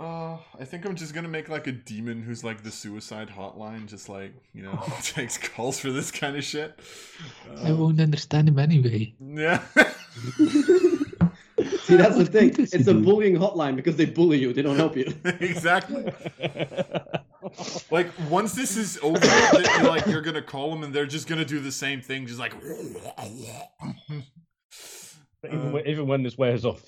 B: Uh, I think I'm just gonna make like a demon who's like the suicide hotline, just like you know takes calls for this kind of shit.
A: I
B: Uh,
A: won't understand him anyway.
B: yeah, <laughs>
D: See, that's the
A: What
D: thing.
A: good does he
D: It's a
A: do?
D: bullying hotline because they bully you. They don't help you.
B: exactly. Like once this is over, that you're like you're gonna call them and they're just gonna do the same thing, just like. <laughs>
E: <laughs> even,
B: Uh,
E: when, even when this wears off.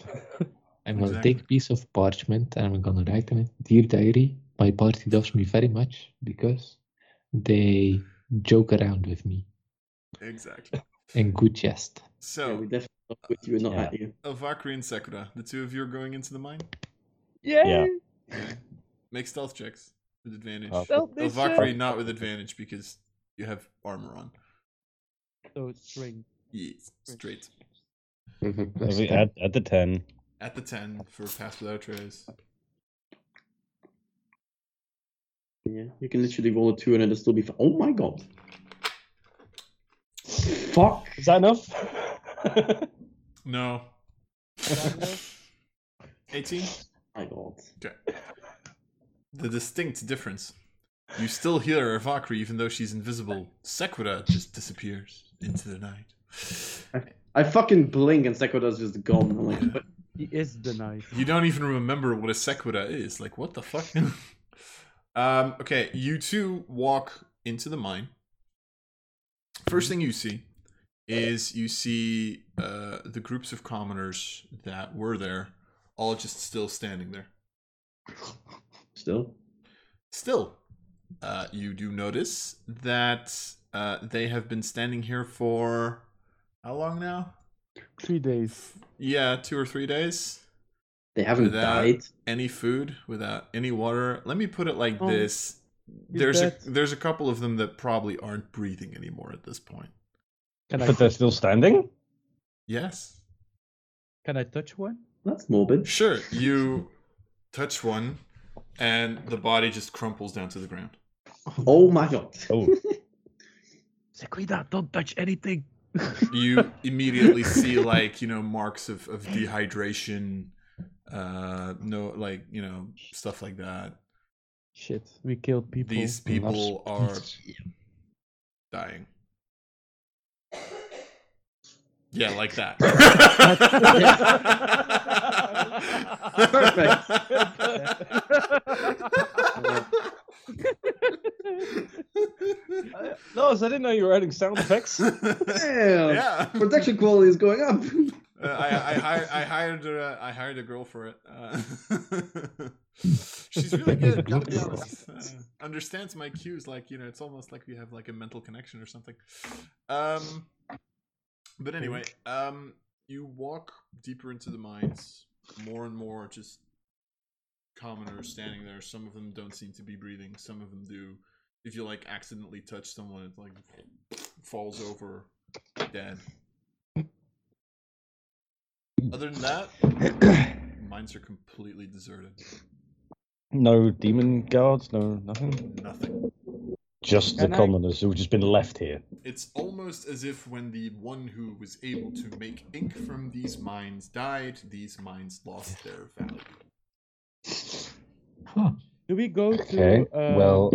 A: I'm gonna
B: Exactly.
A: take a piece of parchment and I'm gonna write in it, Dear Diary, my party loves me very much because they joke around with me
B: exactly.
A: in good jest.
B: So.
D: Yeah, we definitely not with you, not
E: Yeah.
D: at you.
B: Avakri and Sekura, the two of you are going into the mine.
E: <laughs> Yeah.
B: Make stealth checks with advantage.
E: Oh.
B: Avakri not with advantage because you have armor on.
C: <laughs> So string.
B: Yeah, straight.
E: If we add, add the 10.
B: At the 10 for pass without trace.
D: Yeah, you can literally roll a two and it'll still be. F- oh my god. Fuck.
E: Is that enough?
B: No. 18?
D: My god.
B: The distinct difference. You still hear Avakri even though she's invisible. Sekura just disappears into the night.
D: I fucking blink and Sekoda's just gone. I'm like, what?
C: He is the knife.
B: You don't even remember what a sequita is. Like, what the fuck? <laughs> um, okay, you two walk into the mine. First thing you see is you see uh, the groups of commoners that were there, all just still standing there.
D: Still?
B: Still, uh, you do notice that uh, they have been standing here for how long now?
C: Three days.
B: Yeah, two or three days.
D: They haven't
B: Without-
D: died.
B: any food without any water. Let me put it like
C: Oh,
B: this:
C: he's
B: there's
C: dead.
B: a there's a couple of them that probably aren't breathing anymore at this point.
C: Can I
E: but they're still standing?
B: Yes,
C: can I touch one?
D: That's <laughs> morbid.
B: sure. You touch one, and the body just crumples down to the ground.
D: Oh my god.
E: Oh,
C: Sequida, don't touch anything.
B: You immediately see like you know marks of of dehydration, uh, no like you know stuff like that.
C: Shit, we killed people.
B: These people are dying. Yeah, like that.
E: Lars, <laughs> I didn't know you were adding sound
D: <laughs>
E: effects.
D: Damn.
B: <laughs> yeah,
D: Protection quality is going up.
B: Uh, I, I, hi- I hired uh, I hired a girl for it. Uh, <laughs> she's really good. Gotta be honest. Uh, understands my cues. Like you know, it's almost like we have like a mental connection or something. Um, But anyway, um, you walk deeper into the mines. More and more, just commoners standing there. Some of them don't seem to be breathing. Some of them do. If you like accidentally touch someone, it like falls over dead. Other than that, mines are completely deserted.
E: No demon guards, no nothing.
B: Nothing.
E: Just the
C: Can I-
E: commoners who've just been left here.
B: It's almost as if when the one who was able to make ink from these mines died, these mines lost their value.
C: Do we go to
E: Okay.
C: uh,
E: well,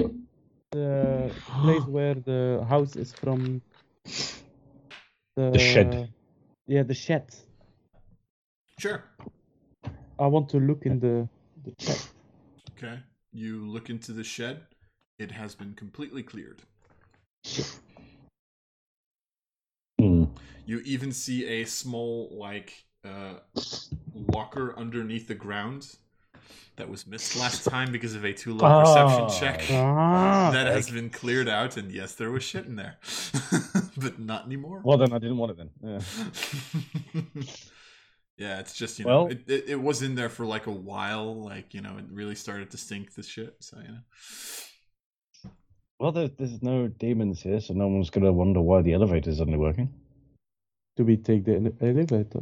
C: the place where the house is from? The,
E: shed.
C: Yeah, the shed.
B: Sure.
C: I want to look in the, the shed.
B: Okay. You look into the shed. It has been completely cleared.
E: hmm,
B: You even see a small, like, uh, locker underneath the ground that was missed last time because of a too low
E: Ah.
B: perception check.
C: Ah,
B: that has been cleared out, and yes, there was shit in there, <laughs> but not anymore.
E: well then, I didn't want it then. Yeah.
B: <laughs> yeah, it's just you know,
E: Well-
B: it, it, it was in there for like a while, like you know, it really started to stink the shit. So you know,
E: Well, there, there's no demons here, so no one's gonna wonder why the elevator's suddenly working.
C: do we take the ele-
B: <laughs>
C: elevator?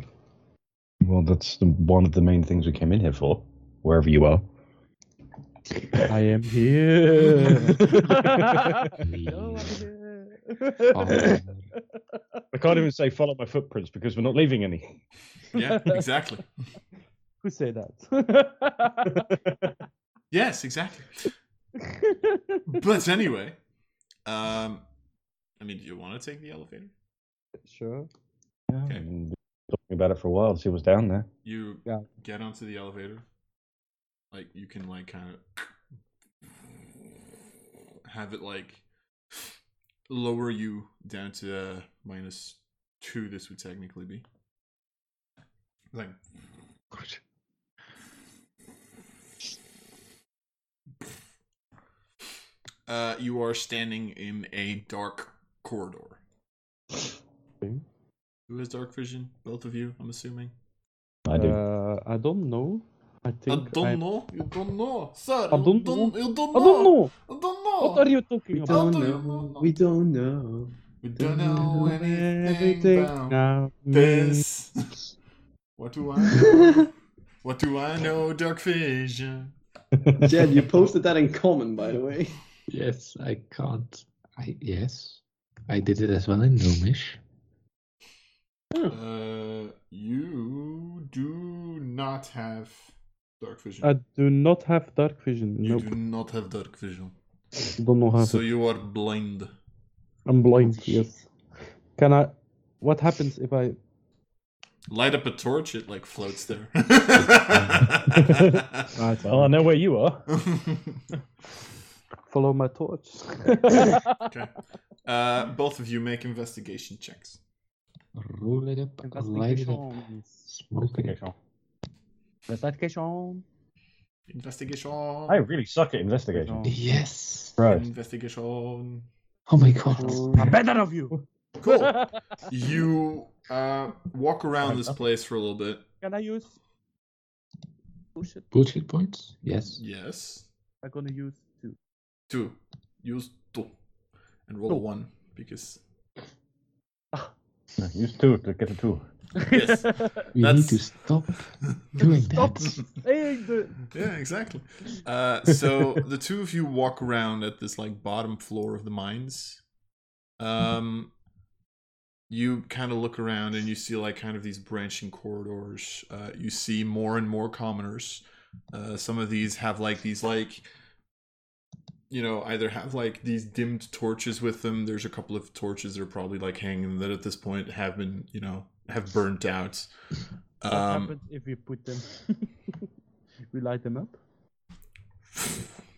E: Well, that's the, one of the main things we came in here for. Wherever you are.
C: I am
B: <laughs>
C: here. <laughs>
A: Oh,
E: I can't even say follow my footprints because we're not leaving any. <laughs>
B: yeah, exactly.
C: Who
B: <laughs>
C: say that?
B: Yes, exactly. But anyway, um, I mean, do you want to take the elevator?
C: sure.
E: Yeah,
B: Okay.
E: I've been talking about it for a while. See what's down there.
B: You
C: Yeah.
B: get onto the elevator. Like you can like kind of have it like lower you down to uh, minus two. This would technically be like uh, you are standing in a dark corridor.
C: Okay.
B: Who has dark vision? Both of you, I'm assuming.
E: I do.
C: Uh, I don't know. I
B: I
C: think
B: don't
C: I,
B: know. You don't know, sir.
C: I
B: you
C: don't
B: don't. You don't know.
C: I
B: I
C: don't know.
B: don't know.
C: What are you talking
D: We
C: about?
B: How
D: don't
B: do you
D: know.
B: know?
D: We don't <laughs> know.
B: We don't know anything
C: Everything
B: about
C: now means-
B: this. What do I know? what do I know? Dark vision.
D: Jed, you posted that in common, by the way.
A: yes, I can't. I yes, I did it as well in Gnomish.
B: Uh, you do not have dark vision.
C: I do not have dark vision.
B: you
C: Uh, Nope.
B: do not have dark vision,
C: Don't know how.
B: so
C: to-
B: you are blind.
C: I'm blind. Yes. Can I? What happens if I?
B: Light up a torch; it like floats
C: <laughs>
B: there.
C: Uh,
E: well, um, I know where you are.
C: Follow my torch.
B: <laughs> okay. Uh, both of you make investigation checks.
A: Roll it up, light it up, smoke it up.
C: Investigation.
B: Investigation.
E: I really suck at investigation.
A: Yes.
E: Right.
B: Investigation.
A: Oh my god.
C: I'm better of <laughs> you.
B: Cool.
C: Oh.
B: you uh, walk around this
E: Right.
B: place for a little bit.
C: Can I use? Oh shit!
A: Bullshit points? Yes.
B: Yes.
C: I'm gonna use two.
B: Two. Use two. And roll a
C: Two.
B: one because
E: Use two to get a two.
B: Yes. <laughs>
A: We
B: That's-
A: need to stop doing
C: <laughs> Stop.
A: that.
C: Hey, the-
B: yeah,
C: <laughs>
B: exactly. Uh, so the two of you walk around at this like bottom floor of the mines.
C: Mm-hmm.
B: Um, you kind of look around and you see like kind of these branching corridors. Uh, you see more and more commoners. Uh, some of these have like these like you know either have like these dimmed torches with them there's a couple of torches that are probably like hanging that at this point have been you know have burnt out Um,
C: What happens if we put them? <laughs> we light them up.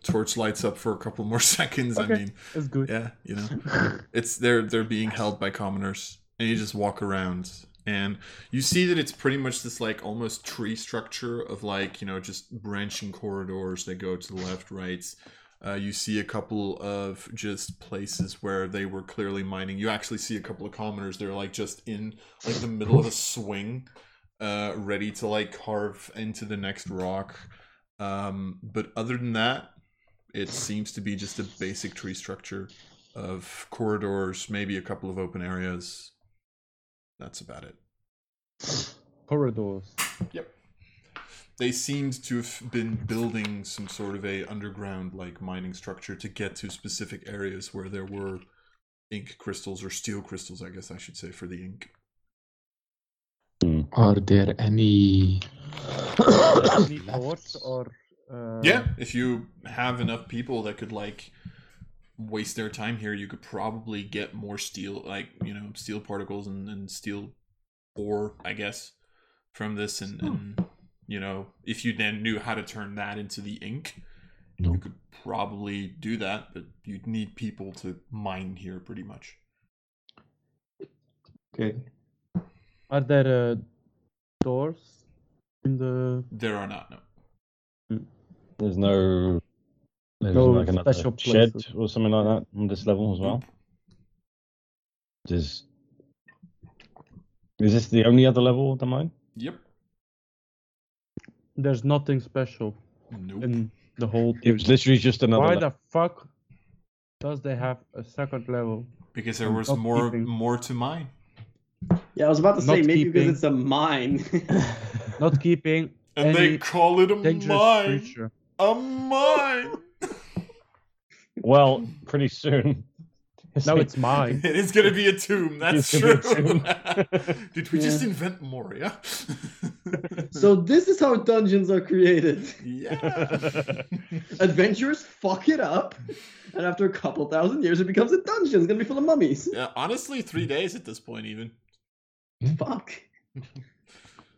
B: torch lights up for a couple more <laughs> seconds. I
C: Okay.
B: mean,
C: It's good.
B: yeah, you know, it's they're they're being held by commoners, and you just walk around, and you see that it's pretty much this like almost tree structure of like you know just branching corridors that go to the left, right, Uh, you see a couple of just places where they were clearly mining. You actually see a couple of commoners. They're like just in like the middle of a swing, uh, ready to like carve into the next rock. Um, but other than that, it seems to be just a basic tree structure of corridors, maybe a couple of open areas. That's about it.
C: Corridors.
B: Yep they seemed to have been building some sort of a underground like mining structure to get to specific areas where there were ink crystals or steel crystals i guess i should say for the ink
A: are there
C: <coughs>
A: any,
C: any ports or uh...
B: yeah if you have enough people that could like waste their time here you could probably get more steel like you know steel particles and, and steel ore i guess from this and, and you know, if you then knew how to turn that into the ink, nope. you could probably do that, but you'd need people to mine here pretty much.
A: Okay.
C: Are there uh, doors in the.
B: There are not,
E: no. Mm. There's no. There's no like another special shed places. or something like that on this level as well. Does. Is this the only other level of the mine?
B: Yep
C: there's nothing special
B: nope.
C: in the whole
E: thing. It was literally just another.
C: Why level. the fuck does they have a second level?
B: Because there was more keeping. more to mine.
D: Yeah, I was about to say not maybe keeping, because it's a mine.
C: not keeping.
B: And they call it a mine. Creature. A <laughs> mine.
E: well,
C: <laughs>
E: pretty soon.
C: No, it's
E: <laughs>
C: mine.
B: <laughs> It is going to be a tomb. That's true. Tomb. <laughs> Did we yeah. just invent Moria?
D: <laughs>
B: <laughs>
D: so this is how dungeons are created.
B: <laughs> Yeah.
D: Adventurers fuck it up, and after a couple thousand years, it becomes a dungeon. It's going to be full of mummies.
B: Yeah, honestly, three days at this point, even.
D: <laughs> Fuck.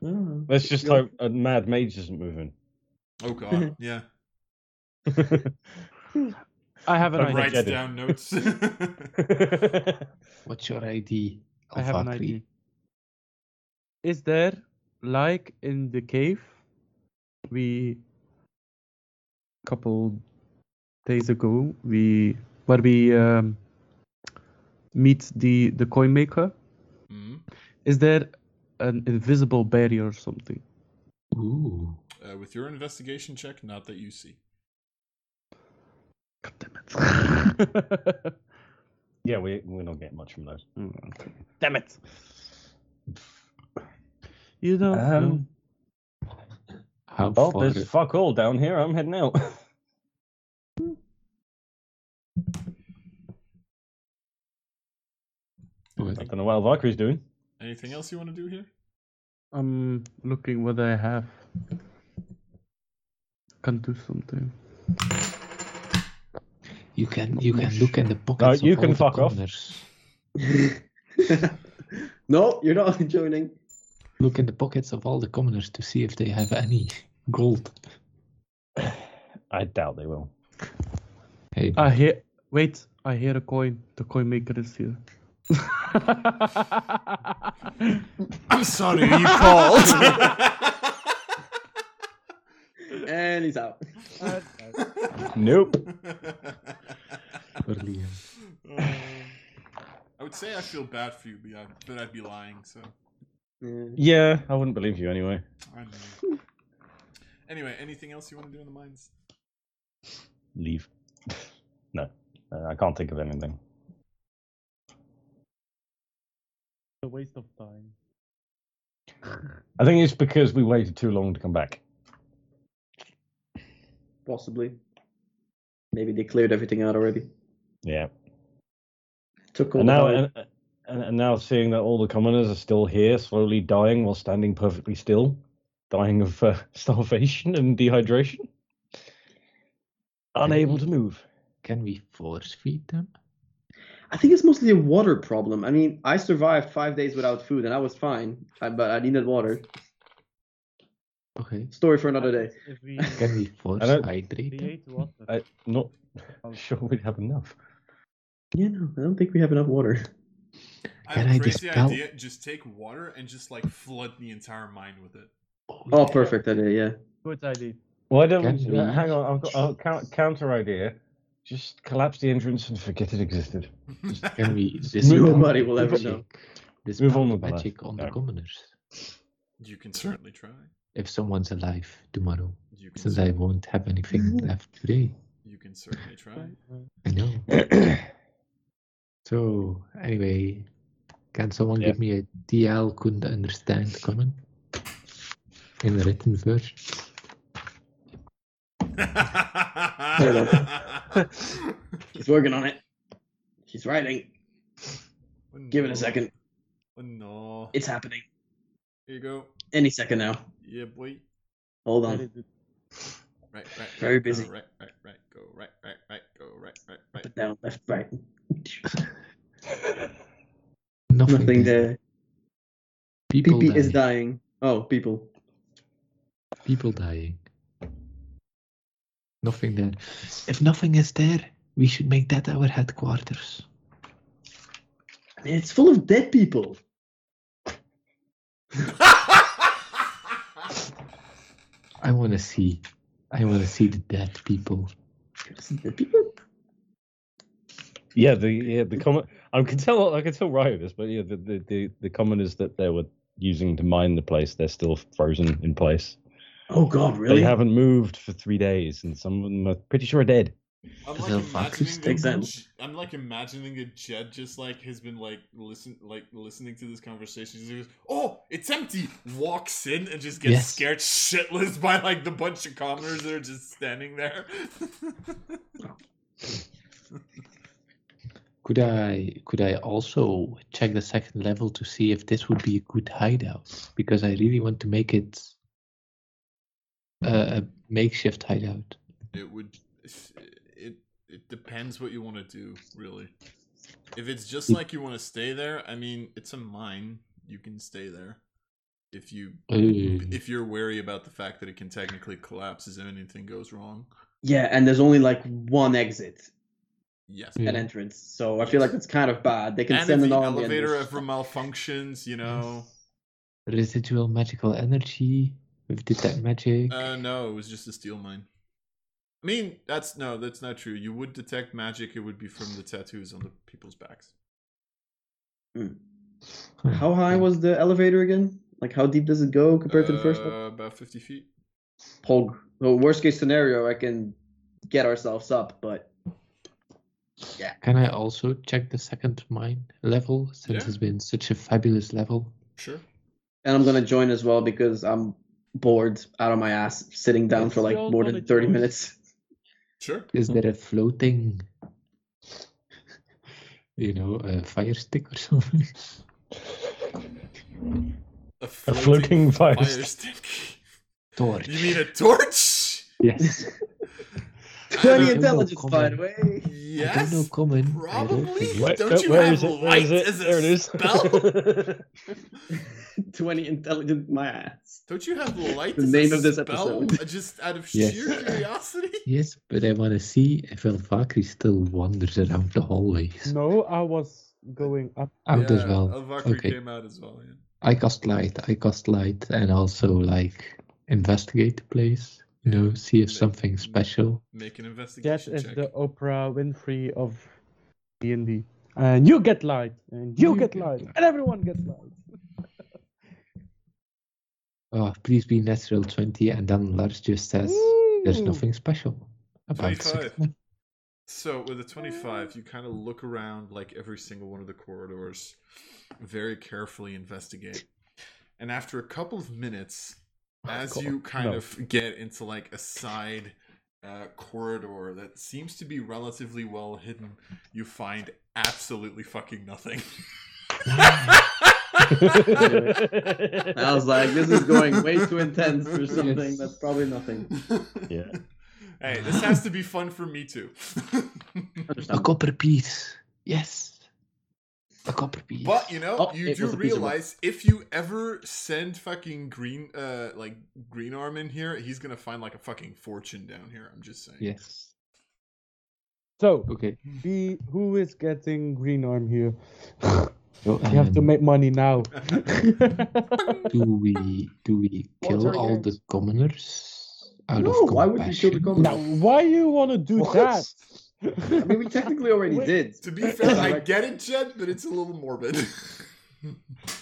E: Oh, Let's just go. hope a mad mage
C: <laughs>
E: isn't moving. <laughs>
B: Oh god, yeah.
C: I have an
B: I Writes down <laughs> notes.
A: What's your ID?
C: Alpha I have an ID. Is there, like in the cave, we couple days ago we where we um, meet the the coin maker?
B: Mm-hmm.
C: Is there an invisible barrier or something?
A: Ooh.
B: Uh, with your investigation check, not that you see.
C: God damn
E: it. yeah, we we don't get much from those.
C: Mm, okay. Damn it. <laughs> You don't um,
E: know. well, Oh, there's it? fuck all down here. I'm heading out. I don't know what Valkyrie's doing.
B: Anything else you want to do here?
C: I'm looking what I have. Can do something.
A: You can you can look in the pockets.
E: No, you can fuck off.
D: no, you're not <laughs> joining.
A: Look in the pockets of all the commoners to see if they have any gold.
E: I doubt they will.
C: Hey,
D: Uh,
C: I hear. Wait, I hear a coin. The coin maker is here.
B: I'm sorry, <laughs> you called.
D: and he's out. Uh,
B: <laughs>
E: nope.
B: um, I would say I feel bad for you, but, I, but I'd be lying. So.
E: Yeah, I wouldn't believe you anyway.
B: Anyway, anything else you want to do in the mines?
E: Leave. <laughs> No, uh, I can't think of anything.
C: A <laughs> waste of time.
E: I think it's because we waited too long to come back
D: possibly. Maybe they cleared everything out already.
E: Yeah.
D: Took
E: and now, and, and, and, now seeing that all the commoners are still here, slowly dying while standing perfectly still, dying of uh, <laughs> starvation and dehydration, unable to move.
A: Can we force feed them?
D: I think it's mostly a water problem. I mean, I survived five days without food and I was fine, but I needed water.
A: Okay.
D: Story for another day.
C: <laughs>
A: We, Can we force hydrate?
E: I'm not <laughs> sure we have enough.
D: Yeah, no, I don't think we have enough water.
B: I have Can a crazy I idea. Help? Just take water and just like flood the entire mine with it.
D: Oh, oh yeah. perfect idea. Yeah.
C: Good idea.
E: Why don't? Can we, hang on, I've got a counter idea. Just collapse the entrance and forget it existed. Just
A: Can
D: <laughs>
A: we
D: Nobody will ever know.
A: This
E: Move on with life.
A: magic on the
E: No.
A: commoners.
B: <laughs> You can certainly try.
A: If someone's alive tomorrow,
B: You can,
A: since I won't have
D: <laughs>
A: anything left today.
B: you can certainly try.
A: I
D: <coughs>
A: know. So anyway, can someone
E: Yeah.
A: give me a DL couldn't understand comment in the written version?
B: <laughs>
D: He's working on it. He's writing. Give it
B: No.
D: a second.
B: Oh, No.
D: It's happening.
B: Here you go.
D: Any second now.
B: Yeah, boy.
D: Hold on.
B: Right, right.
D: Very
B: right, go
D: busy.
B: Right, right, right. Go right, right, right. Go right, right,
D: Up
B: right.
D: and down, left, right.
A: Nothing,
D: Nothing there.
A: People
D: PP is
A: dying.
D: dying. Oh, people.
A: People dying. Nothing there. If nothing is there, we should make that our headquarters.
D: I mean, it's full of dead people. <laughs>
B: <laughs>
A: I want to see. I want to see the dead people.
D: There's Dead people?
E: Yeah, the yeah the common. I can tell I can tell Ryo this, but yeah, the the the, the commoners that they were using to mine the place, they're still frozen in place.
D: Oh God, really?
E: They haven't moved for three days, and some of them are pretty sure are dead.
B: I'm
A: The
B: like
A: fuck is
B: imagining
D: Makes
B: that
D: sense.
B: I'm like imagining that Jed just like has been like listen like listening to this conversation. He goes, "Oh, it's empty." Walks in and just gets
A: Yes.
B: scared shitless by like the bunch of commoners that are just standing there. <laughs>
A: Could I could I also check the second level to see if this would be a good hideout? Because I really want to make it uh, a, a makeshift hideout.
B: it would it it depends what you want to do, really. If it's just like you want to stay there, I mean, it's a mine. You can stay there. If you
A: Ooh.
B: if you're wary about the fact that it can technically collapse if anything goes wrong.
D: Yeah, and there's only like one exit,
B: Yes.
A: Yeah.
D: an entrance. So I feel like it's kind of bad. They can
B: and
D: send
B: if
D: an
B: the
D: army. and
B: elevator
D: just-
B: ever malfunctions, you
D: <laughs>
B: know.
A: Residual magical energy with detect magic.
B: Uh, no, it was just a steel mine. I mean, that's no, that's not true. You would detect magic. It would be from the tattoos on the people's backs.
A: Hmm.
D: How high was the elevator again? Like how deep does it go compared to the first
B: Uh,
D: one?
B: about fifty feet.
D: Pog. So worst case scenario, I can get ourselves up, but
A: Can I also check the second mine level since
B: Yeah.
A: it's been such a fabulous level?
B: Sure.
D: and I'm gonna join as well because I'm bored out of my ass sitting down
C: Yes,
D: for
C: we
D: like
C: all
D: more
C: wanna
D: than thirty
C: join.
D: minutes. <laughs>
B: Sure.
A: Is there a floating, <laughs> you know, a fire stick or <laughs> something?
B: A
E: floating fire
B: stick.
A: Torch.
B: You mean a torch?
A: Yes.
D: Twenty
A: don't know,
D: intelligence, by
A: Colin.
D: the way. <laughs>
A: I don't
B: Yes.
A: know common. I don't
B: Probably.
A: think-
E: Where-
B: Don't you
E: where
B: have
E: is it? Where
B: light
E: is it?
B: as a
E: there it is. <laughs>
B: spell?
D: Twenty intelligence, my ass.
B: Don't you have light
D: The
B: as
D: name
B: a
D: of this
B: spell? Uh,
D: episode.
B: Just out of
A: Yes.
B: sheer curiosity.
A: Yes, but I want to see if Elvakri still wanders around the hallways.
C: No, I was going up.
A: Out as
B: Yeah, um,
A: well.
B: Elvacry
A: Okay.
B: came out as well. Yeah.
A: I cast light. I cast light and also like investigate the place. You know, see if
B: Ma-
A: something special.
B: Make an
C: That
B: investigation
C: is
B: check.
C: the Oprah Winfrey of D and D. And you get light, and you,
A: You
C: get,
A: get
C: light,
A: light.
C: and everyone gets light.
A: Oh, please be natural 20. And then Lars just says, there's
C: Ooh.
A: nothing special about
B: Twenty-five.
A: Sixth-
B: So with a 25, you kind of look around like every single one of the corridors, very carefully investigate. And after a couple of minutes, as
E: God,
B: you kind
E: no.
B: of get into like a side uh, corridor that seems to be relatively well hidden, you find absolutely fucking nothing.
D: I was like, this is going way too intense for something that's probably
B: <laughs>
D: nothing.
E: Yeah.
B: Hey, this has to be fun for me too. <laughs>
A: A copper piece. Yes. A copper piece.
B: But you know,
D: Oh,
B: you
D: it
B: do
D: was a piece of wood.
B: realize if you ever send fucking green, uh, like green arm in here, he's gonna find like a fucking fortune down here. I'm just saying.
A: Yes.
C: So,
A: Okay.
C: B, who is getting green arm <laughs> here?
A: So,
C: You have to
A: um,
C: make money <laughs> now.
A: do we do we kill all the commoners out
D: No,
A: of
D: why would you kill the
C: <laughs>
A: compassion?
D: commoners?
C: now, why you wanna do that?
D: I mean, we technically already
C: Wait.
D: did.
B: To be
D: <coughs>
B: fair, I get it, Jed, but it's a little morbid. <laughs>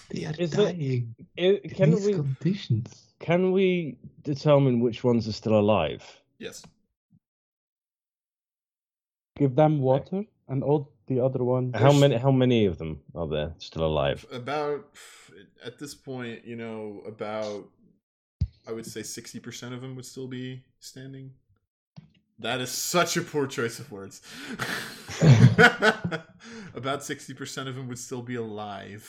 A: They are
F: Is it-
A: dying
F: I-
A: in
F: can
A: these
F: we
A: conditions.
F: can we determine which ones are still alive?
B: yes.
C: Give
E: Uh,
C: them water and all the other
E: <laughs>
C: one.
F: How many how many of them are there still alive?
B: About at this point, you know, about I would say sixty percent of them would still be standing. That is such a poor choice of
D: <laughs>
B: words. <laughs> about sixty percent of them would still be alive.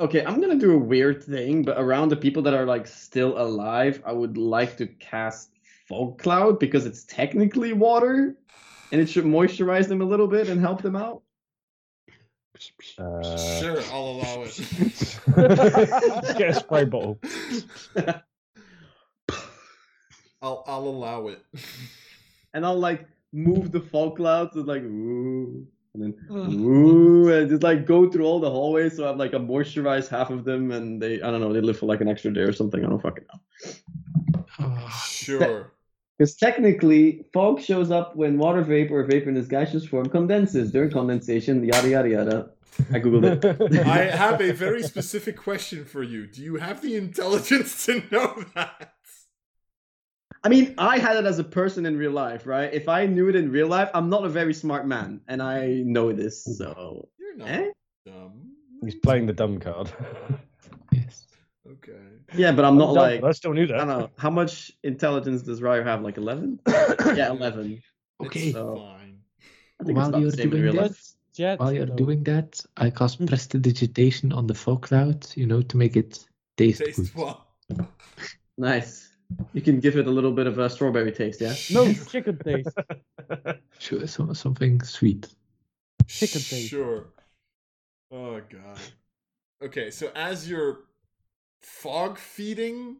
D: Okay, I'm gonna do a weird thing, but around the people that are like still alive, I would like to cast fog cloud because it's technically water, and it should moisturize them a little bit and help them out.
E: Uh,
B: sure, I'll allow <laughs>
E: <laughs>
B: it.
F: Just get a spray bottle.
B: I'll I'll allow it.
D: And I'll like move the fog cloud to like ooh, and then ooh, and just like go through all the hallways. So I'm like I moisturize half of them, and they I don't know they live for like an extra day or something. I don't fucking know.
A: Ah,
B: Sure.
D: Because technically, fog shows up when water vapor or vapor in its gaseous form condenses during condensation. Yada yada yada. I googled it.
B: I <laughs> have a very specific question for you. Do you have the intelligence to know that?
D: I mean, I had it as a person in real life, right? If I knew it in real life, I'm not a very smart man, and I know this. So
B: You're not
D: Eh?
B: dumb.
E: he's playing the dumb card. <laughs>
A: yes.
B: Okay.
D: yeah, but I'm not like
F: I still knew
D: I don't
F: that.
D: know how much intelligence does Ryu have?
A: <coughs>
D: Like 11? yeah, 11.
A: Okay.
B: It's
D: So-
B: fine.
D: I think it's
A: While
D: about the
A: you're
D: same in
A: doing
D: real
A: that,
D: life.
C: Jet,
A: While you're
C: though.
A: doing that, I cast prestidigitation on the fog cloud, you know, to make it taste,
B: Taste
A: good.
B: well.
D: Nice. You can give it a little bit of a strawberry taste, yeah.
C: <laughs> No chicken taste.
A: Sure, so, something sweet.
C: Chicken thing.
B: Sure. Oh god. Okay, so as you're fog feeding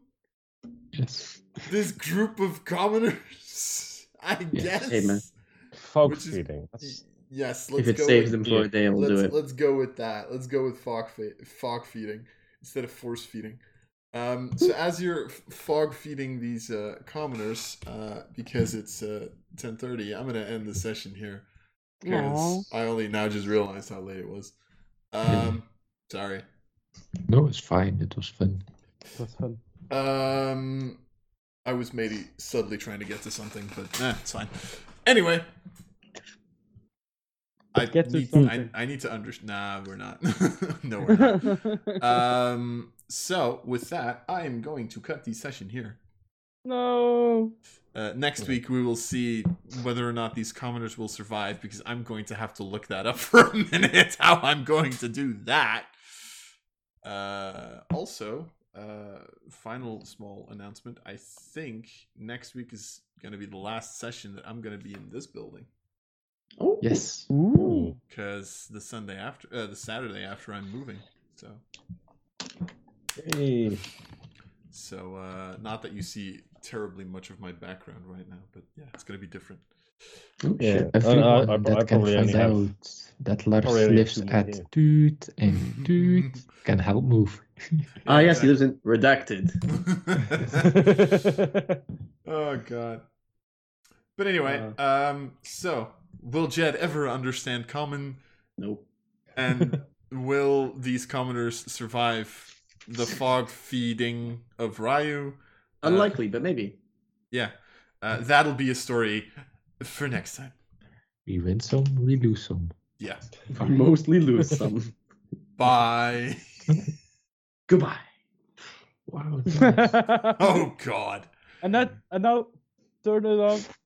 A: Yes.
B: this group of commoners, <laughs> I guess.
D: Hey, man.
F: Fog
B: Which is-
F: feeding. That's-
B: Yes, let's
D: If it
B: go
D: saves
B: with-
D: them for a day, we'll
B: let's,
D: do it.
B: Let's go with that. Let's go with fog fe- fog feeding instead of force feeding. Um, so as you're f- fog feeding these uh, commoners, uh, because it's uh, ten thirty, I'm gonna end the session here because I only now just realized how late it was. Um, sorry.
A: No, it's fine. It was fun.
B: <laughs>
C: That's fun.
B: Um, I was maybe subtly trying to get to something, but nah, it's fine. Anyway, I
C: Get to
B: need, I,
C: something.
B: I need to understand. Nah, we're not. <laughs> no, we're not.
C: <laughs>
B: um so with that i am going to cut the session here
C: no. <laughs>
B: uh, next week we will see whether or not these commoners will survive because i'm going to have to look that up <laughs> for a minute how i'm going to do that uh also uh final small announcement i think next week is going to be the last session that i'm going to be in this building
D: Oh,
A: Yes.
C: Ooh.
B: because the sunday after uh, the saturday after i'm moving so
F: Hey.
B: So, uh, not that you see terribly much of my background right now, but yeah, it's going to be different.
F: Yeah, I- I-
A: Oh, Everyone
F: I- I
A: that can
F: probably
A: find
F: only have-
A: out that Lars
F: probably only have
A: lives
F: two more here.
A: at Toot and Toot can help move.
D: Ah, yes, he lives in Redacted.
B: <laughs> oh, God. But anyway, um, so will Jed ever understand common?
D: Nope.
B: And will these commoners survive the fog feeding of Ryu? Uh,
D: Unlikely, but maybe.
B: yeah, uh, that'll be a story for next time.
A: We win some, we lose some.
B: Yeah.
D: We mostly lose some.
B: Bye.
D: Goodbye.
A: Wow.
F: <laughs>
B: Oh, God.
C: and that and now turn it off.